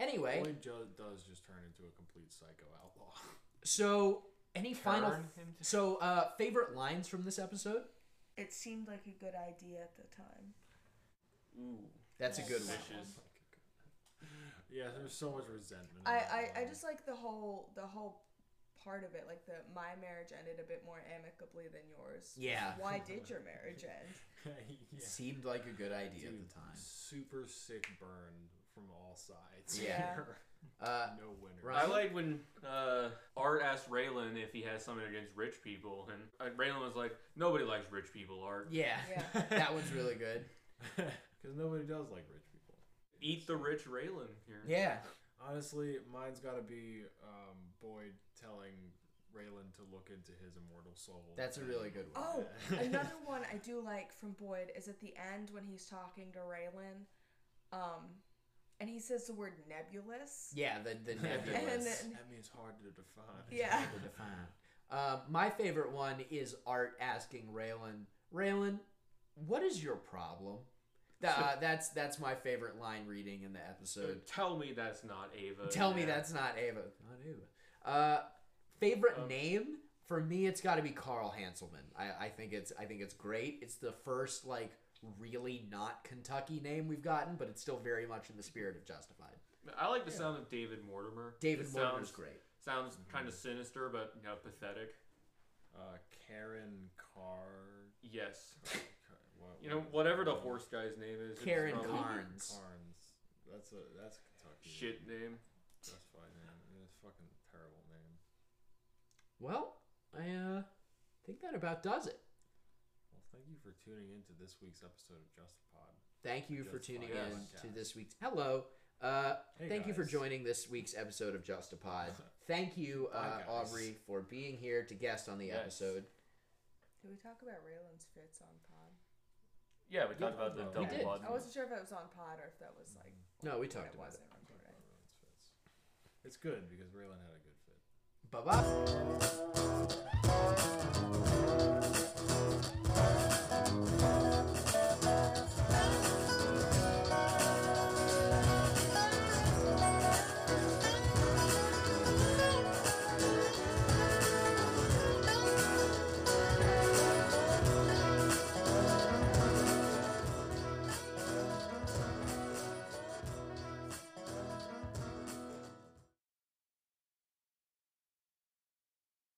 [SPEAKER 4] anyway,
[SPEAKER 1] Boyd jo- does just turn into a complete psycho outlaw.
[SPEAKER 4] so any final
[SPEAKER 1] Turn him to-
[SPEAKER 4] so uh favorite lines from this episode?
[SPEAKER 3] It seemed like a good idea at the time.
[SPEAKER 4] That's a good one.
[SPEAKER 10] Wishes.
[SPEAKER 1] yeah, there's so much resentment. in that
[SPEAKER 3] I, I, I
[SPEAKER 1] line.
[SPEAKER 3] just like the whole the whole part of it, like the my marriage ended a bit more amicably than yours.
[SPEAKER 4] Yeah.
[SPEAKER 3] Why did your marriage end?
[SPEAKER 1] Yeah.
[SPEAKER 4] Seemed like a good idea at
[SPEAKER 1] Dude,
[SPEAKER 4] the time.
[SPEAKER 1] Super sick burn from all sides.
[SPEAKER 4] Yeah. Uh,
[SPEAKER 1] no winner.
[SPEAKER 10] I like when uh, Art asked Raylan if he has something against rich people, and uh, Raylan was like, "Nobody likes rich people, Art."
[SPEAKER 4] Yeah,
[SPEAKER 10] Yeah.
[SPEAKER 4] that one's really good.
[SPEAKER 1] Because nobody does like rich people.
[SPEAKER 10] Eat the rich Raylan here.
[SPEAKER 1] Honestly, mine's got to be um, Boyd telling Raylan to look into his immortal soul.
[SPEAKER 4] That's a really good one.
[SPEAKER 3] Oh, another one I do like from Boyd is at the end when he's talking to Raylan, um, and he says the word nebulous.
[SPEAKER 4] Yeah, the the
[SPEAKER 3] And
[SPEAKER 4] nebulous.
[SPEAKER 3] then-
[SPEAKER 1] that means hard to define.
[SPEAKER 3] Yeah.
[SPEAKER 4] Hard to define. Um, my favorite one is Art asking Raylan, Raylan, what is your problem? Th- uh, that's that's my favorite line reading in the episode.
[SPEAKER 10] Tell me that's not
[SPEAKER 2] Oh,
[SPEAKER 10] Ava.
[SPEAKER 4] Tell me
[SPEAKER 10] Yeah.
[SPEAKER 4] that's not Ava. Not Ava. Uh, favorite name for me, it's got to be Carl Hanselman. I, I think it's I think it's great. It's the first like really not Kentucky name we've gotten, but it's still very much in the spirit of Justified.
[SPEAKER 10] I like the sound of David Mortimer.
[SPEAKER 4] David
[SPEAKER 10] It
[SPEAKER 4] Mortimer's
[SPEAKER 10] sounds-
[SPEAKER 4] great.
[SPEAKER 10] Sounds kind
[SPEAKER 2] Mm-hmm.
[SPEAKER 10] of sinister, but you know, pathetic.
[SPEAKER 1] Uh, Karen Carr.
[SPEAKER 10] Yes.
[SPEAKER 1] Okay, what-
[SPEAKER 10] You know, whatever the horse guy's name is. it's
[SPEAKER 4] Karen
[SPEAKER 10] probably-
[SPEAKER 4] Carnes.
[SPEAKER 1] Carnes. That's a that's a Kentucky
[SPEAKER 10] Shit name.
[SPEAKER 1] That's fine name. It's a fucking terrible name.
[SPEAKER 4] Well, I uh, think that about does it.
[SPEAKER 1] Well, thank you for tuning into this week's episode of Just Pod.
[SPEAKER 4] Thank you
[SPEAKER 1] Just
[SPEAKER 4] for tuning
[SPEAKER 1] Pod
[SPEAKER 4] in to
[SPEAKER 1] podcast.
[SPEAKER 4] this week's. Hello. Uh,
[SPEAKER 1] Hey,
[SPEAKER 4] thank you for
[SPEAKER 1] guys.
[SPEAKER 4] joining this week's episode of Just a Pod. Thank you, uh,
[SPEAKER 1] Hi, guys.
[SPEAKER 4] Aubrey, for being here to guest on the
[SPEAKER 2] Yes.
[SPEAKER 4] episode.
[SPEAKER 3] Did we talk about Raylan's fits on pod?
[SPEAKER 2] Yeah, we talked about the
[SPEAKER 1] We
[SPEAKER 2] double
[SPEAKER 4] did.
[SPEAKER 2] button.
[SPEAKER 3] I wasn't sure if it was on pod or if that was like
[SPEAKER 4] No, we
[SPEAKER 3] when
[SPEAKER 4] talked
[SPEAKER 3] it
[SPEAKER 4] about
[SPEAKER 3] wasn't
[SPEAKER 4] it.
[SPEAKER 3] recorded.
[SPEAKER 1] It's good because Raylan had a good fit.
[SPEAKER 4] Bye bye.